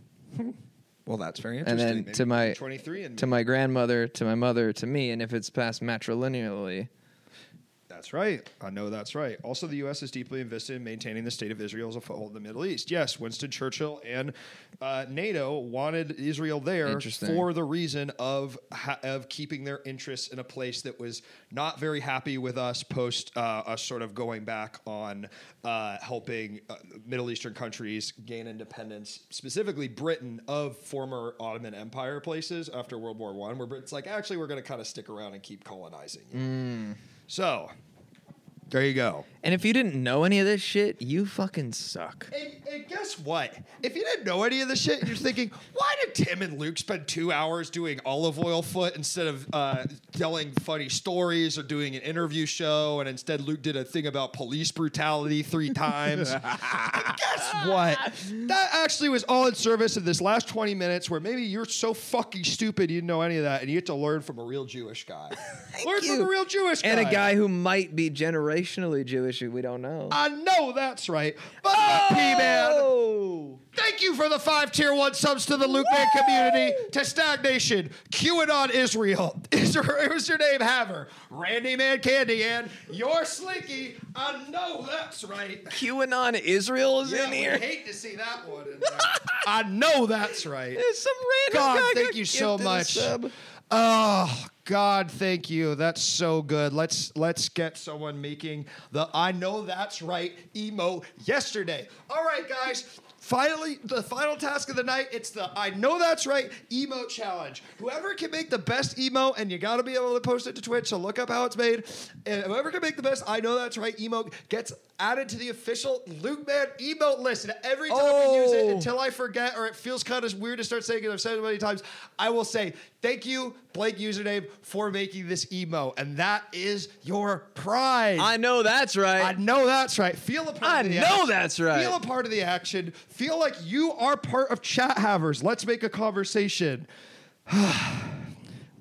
Speaker 2: well. That's very
Speaker 1: and
Speaker 2: interesting.
Speaker 1: then to my
Speaker 2: 23 and
Speaker 1: to my grandmother, to my mother, to me, and if it's passed matrilineally,
Speaker 2: that's right. I know that's right. Also, the U.S. is deeply invested in maintaining the state of Israel as a foothold in the Middle East. Yes, Winston Churchill and uh, NATO wanted Israel there
Speaker 1: Interesting.
Speaker 2: for the reason of ha- of keeping their interests in a place that was not very happy with us post uh, us sort of going back on uh, helping uh, Middle Eastern countries gain independence, specifically Britain of former Ottoman Empire places after World War One, where Britain's like, actually, we're going to kind of stick around and keep colonizing. You. So there you go.
Speaker 1: and if you didn't know any of this shit, you fucking suck.
Speaker 2: And, and guess what? If you didn't know any of this shit, you're thinking, why did Tim and Luke spend two hours doing olive oil foot instead of uh, telling funny stories or doing an interview show? And instead, Luke did a thing about police brutality three times. And guess what? That actually was all in service of this last 20 minutes where maybe you're so fucking stupid you didn't know any of that and you get to learn from a real Jewish guy. learn from
Speaker 1: you.
Speaker 2: a real Jewish guy.
Speaker 1: And a guy who might be generationally Jewish, who we don't know.
Speaker 2: I know that's right. But oh! P-Man,
Speaker 1: Oh!
Speaker 2: thank you for the five tier one subs to the Luke Man community, to Stagnation, QAnon Israel, Israel is your name, Haver, Randy Man Candy, and your Slinky. I know that's right.
Speaker 1: QAnon Israel is
Speaker 2: Yeah,
Speaker 1: in
Speaker 2: we
Speaker 1: here.
Speaker 2: hate to see that one. in there. I know that's right.
Speaker 1: There's some random
Speaker 2: God,
Speaker 1: guy
Speaker 2: thank
Speaker 1: got
Speaker 2: you so
Speaker 1: gifted a
Speaker 2: much.
Speaker 1: sub.
Speaker 2: Oh God, thank you. That's so good. Let's let's get someone making the I know that's right emo yesterday. All right, guys. Finally, the final task of the night. It's the I know that's right emo challenge. Whoever can make the best emo, and you gotta be able to post it to Twitch, so look up how it's made. And whoever can make the best I know that's right emo gets added to the official Luke Man emo list. And every time we use it
Speaker 1: Oh.
Speaker 2: until I forget or it feels kind of weird to start saying it, I've said it many times, I will say, thank you, blank username, for making this emo. And that is your prize.
Speaker 1: I know that's right.
Speaker 2: I know that's right. Feel a part
Speaker 1: I
Speaker 2: of the
Speaker 1: know
Speaker 2: action.
Speaker 1: that's right.
Speaker 2: Feel a part of the action. Feel like you are part of chat havers. Let's make a conversation.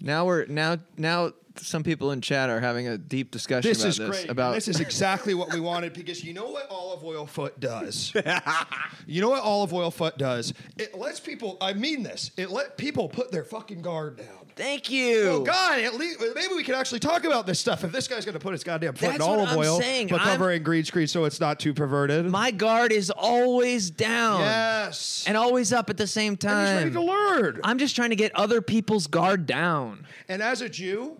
Speaker 1: Now we're now now some people in chat are having a deep discussion
Speaker 2: This
Speaker 1: about
Speaker 2: is
Speaker 1: this.
Speaker 2: great.
Speaker 1: About
Speaker 2: this is exactly what we wanted because you know what olive oil foot does. you know what olive oil foot does? It lets people. I mean this. It let people put their fucking guard down.
Speaker 3: Thank you.
Speaker 2: Oh God! At least maybe we can actually talk about this stuff. If this guy's going to put his goddamn foot in
Speaker 3: That's what
Speaker 2: olive
Speaker 3: I'm
Speaker 2: oil,
Speaker 3: saying.
Speaker 2: but
Speaker 3: I'm-
Speaker 2: covering green screen so it's not too perverted.
Speaker 3: My guard is always down
Speaker 2: yes,
Speaker 3: and always up at the same
Speaker 2: And he's ready
Speaker 3: time.
Speaker 2: to learn.
Speaker 3: I'm just trying to get other people's guard down.
Speaker 2: And as a Jew,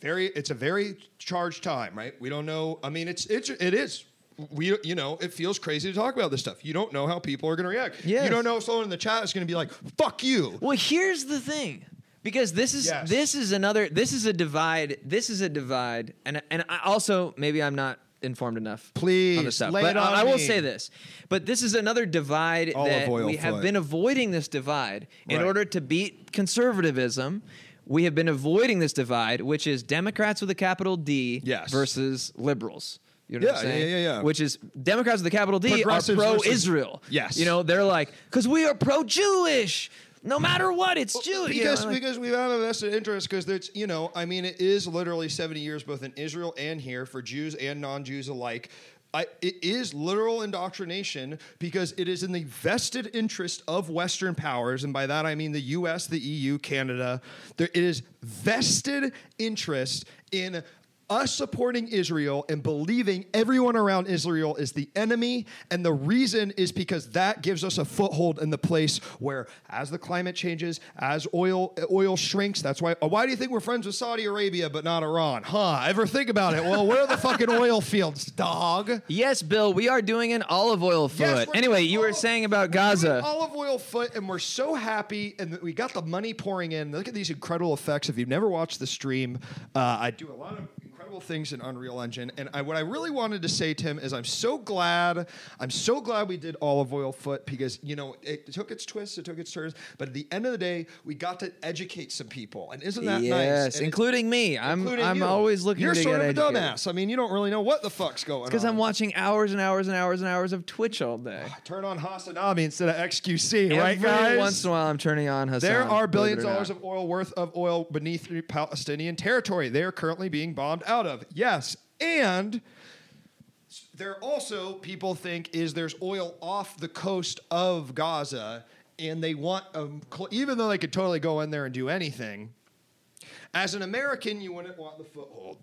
Speaker 2: very it's a very charged time, right? We don't know. I mean, it's it's it is. We you know it feels crazy to talk about this stuff. You don't know how people are going to react. You
Speaker 1: Yes.
Speaker 2: don't know if someone in the chat is going to be like "fuck you."
Speaker 3: Well, here's the thing. because this is
Speaker 1: Yes.
Speaker 3: this is another this is a divide this is a divide and and I also maybe I'm not informed enough please on this stuff
Speaker 1: lay
Speaker 3: but
Speaker 1: it
Speaker 3: I-
Speaker 1: on
Speaker 3: I will
Speaker 1: me.
Speaker 3: say this but this is another divide
Speaker 1: Olive
Speaker 3: that
Speaker 1: oil
Speaker 3: we have
Speaker 1: foot.
Speaker 3: been avoiding this divide in
Speaker 1: Right.
Speaker 3: order to beat conservatism we have been avoiding this divide which is Democrats with a capital D versus liberals you know what I'm
Speaker 2: Yeah, yeah,
Speaker 3: saying?
Speaker 2: yeah, yeah.
Speaker 3: which is Democrats with a capital D are
Speaker 2: Progressives versus-
Speaker 3: pro Israel
Speaker 2: Yes.
Speaker 3: you know they're like because we are pro Jewish no matter what it's Jewish
Speaker 2: Well,
Speaker 3: you know,
Speaker 2: Because
Speaker 3: like-
Speaker 2: because we have a vested interest because there's you know I mean it is literally seventy years both in Israel and here for Jews and non-Jews alike. I, it is literal indoctrination because it is in the vested interest of Western powers, and by that I mean the U.S., the EU, Canada. There it is vested interest in us supporting Israel and believing everyone around Israel is the enemy. And the reason is because that gives us a foothold in the place where, as the climate changes, as oil oil shrinks, that's why. Why do you think we're friends with Saudi Arabia but not Iran? Huh? Ever think about it? Well, where are the fucking oil fields, dog?
Speaker 3: Yes, Bill, we are doing an olive oil foot.
Speaker 2: we're
Speaker 3: anyway, you were saying about Gaza.
Speaker 2: olive oil foot, and we're so happy, and we got the money pouring in. Look at these incredible effects. If you've never watched the stream, uh, I do a lot of incredible things in Unreal Engine. And I, what I really wanted to say, Tim, is I'm so glad, I'm so glad we did olive oil foot because you know it took its twists, it took its turns, but at the end of the day, we got to educate some people, and isn't that nice?
Speaker 3: yes,
Speaker 2: And it's-
Speaker 3: including me. I'm
Speaker 2: including
Speaker 3: I'm
Speaker 2: you.
Speaker 3: always looking
Speaker 2: You're
Speaker 3: to
Speaker 2: sort
Speaker 3: get
Speaker 2: of a
Speaker 3: educated.
Speaker 2: dumbass. I mean, you don't really know what the fuck's going
Speaker 3: It's because
Speaker 2: on.
Speaker 3: I'm watching hours and hours and hours and hours of Twitch all day.
Speaker 2: Turn on Hasanami instead of XQC, right,
Speaker 3: Every
Speaker 2: guys?
Speaker 3: once in a while, I'm turning on Hassan.
Speaker 2: There are
Speaker 3: believe it
Speaker 2: billions
Speaker 3: or
Speaker 2: of dollars
Speaker 3: not.
Speaker 2: of oil worth of oil beneath the Palestinian territory. They are currently being bombed out of. Yes. And there are also people think is there's oil off the coast of Gaza and they want um, cl- even though they could totally go in there and do anything. As an American, you wouldn't want the foothold.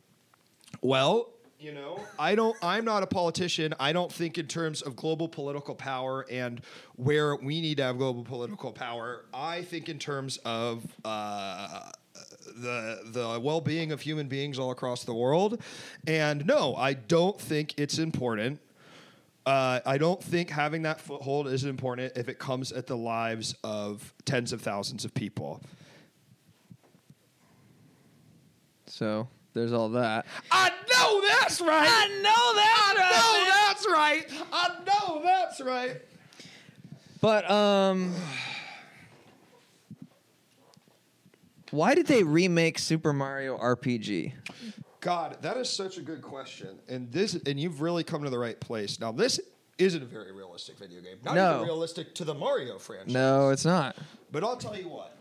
Speaker 2: Well, you know, I don't I'm not a politician. I don't think in terms of global political power and where we need to have global political power. I think in terms of uh the the well-being of human beings all across the world. And no, I don't think it's important. Uh, I don't think having that foothold is important if it comes at the lives of tens of thousands of people.
Speaker 3: So there's all that.
Speaker 2: I know that's right. I
Speaker 3: know that's
Speaker 2: right. I know that's right. I know that's right.
Speaker 3: But um, why did they remake Super Mario RPG?
Speaker 2: God, that is such a good question, and this and you've really come to the right place. Now, this isn't a very realistic video game. Not
Speaker 3: No.
Speaker 2: even realistic to the Mario franchise.
Speaker 3: No, it's not.
Speaker 2: But I'll tell you what.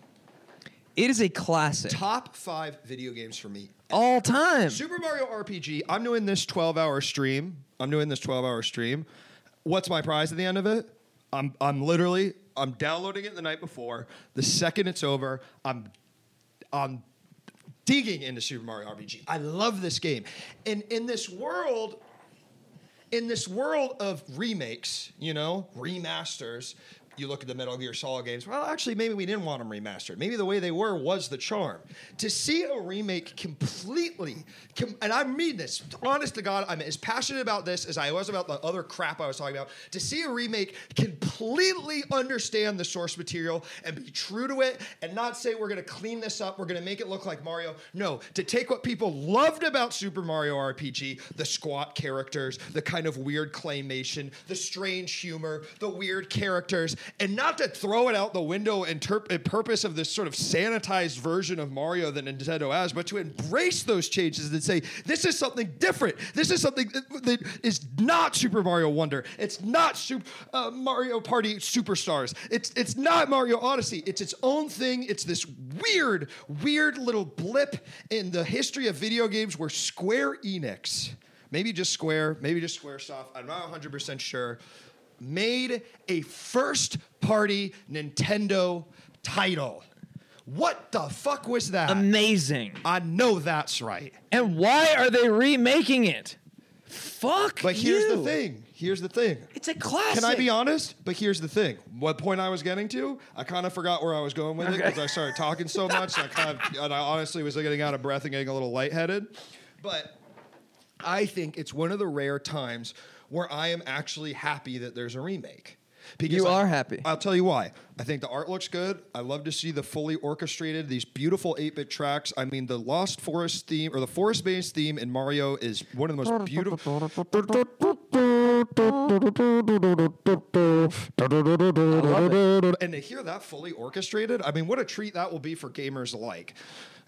Speaker 3: It is a classic.
Speaker 2: Top five video games for me
Speaker 3: All time.
Speaker 2: Super Mario RPG. I'm doing this 12 hour stream. I'm doing this 12 hour stream. What's my prize at the end of it? I'm I'm literally I'm downloading it the night before. The second it's over, I'm I'm digging into Super Mario RPG. I love this game. And in this world in this world of remakes, you know, remasters, you look at the Metal Gear Solid games. Well, actually, maybe we didn't want them remastered. Maybe the way they were was the charm. To see a remake completely, com- and I mean this, honest to God, I'm as passionate about this as I was about the other crap I was talking about. To see a remake completely understand the source material and be true to it and not say we're going to clean this up, we're going to make it look like Mario. No, to take what people loved about Super Mario RPG, the squat characters, the kind of weird claymation, the strange humor, the weird characters, and not to throw it out the window in, terp- in purpose of this sort of sanitized version of Mario that Nintendo has, but to embrace those changes and say, this is something different. This is something that- that is not Super Mario Wonder. It's not Sup- uh, Mario Party Superstars. It's, it's not Mario Odyssey. It's its own thing. It's this weird, weird little blip in the history of video games where Square Enix, maybe just Square, maybe just SquareSoft, I'm not 100% sure, made a first party Nintendo title. What the fuck was that?
Speaker 3: Amazing.
Speaker 2: I know that's right.
Speaker 3: And why are they remaking it? Fuck.
Speaker 2: But here's the
Speaker 3: you.
Speaker 2: thing. Here's the thing.
Speaker 3: It's a classic.
Speaker 2: Can I be honest? But here's the thing. What point I was getting to, I kind of forgot where I was going with it because I started talking so much. and I kind of, and I honestly was getting out of breath and getting a little lightheaded. But I think it's one of the rare times where I am actually happy that there's a remake. Because
Speaker 1: You
Speaker 2: I-
Speaker 1: are happy.
Speaker 2: I'll tell you why. I think the art looks good. I love to see the fully orchestrated, these beautiful 8 bit tracks. I mean, the Lost Forest theme or the Forest Base theme in Mario is one of the most beautiful. And to hear that fully orchestrated, I mean, what a treat that will be for gamers alike.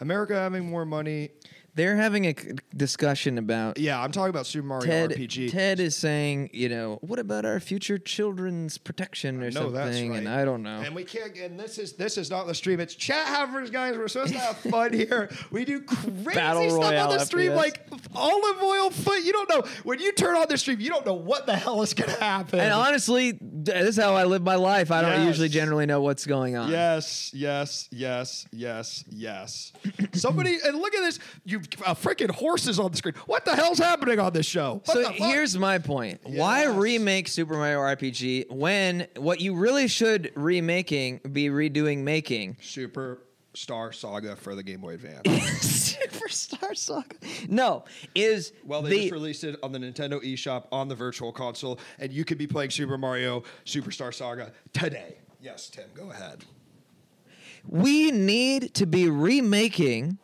Speaker 2: America having more money.
Speaker 1: They're having a c- discussion about
Speaker 2: Yeah, I'm talking about Super Mario
Speaker 1: Ted.
Speaker 2: RPG.
Speaker 1: Ted is saying, you know, what about our future children's protection or
Speaker 2: No,
Speaker 1: something?
Speaker 2: that's right.
Speaker 1: And I don't know.
Speaker 2: And we can't. And this is this is not the stream. It's chat havers, guys. We're supposed to have fun here. We do crazy
Speaker 1: Battle
Speaker 2: stuff on
Speaker 1: Royale
Speaker 2: the stream,
Speaker 1: FPS.
Speaker 2: like olive oil foot. You don't know when you turn on the stream. You don't know what the hell is gonna happen.
Speaker 1: And honestly, th- this is how I live my life. I don't
Speaker 2: Yes.
Speaker 1: usually generally know what's going on.
Speaker 2: Yes, yes, yes, yes, yes. Somebody and look at this. You uh, freaking horses on the screen. What the hell's happening on this show? What
Speaker 1: So
Speaker 2: the fuck?
Speaker 1: here's my point. Why
Speaker 2: Yes.
Speaker 1: remake Super Mario RPG when what you really should remaking be redoing making?
Speaker 2: Super Star Saga for the Game Boy Advance.
Speaker 1: Superstar Saga. No, is
Speaker 2: Well, they
Speaker 1: the
Speaker 2: just released it on the Nintendo eShop on the Virtual Console, and you could be playing Super Mario Superstar Saga today. Yes, Tim, go ahead.
Speaker 1: we need to be remaking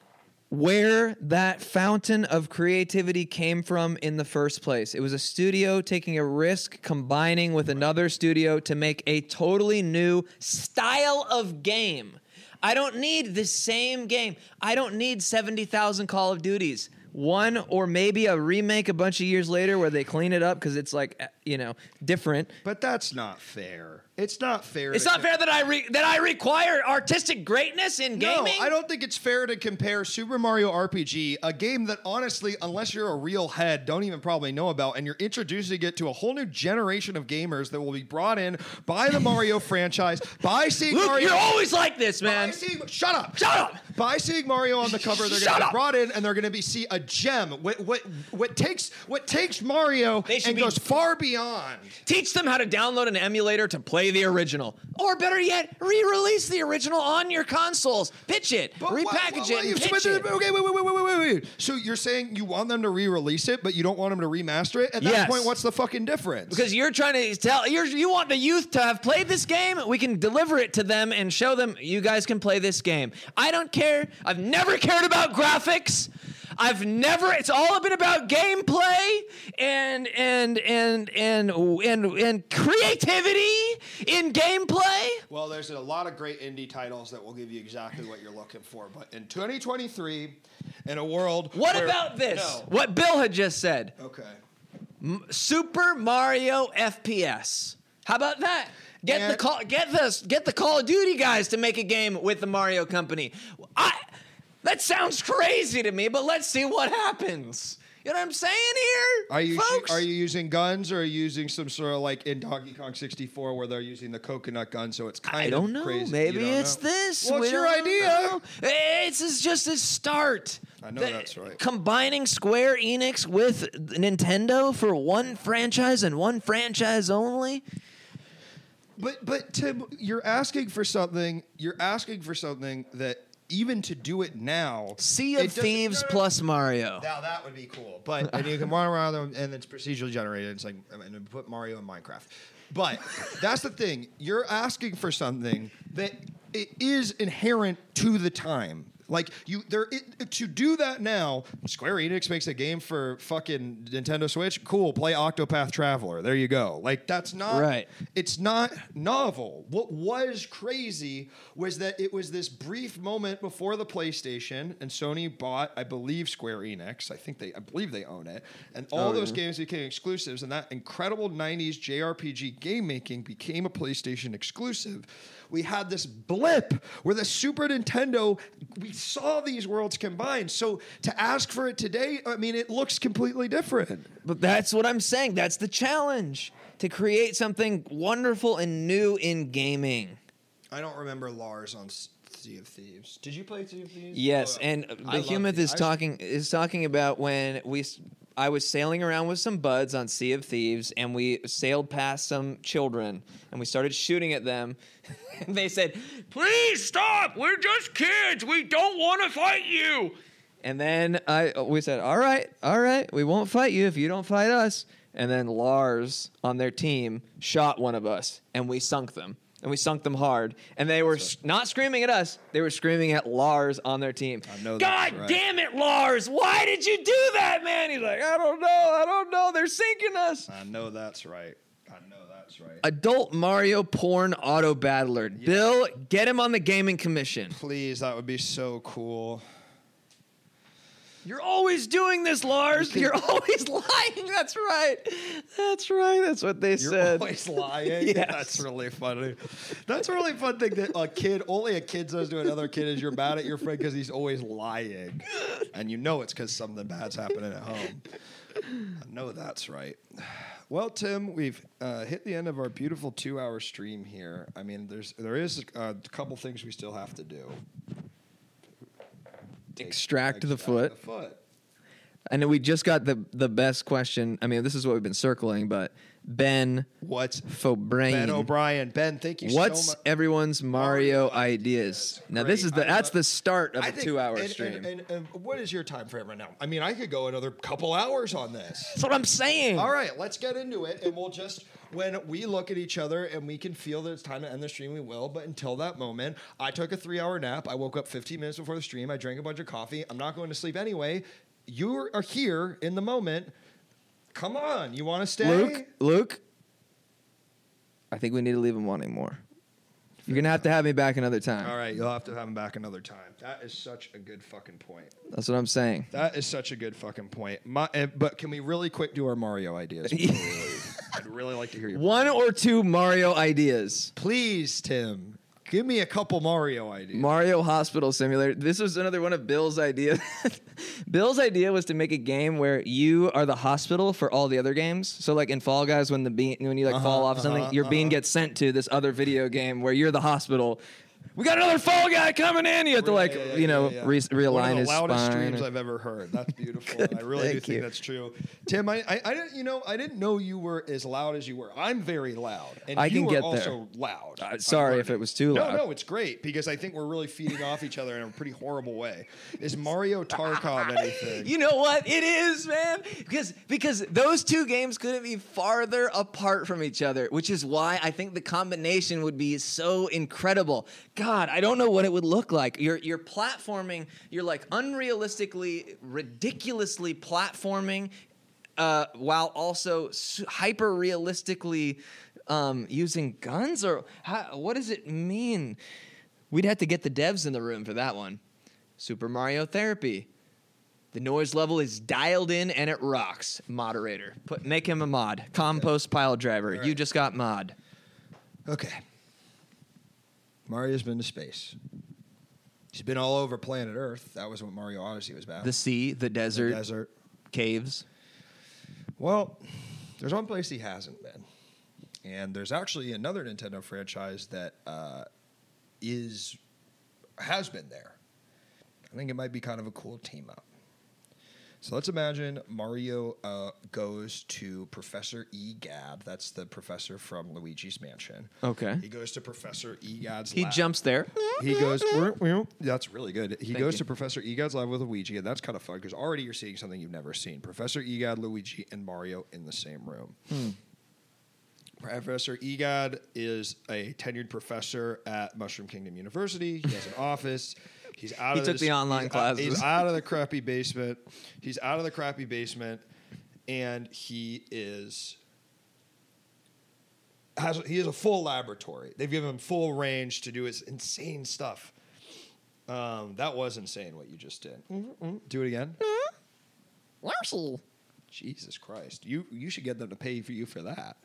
Speaker 1: where that fountain of creativity came from in the first place. It was a studio taking a risk, combining with another studio to make a totally new style of game. I don't need the same game. I don't need 70,000 Call of Duties. One or maybe a remake a bunch of years later where they clean it up because it's like, eh, you know, different.
Speaker 2: But that's not fair. It's not fair.
Speaker 1: It's
Speaker 2: to
Speaker 1: not
Speaker 2: com-
Speaker 1: fair that I re- that I require artistic greatness in
Speaker 2: No,
Speaker 1: gaming.
Speaker 2: I don't think it's fair to compare Super Mario RPG, a game that honestly, unless you're a real head, don't even probably know about, and you're introducing it to a whole new generation of gamers that will be brought in by the Mario franchise, by seeing
Speaker 1: Luke,
Speaker 2: Mario.
Speaker 1: you're always like this,
Speaker 2: By
Speaker 1: man.
Speaker 2: seeing, shut up!
Speaker 1: Shut up.
Speaker 2: By seeing Mario on the cover, they're
Speaker 1: Shut
Speaker 2: going to be
Speaker 1: up.
Speaker 2: brought in and they're going to be see a gem. What what what takes what takes Mario
Speaker 1: They should
Speaker 2: and
Speaker 1: be-
Speaker 2: goes far beyond.
Speaker 1: Teach them how to download an emulator to play the original, or better yet, re-release the original on your consoles. Pitch it, repackage
Speaker 2: what-
Speaker 1: it,
Speaker 2: what-
Speaker 1: and
Speaker 2: what-
Speaker 1: pitch it.
Speaker 2: Okay, wait, wait, wait, wait, wait, wait, wait. So you're saying you want them to re-release it, but you don't want them to remaster it? At that
Speaker 1: Yes.
Speaker 2: point, what's the fucking difference?
Speaker 1: Because you're trying to tell you're, you want the youth to have played this game. We can deliver it to them and show them you guys can play this game. I don't care. I've never cared about graphics. I've never. It's all been about gameplay and and and and and and creativity in gameplay.
Speaker 2: Well, there's a lot of great indie titles that will give you exactly what you're looking for. But in 2023, in a world,
Speaker 1: What
Speaker 2: where-
Speaker 1: about this?
Speaker 2: No.
Speaker 1: What Bill had just said.
Speaker 2: Okay.
Speaker 1: Super Mario FPS. How about that? Get the
Speaker 2: And-
Speaker 1: call, get this, get the Call of Duty guys to make a game with the Mario Company. I, that sounds crazy to me, but let's see what happens. You know what I'm saying here,
Speaker 2: Are you
Speaker 1: folks?
Speaker 2: are you using guns or are you using some sort of like in Donkey Kong 64 where they're using the coconut gun? So it's kind
Speaker 1: I
Speaker 2: of
Speaker 1: don't know.
Speaker 2: crazy. You
Speaker 1: Maybe
Speaker 2: don't
Speaker 1: it's
Speaker 2: know.
Speaker 1: this.
Speaker 2: Well, it's
Speaker 1: We
Speaker 2: your
Speaker 1: don't
Speaker 2: idea.
Speaker 1: know. It's it's just a start.
Speaker 2: I know that's right.
Speaker 1: Combining Square Enix with Nintendo for one franchise and one franchise only.
Speaker 2: But but Tim, you're asking for something. You're asking for something that even to do it now,
Speaker 1: Sea
Speaker 2: it
Speaker 1: of
Speaker 2: doesn't-
Speaker 1: Thieves
Speaker 2: no, no, no.
Speaker 1: plus Mario.
Speaker 2: Now that would be cool, but and you can run around them, and it's procedurally generated. It's like and then put Mario in Minecraft. But that's the thing. You're asking for something that it is inherent to the time. Like you, there it, to do that now. Square Enix makes a game for fucking Nintendo Switch. Cool, play Octopath Traveler. There you go. Like that's not
Speaker 1: Right.
Speaker 2: it's not novel. What was crazy was that it was this brief moment before the PlayStation, and Sony bought, I believe, Square Enix. I think they, I believe they own it, and
Speaker 1: Oh,
Speaker 2: all those games became exclusives. And that incredible '90s JRPG game making became a PlayStation exclusive. We had this blip where the Super Nintendo, we saw these worlds combined. So to ask for it today, I mean, it looks completely different.
Speaker 1: But that's what I'm saying. That's the challenge to create something wonderful and new in gaming.
Speaker 2: I don't remember Lars on S- Sea of Thieves. Did you play Sea of Thieves?
Speaker 1: Yes,
Speaker 2: Oh,
Speaker 1: and
Speaker 2: I love
Speaker 1: Behemoth
Speaker 2: Thieves.
Speaker 1: is
Speaker 2: I-
Speaker 1: talking is talking about when we s- I was sailing around with some buds on Sea of Thieves and we sailed past some children and we started shooting at them. and they said, "Please stop. We're just kids. We don't want to fight you." And then I we said, "All right, all right. We won't fight you if you don't fight us." and then Lars on their team shot one of us, and we sunk them. And we sunk them hard. And they were s not screaming at us, they were screaming at Lars on their team. I know God
Speaker 2: right.
Speaker 1: damn it, Lars! Why did you do that, man? He's like, I don't know, I don't know. They're sinking us.
Speaker 2: I know that's right. I know that's right.
Speaker 1: Adult Mario porn auto battler. Bill, get him on the gaming commission.
Speaker 2: Please, that would be so cool.
Speaker 1: You're always doing this, Lars. You're always lying. That's right. That's right. That's what they
Speaker 2: You're
Speaker 1: said.
Speaker 2: always lying.
Speaker 1: Yes.
Speaker 2: That's really funny. That's a really fun thing that a kid, only a kid says to another kid is you're mad at your friend because he's always lying. And you know it's because something bad's happening at home. I know that's right. Well, Tim, we've uh, hit the end of our beautiful two-hour stream here. I mean, there's there is a couple things we still have to do.
Speaker 1: Extract the
Speaker 2: Extract
Speaker 1: foot.
Speaker 2: The foot.
Speaker 1: And then we just got the the best question. I mean, this is what we've been circling, but Ben
Speaker 2: What's Ben
Speaker 1: Fobrain.
Speaker 2: O'Brien? Ben, thank you
Speaker 1: What's
Speaker 2: so much.
Speaker 1: everyone's Mario ideas? Now this
Speaker 2: Great.
Speaker 1: is the
Speaker 2: I
Speaker 1: that's
Speaker 2: lo-
Speaker 1: the start of
Speaker 2: I
Speaker 1: a
Speaker 2: think-
Speaker 1: two hour
Speaker 2: and- and-
Speaker 1: stream.
Speaker 2: And, and what is your time frame right now? I mean, I could go another couple hours on this.
Speaker 1: that's what I'm saying.
Speaker 2: All right, let's get into it, and we'll just when we look at each other and we can feel that it's time to end the stream, we will. But until that moment, I took a three-hour nap. I woke up 15 minutes before the stream. I drank a bunch of coffee. I'm not going to sleep anyway. You are here in the moment. Come on, you want to stay?
Speaker 1: Luke, Luke. I think we need to leave him wanting more. You're gonna have to have me back another time.
Speaker 2: All right, you'll have to have him back another time. That is such a good fucking point.
Speaker 1: That's what I'm saying.
Speaker 2: That is such a good fucking point. My, uh, but can we really quick do our Mario ideas? before we leave? I'd really like to hear your
Speaker 1: One or two Mario ideas.
Speaker 2: Please, Tim, give me a couple Mario ideas.
Speaker 1: Mario Hospital Simulator. This was another one of Bill's ideas. Bill's idea was to make a game where you are the hospital for all the other games. So like in Fall Guys, when the bean when you like
Speaker 2: Uh-huh,
Speaker 1: fall off something, your bean gets sent to this other video game where you're the hospital. We got another Fall Guy coming in. You have to
Speaker 2: Yeah,
Speaker 1: like
Speaker 2: yeah, yeah,
Speaker 1: you know
Speaker 2: yeah, yeah.
Speaker 1: Re- realign
Speaker 2: One of the
Speaker 1: his
Speaker 2: loudest
Speaker 1: spine.
Speaker 2: streams I've ever heard. That's beautiful. I really do
Speaker 1: thank
Speaker 2: think
Speaker 1: you.
Speaker 2: that's true. Tim, I, I, I didn't, you know, I didn't know you were as loud as you were. I'm very loud, and
Speaker 1: I
Speaker 2: you
Speaker 1: can
Speaker 2: are
Speaker 1: get there.
Speaker 2: also loud.
Speaker 1: Uh, sorry if it was too
Speaker 2: No,
Speaker 1: loud.
Speaker 2: no, it's great because I think we're really feeding off each other in a pretty horrible way. Is Mario Tarkov anything?
Speaker 3: You know what? It is, man. Because because those two games couldn't be farther apart from each other, which is why I think the combination would be so incredible. God, I don't know what it would look like. You're you're platforming, you're like unrealistically, ridiculously platforming uh, while also su- hyper realistically um, using guns or how, what does it mean?
Speaker 1: We'd have to get the devs in the room for that one. Super Mario Therapy. The noise level is dialed in and it rocks. Moderator, put make him a mod. Compost pile driver. You just got mod.
Speaker 2: Okay. Mario's been to space. He's been all over planet Earth. That was what Mario Odyssey was about.
Speaker 3: The sea, the
Speaker 2: The
Speaker 3: desert,
Speaker 2: desert.
Speaker 3: caves.
Speaker 2: Well, there's one place he hasn't been, and there's actually another Nintendo franchise that uh, is has been there. I think it might be kind of a cool team up. So let's imagine Mario uh, goes to Professor E. Gab. That's the professor from Luigi's Mansion.
Speaker 1: Okay.
Speaker 2: He goes to Professor E. Gab's
Speaker 1: He
Speaker 2: lab.
Speaker 1: jumps there.
Speaker 2: He goes, "Whoop, whoop." that's really good. He
Speaker 1: Mm-hmm. Thank
Speaker 2: goes
Speaker 1: you.
Speaker 2: to Professor Egad's lab with Luigi, and that's kind of fun because already you're seeing something you've never seen. Professor Egad, Luigi, and Mario in the same room. Professor Egad is a tenured professor at Mushroom Kingdom University. He has an office. He's out
Speaker 1: He
Speaker 2: of
Speaker 1: took
Speaker 2: this-
Speaker 1: the online
Speaker 2: he's out-
Speaker 1: classes.
Speaker 2: he's out of the crappy basement. He's out of the crappy basement, and he is has he has a full laboratory. They've given him full range to do his insane stuff. Um, that was insane what you just did. Mm-hmm, Do it again. Jesus Christ, you you should get them to pay for you for that.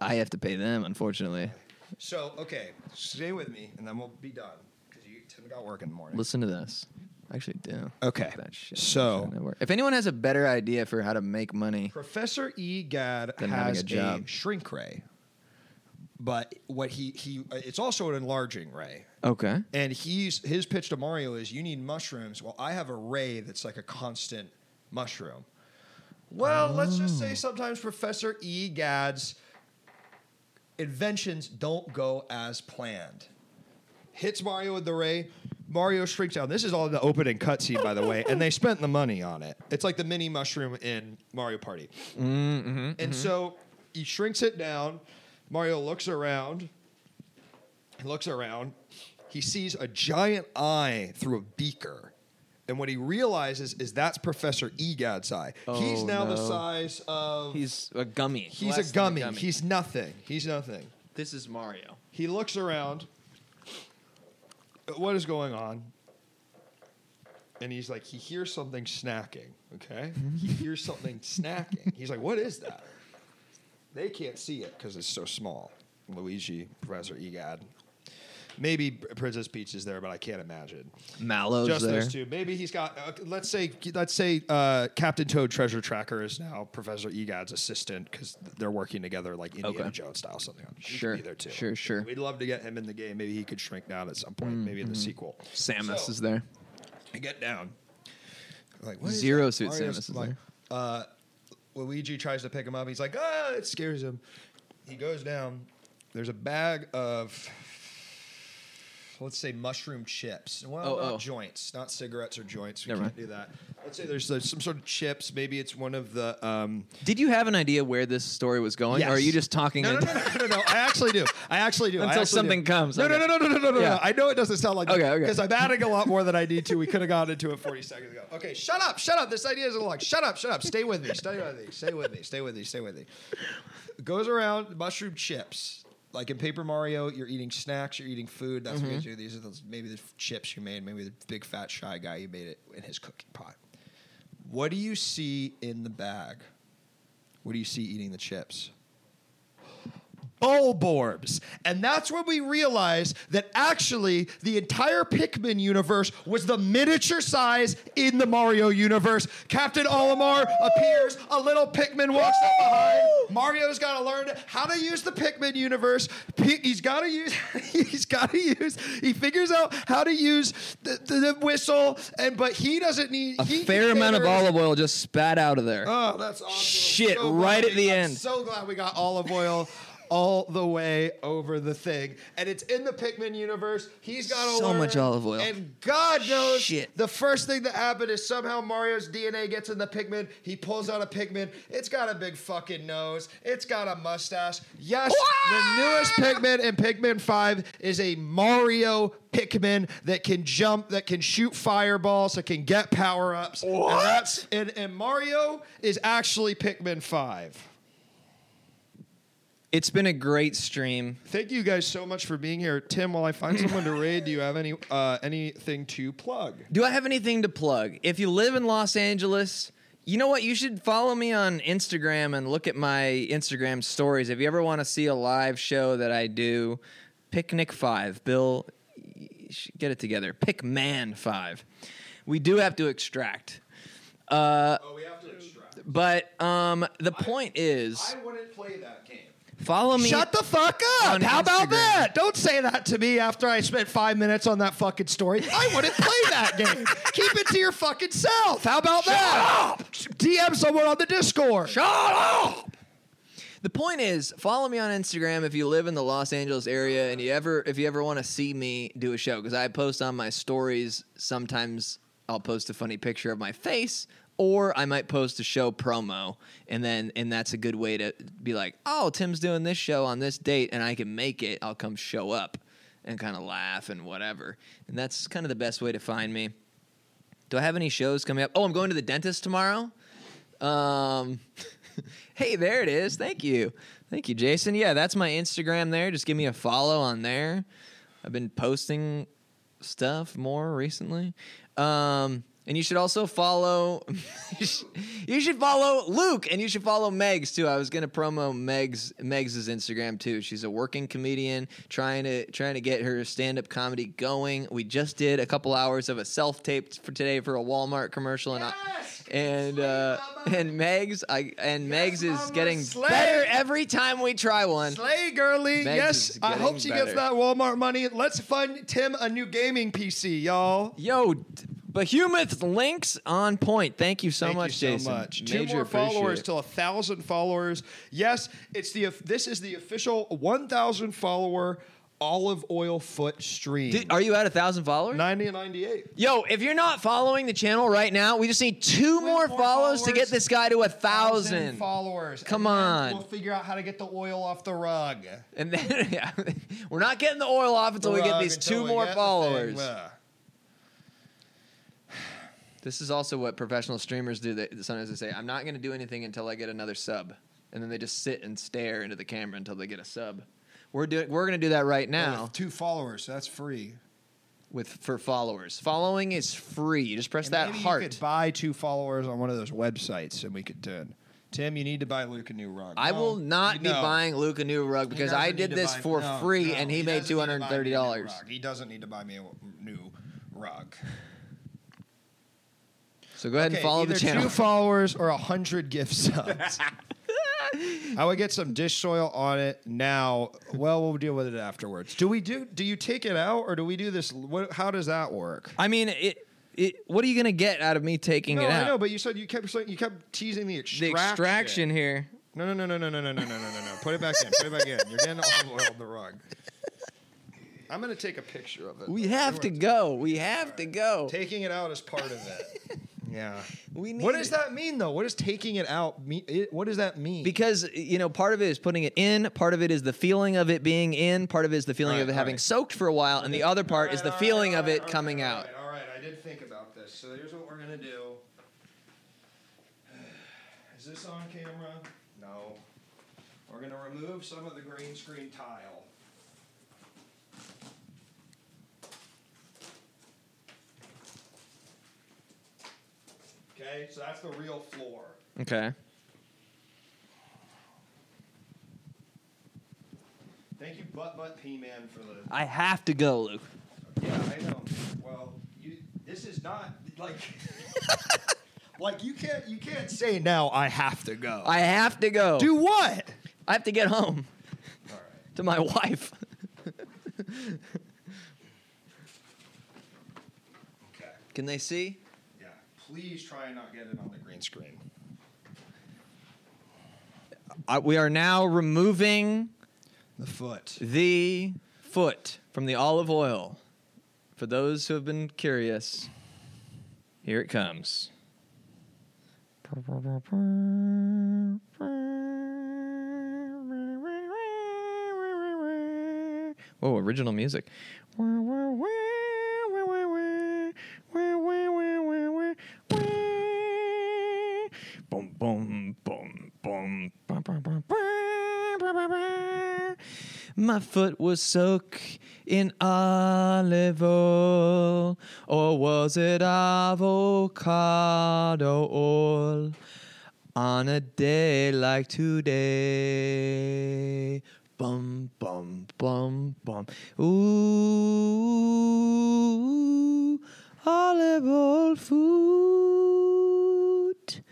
Speaker 1: I have to pay them, unfortunately.
Speaker 2: So okay, stay with me, and then we'll be done because you Tim got work in the morning.
Speaker 1: Listen to this. I actually do.
Speaker 2: Okay,
Speaker 1: That shit.
Speaker 2: so
Speaker 1: If anyone has a better idea for how to make money,
Speaker 2: Professor E. Gad
Speaker 1: Than having
Speaker 2: has
Speaker 1: a
Speaker 2: a,
Speaker 1: job.
Speaker 2: shrink ray, but what he he it's also an enlarging ray.
Speaker 1: okay.
Speaker 2: And he's his pitch to Mario is you need mushrooms. Well, I have a ray that's like a constant mushroom. Well, let's just
Speaker 1: Mm.
Speaker 2: say sometimes Professor E. Gad's inventions don't go as planned. Hits Mario with the ray. Mario Shrinktown. This is all the opening cutscene, by the way, and they spent the money on it. It's like the mini mushroom in Mario Party.
Speaker 1: Mm-hmm,
Speaker 2: And so he shrinks it down. Mario looks around. He looks around. He sees a giant eye through a beaker. And what he realizes is that's Professor Egad's eye. he's
Speaker 3: Oh,
Speaker 2: now the
Speaker 3: no.
Speaker 2: size of.
Speaker 3: He's a gummy.
Speaker 2: he's a gummy. He's nothing. He's nothing.
Speaker 3: this is Mario.
Speaker 2: He looks around. What is going on? And he's like, he hears something snacking, okay? he hears something snacking. He's like, what is that? They can't see it because it's so small. Luigi, Professor Egad. Maybe Princess Peach is there, but I can't imagine.
Speaker 3: Mallow's
Speaker 2: Just
Speaker 3: there.
Speaker 2: those two. Maybe he's got. Uh, let's say. Let's say uh, Captain Toad Treasure Tracker is now Professor Egad's assistant because they're working together like Indiana
Speaker 3: Okay.
Speaker 2: Jones style. Something. He should
Speaker 3: Sure,
Speaker 2: Be there too.
Speaker 3: sure, sure. Mm,
Speaker 2: We'd love to get him in the game. Maybe he could shrink down at some point. Maybe
Speaker 3: mm-hmm.
Speaker 2: in the sequel.
Speaker 3: Samus
Speaker 2: So-
Speaker 3: is there.
Speaker 2: I get down. I'm Like what is
Speaker 3: Zero
Speaker 2: that?
Speaker 3: Suit
Speaker 2: Mario's
Speaker 3: Samus is
Speaker 2: like,
Speaker 3: there.
Speaker 2: Uh, Luigi tries to pick him up. He's like, ah, it scares him. He goes down. There's a bag of. Let's say mushroom chips. Well,
Speaker 3: Oh,
Speaker 2: not
Speaker 3: oh.
Speaker 2: joints, not cigarettes or joints. We
Speaker 3: Never
Speaker 2: can't do that. Let's say there's, there's some sort of chips. Maybe it's one of the um,
Speaker 3: Did you have an idea where this story was going, or are
Speaker 2: Yes.
Speaker 3: you just talking?
Speaker 2: No, no,
Speaker 3: in-
Speaker 2: no, no, no, no. I actually do. I actually do. I
Speaker 3: Until
Speaker 2: actually
Speaker 3: something
Speaker 2: do.
Speaker 3: comes,
Speaker 2: No,
Speaker 3: okay.
Speaker 2: no, no, no, no, no, no,
Speaker 3: Yeah.
Speaker 2: no. I know it doesn't sound like
Speaker 3: Okay, okay.
Speaker 2: Because I'm adding a lot more than I need to. We could have gotten into it 40 seconds ago. Okay, shut up, shut up. This idea isn't long. Shut up, shut up. Stay with me. Stay with me. Stay with me. Stay with me. Stay with me. Goes around mushroom chips. Like in Paper Mario, you're eating snacks, you're eating food. That's what
Speaker 3: Mm-hmm.
Speaker 2: you do. These are those, maybe the chips you made. Maybe the big fat shy guy you made it in his cooking pot. What do you see in the bag? What do you see eating the chips? Bulborbs. And that's when we realized that actually the entire Pikmin universe was the miniature size in the Mario universe. Captain Olimar appears, a little Pikmin walks up behind. Mario's got to learn how to use the Pikmin universe. Pi- he's got to use, he's got to use, he figures out how to use the, the, the whistle, and but he doesn't need
Speaker 3: A
Speaker 2: he
Speaker 3: fair amount of
Speaker 2: figures-
Speaker 3: olive oil just spat out of there.
Speaker 2: Oh, that's awesome.
Speaker 3: Shit,
Speaker 2: So glad
Speaker 3: right at
Speaker 2: we-
Speaker 3: the
Speaker 2: I'm
Speaker 3: end.
Speaker 2: so glad we got olive oil all the way over the thing. And it's in the Pikmin universe. He's got
Speaker 3: So
Speaker 2: learn,
Speaker 3: much olive oil.
Speaker 2: And God knows
Speaker 3: Shit.
Speaker 2: the first thing that happened is somehow Mario's DNA gets in the Pikmin. He pulls out a Pikmin. It's got a big fucking nose. It's got a mustache. Yes, the newest Pikmin in Pikmin 5 is a Mario Pikmin that can jump, that can shoot fireballs, that can get power ups. And, that's, and, and Mario is actually Pikmin 5.
Speaker 1: It's been a great stream.
Speaker 2: Thank you guys so much for being here. Tim, while I find someone to raid, do you have any uh, anything to plug?
Speaker 1: Do I have anything to plug? If you live in Los Angeles, you know what? You should follow me on Instagram and look at my Instagram stories. If you ever want to see a live show that I do, Picnic Five, Bill, you should get it together. Pick Man Five. We do have to extract, Uh,
Speaker 2: Oh, we have to extract.
Speaker 1: but um, the point is,
Speaker 2: wouldn't play that game.
Speaker 1: follow me.
Speaker 2: Shut the fuck up!
Speaker 1: on
Speaker 2: How about
Speaker 1: Instagram.
Speaker 2: that? Don't say that to me after I spent five minutes on that fucking story. I wouldn't play that game. Keep it to your fucking self. How about that? DM someone on the Discord. Shut up!
Speaker 1: The point is, follow me on Instagram if you live in the Los Angeles area and you ever if you ever want to see me do a show because I post on my stories. Sometimes I'll post a funny picture of my face, or I might post a show promo, and then and that's a good way to be like, oh, Tim's doing this show on this date, and I can make it. I'll come show up and kind of laugh and whatever, and that's kind of the best way to find me. Do I have any shows coming up? Oh, I'm going to the dentist tomorrow. Um, hey, there it is. Thank you. Thank you, Jason. Yeah, that's my Instagram there. Just give me a follow on there. I've been posting stuff more recently. Um, and you should also follow you should follow Luke and you should follow Megs too. I was going to promo Megs Megs's Instagram too. She's a working comedian trying to trying to get her stand-up comedy going. We just did a couple hours of a self-tape for today for a Walmart commercial and I, and uh, and Megs I and Megs is
Speaker 2: mama,
Speaker 1: getting
Speaker 2: slay.
Speaker 1: better every time we try one.
Speaker 2: Slay, girly.
Speaker 1: Megs
Speaker 2: yes,
Speaker 1: is
Speaker 2: I hope
Speaker 1: getting
Speaker 2: she gets
Speaker 1: better.
Speaker 2: that Walmart money. Let's fund Tim a new gaming PC, y'all.
Speaker 1: Yo, d- Behemoth links on point. Thank you so
Speaker 2: Thank
Speaker 1: much,
Speaker 2: you so
Speaker 1: Jason.
Speaker 2: much. Two
Speaker 1: Major
Speaker 2: more followers
Speaker 1: appreciate it.
Speaker 2: till a thousand followers. Yes, it's the this is the official one thousand follower olive oil foot stream.
Speaker 1: Dude, are you at a thousand followers?
Speaker 2: 90 and 98.
Speaker 1: Yo, if you're not following the channel right now, we just need two more, follows to get this guy to a thousand.
Speaker 2: followers.
Speaker 1: Come
Speaker 2: then
Speaker 1: on.
Speaker 2: We'll figure out how to get the oil off the rug.
Speaker 1: and then yeah, we're not getting the oil off until
Speaker 2: The
Speaker 1: we get
Speaker 2: rug
Speaker 1: these
Speaker 2: until
Speaker 1: two
Speaker 2: we
Speaker 1: more
Speaker 2: get the thing. uh,
Speaker 1: followers.
Speaker 2: Well,
Speaker 1: This is also what professional streamers do. They, sometimes they say, "I'm not going to do anything until I get another sub," and then they just sit and stare into the camera until they get a sub. We're doing. We're going to do that right now
Speaker 2: with two followers, so that's free.
Speaker 1: with for followers. Following is free. You just press
Speaker 2: And
Speaker 1: that
Speaker 2: maybe
Speaker 1: heart.
Speaker 2: You could buy two followers on one of those websites, and we could do it. Tim, you need to buy Luke a new rug.
Speaker 1: I
Speaker 2: No,
Speaker 1: will
Speaker 2: you
Speaker 1: not be
Speaker 2: know.
Speaker 1: buying Luke a new rug
Speaker 2: He
Speaker 1: because
Speaker 2: doesn't
Speaker 1: I
Speaker 2: need
Speaker 1: did
Speaker 2: to
Speaker 1: this
Speaker 2: buy-
Speaker 1: for
Speaker 2: no,
Speaker 1: free
Speaker 2: no,
Speaker 1: and he made
Speaker 2: doesn't
Speaker 1: two
Speaker 2: need to buy
Speaker 1: hundred
Speaker 2: me
Speaker 1: and
Speaker 2: a new
Speaker 1: thirty dollars.
Speaker 2: rug. He doesn't need to buy me a new rug.
Speaker 1: So go ahead
Speaker 2: Okay,
Speaker 1: and follow
Speaker 2: either
Speaker 1: the channel.
Speaker 2: Two followers or a hundred gift subs. I would get some dish soil on it now. Well, we'll deal with it afterwards. Do we do? Do you take it out or do we do this? What, how does that work?
Speaker 11: I mean, it, it. What are you gonna get out of me taking
Speaker 2: No,
Speaker 11: it
Speaker 2: I
Speaker 11: out?
Speaker 2: know, but you said you kept saying- you kept teasing the
Speaker 11: the
Speaker 2: extraction.
Speaker 11: extraction here.
Speaker 2: No, no, no, no, no, no, no, no, no, no, no, no. Put it back in. Put it back in. You're getting olive oil on the rug. I'm gonna take a picture of it.
Speaker 1: We have to go. We have to go.
Speaker 2: Taking it out is part of it. yeah.
Speaker 1: We need
Speaker 2: What does
Speaker 1: it.
Speaker 2: that mean though? What does taking it out mean? It, what does that mean?
Speaker 1: Because you know, part of it is putting it in, part of it is the feeling of it being in, part of it is the feeling
Speaker 2: All
Speaker 1: of it
Speaker 2: right, all
Speaker 1: having
Speaker 2: right.
Speaker 1: soaked for a while, and the other part is the feeling of it coming out.
Speaker 2: All right, I did think about this. So here's what we're gonna do. Is this on camera? No. We're gonna remove some of the green screen tile. Okay, so that's the real floor.
Speaker 11: Okay.
Speaker 2: Thank you, Butt Butt P Man, for the
Speaker 1: I have to go, Luke.
Speaker 2: Yeah, I know. Well, you, this is not like like you can't you can't say now I have to go.
Speaker 1: I have to go.
Speaker 2: do what?
Speaker 1: I have to get home to my wife.
Speaker 2: Okay.
Speaker 1: Can they see?
Speaker 2: Yeah. Please try and not get it on the green screen.
Speaker 1: Uh, we are now removing
Speaker 2: The foot.
Speaker 1: the foot from the olive oil. For those who have been curious, here it comes. Whoa, original music. Boom, boom, boom, boom. Ba, ba, ba, ba, ba, ba, ba. My foot was soaked in olive oil, or was it avocado oil? On a day like today. Bum, bum, bum, bum. Ooh, olive oil food.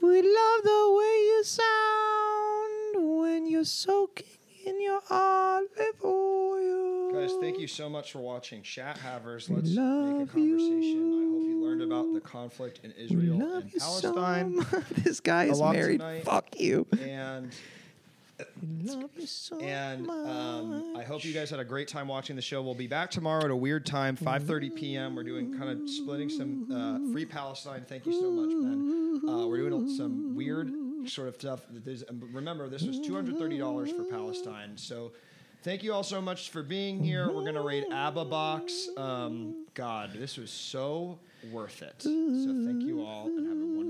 Speaker 1: We love the way you sound when you're soaking in your olive oil.
Speaker 2: Guys, thank you so much for watching Chat Havers. Let's make
Speaker 1: love
Speaker 2: a conversation. I hope you
Speaker 1: you.
Speaker 2: learned about the conflict in
Speaker 1: We
Speaker 2: Israel
Speaker 1: love
Speaker 2: and
Speaker 1: you
Speaker 2: Palestine.
Speaker 1: so much. This guy is
Speaker 2: lot
Speaker 1: married.
Speaker 2: tonight.
Speaker 1: Fuck you.
Speaker 2: And
Speaker 1: We love you so
Speaker 2: and um, I
Speaker 1: much.
Speaker 2: hope you guys had a great time watching the show. We'll be back tomorrow at a weird time, 5:30 p.m. We're doing kind of splitting some uh, free Palestine. Thank you so much, Ben. Uh, we're doing some weird sort of stuff. That is- and remember, this was $230 for Palestine. So thank you all so much for being here. We're gonna raid Abba Box. Um, God, this was so worth it. So thank you all and have a wonderful.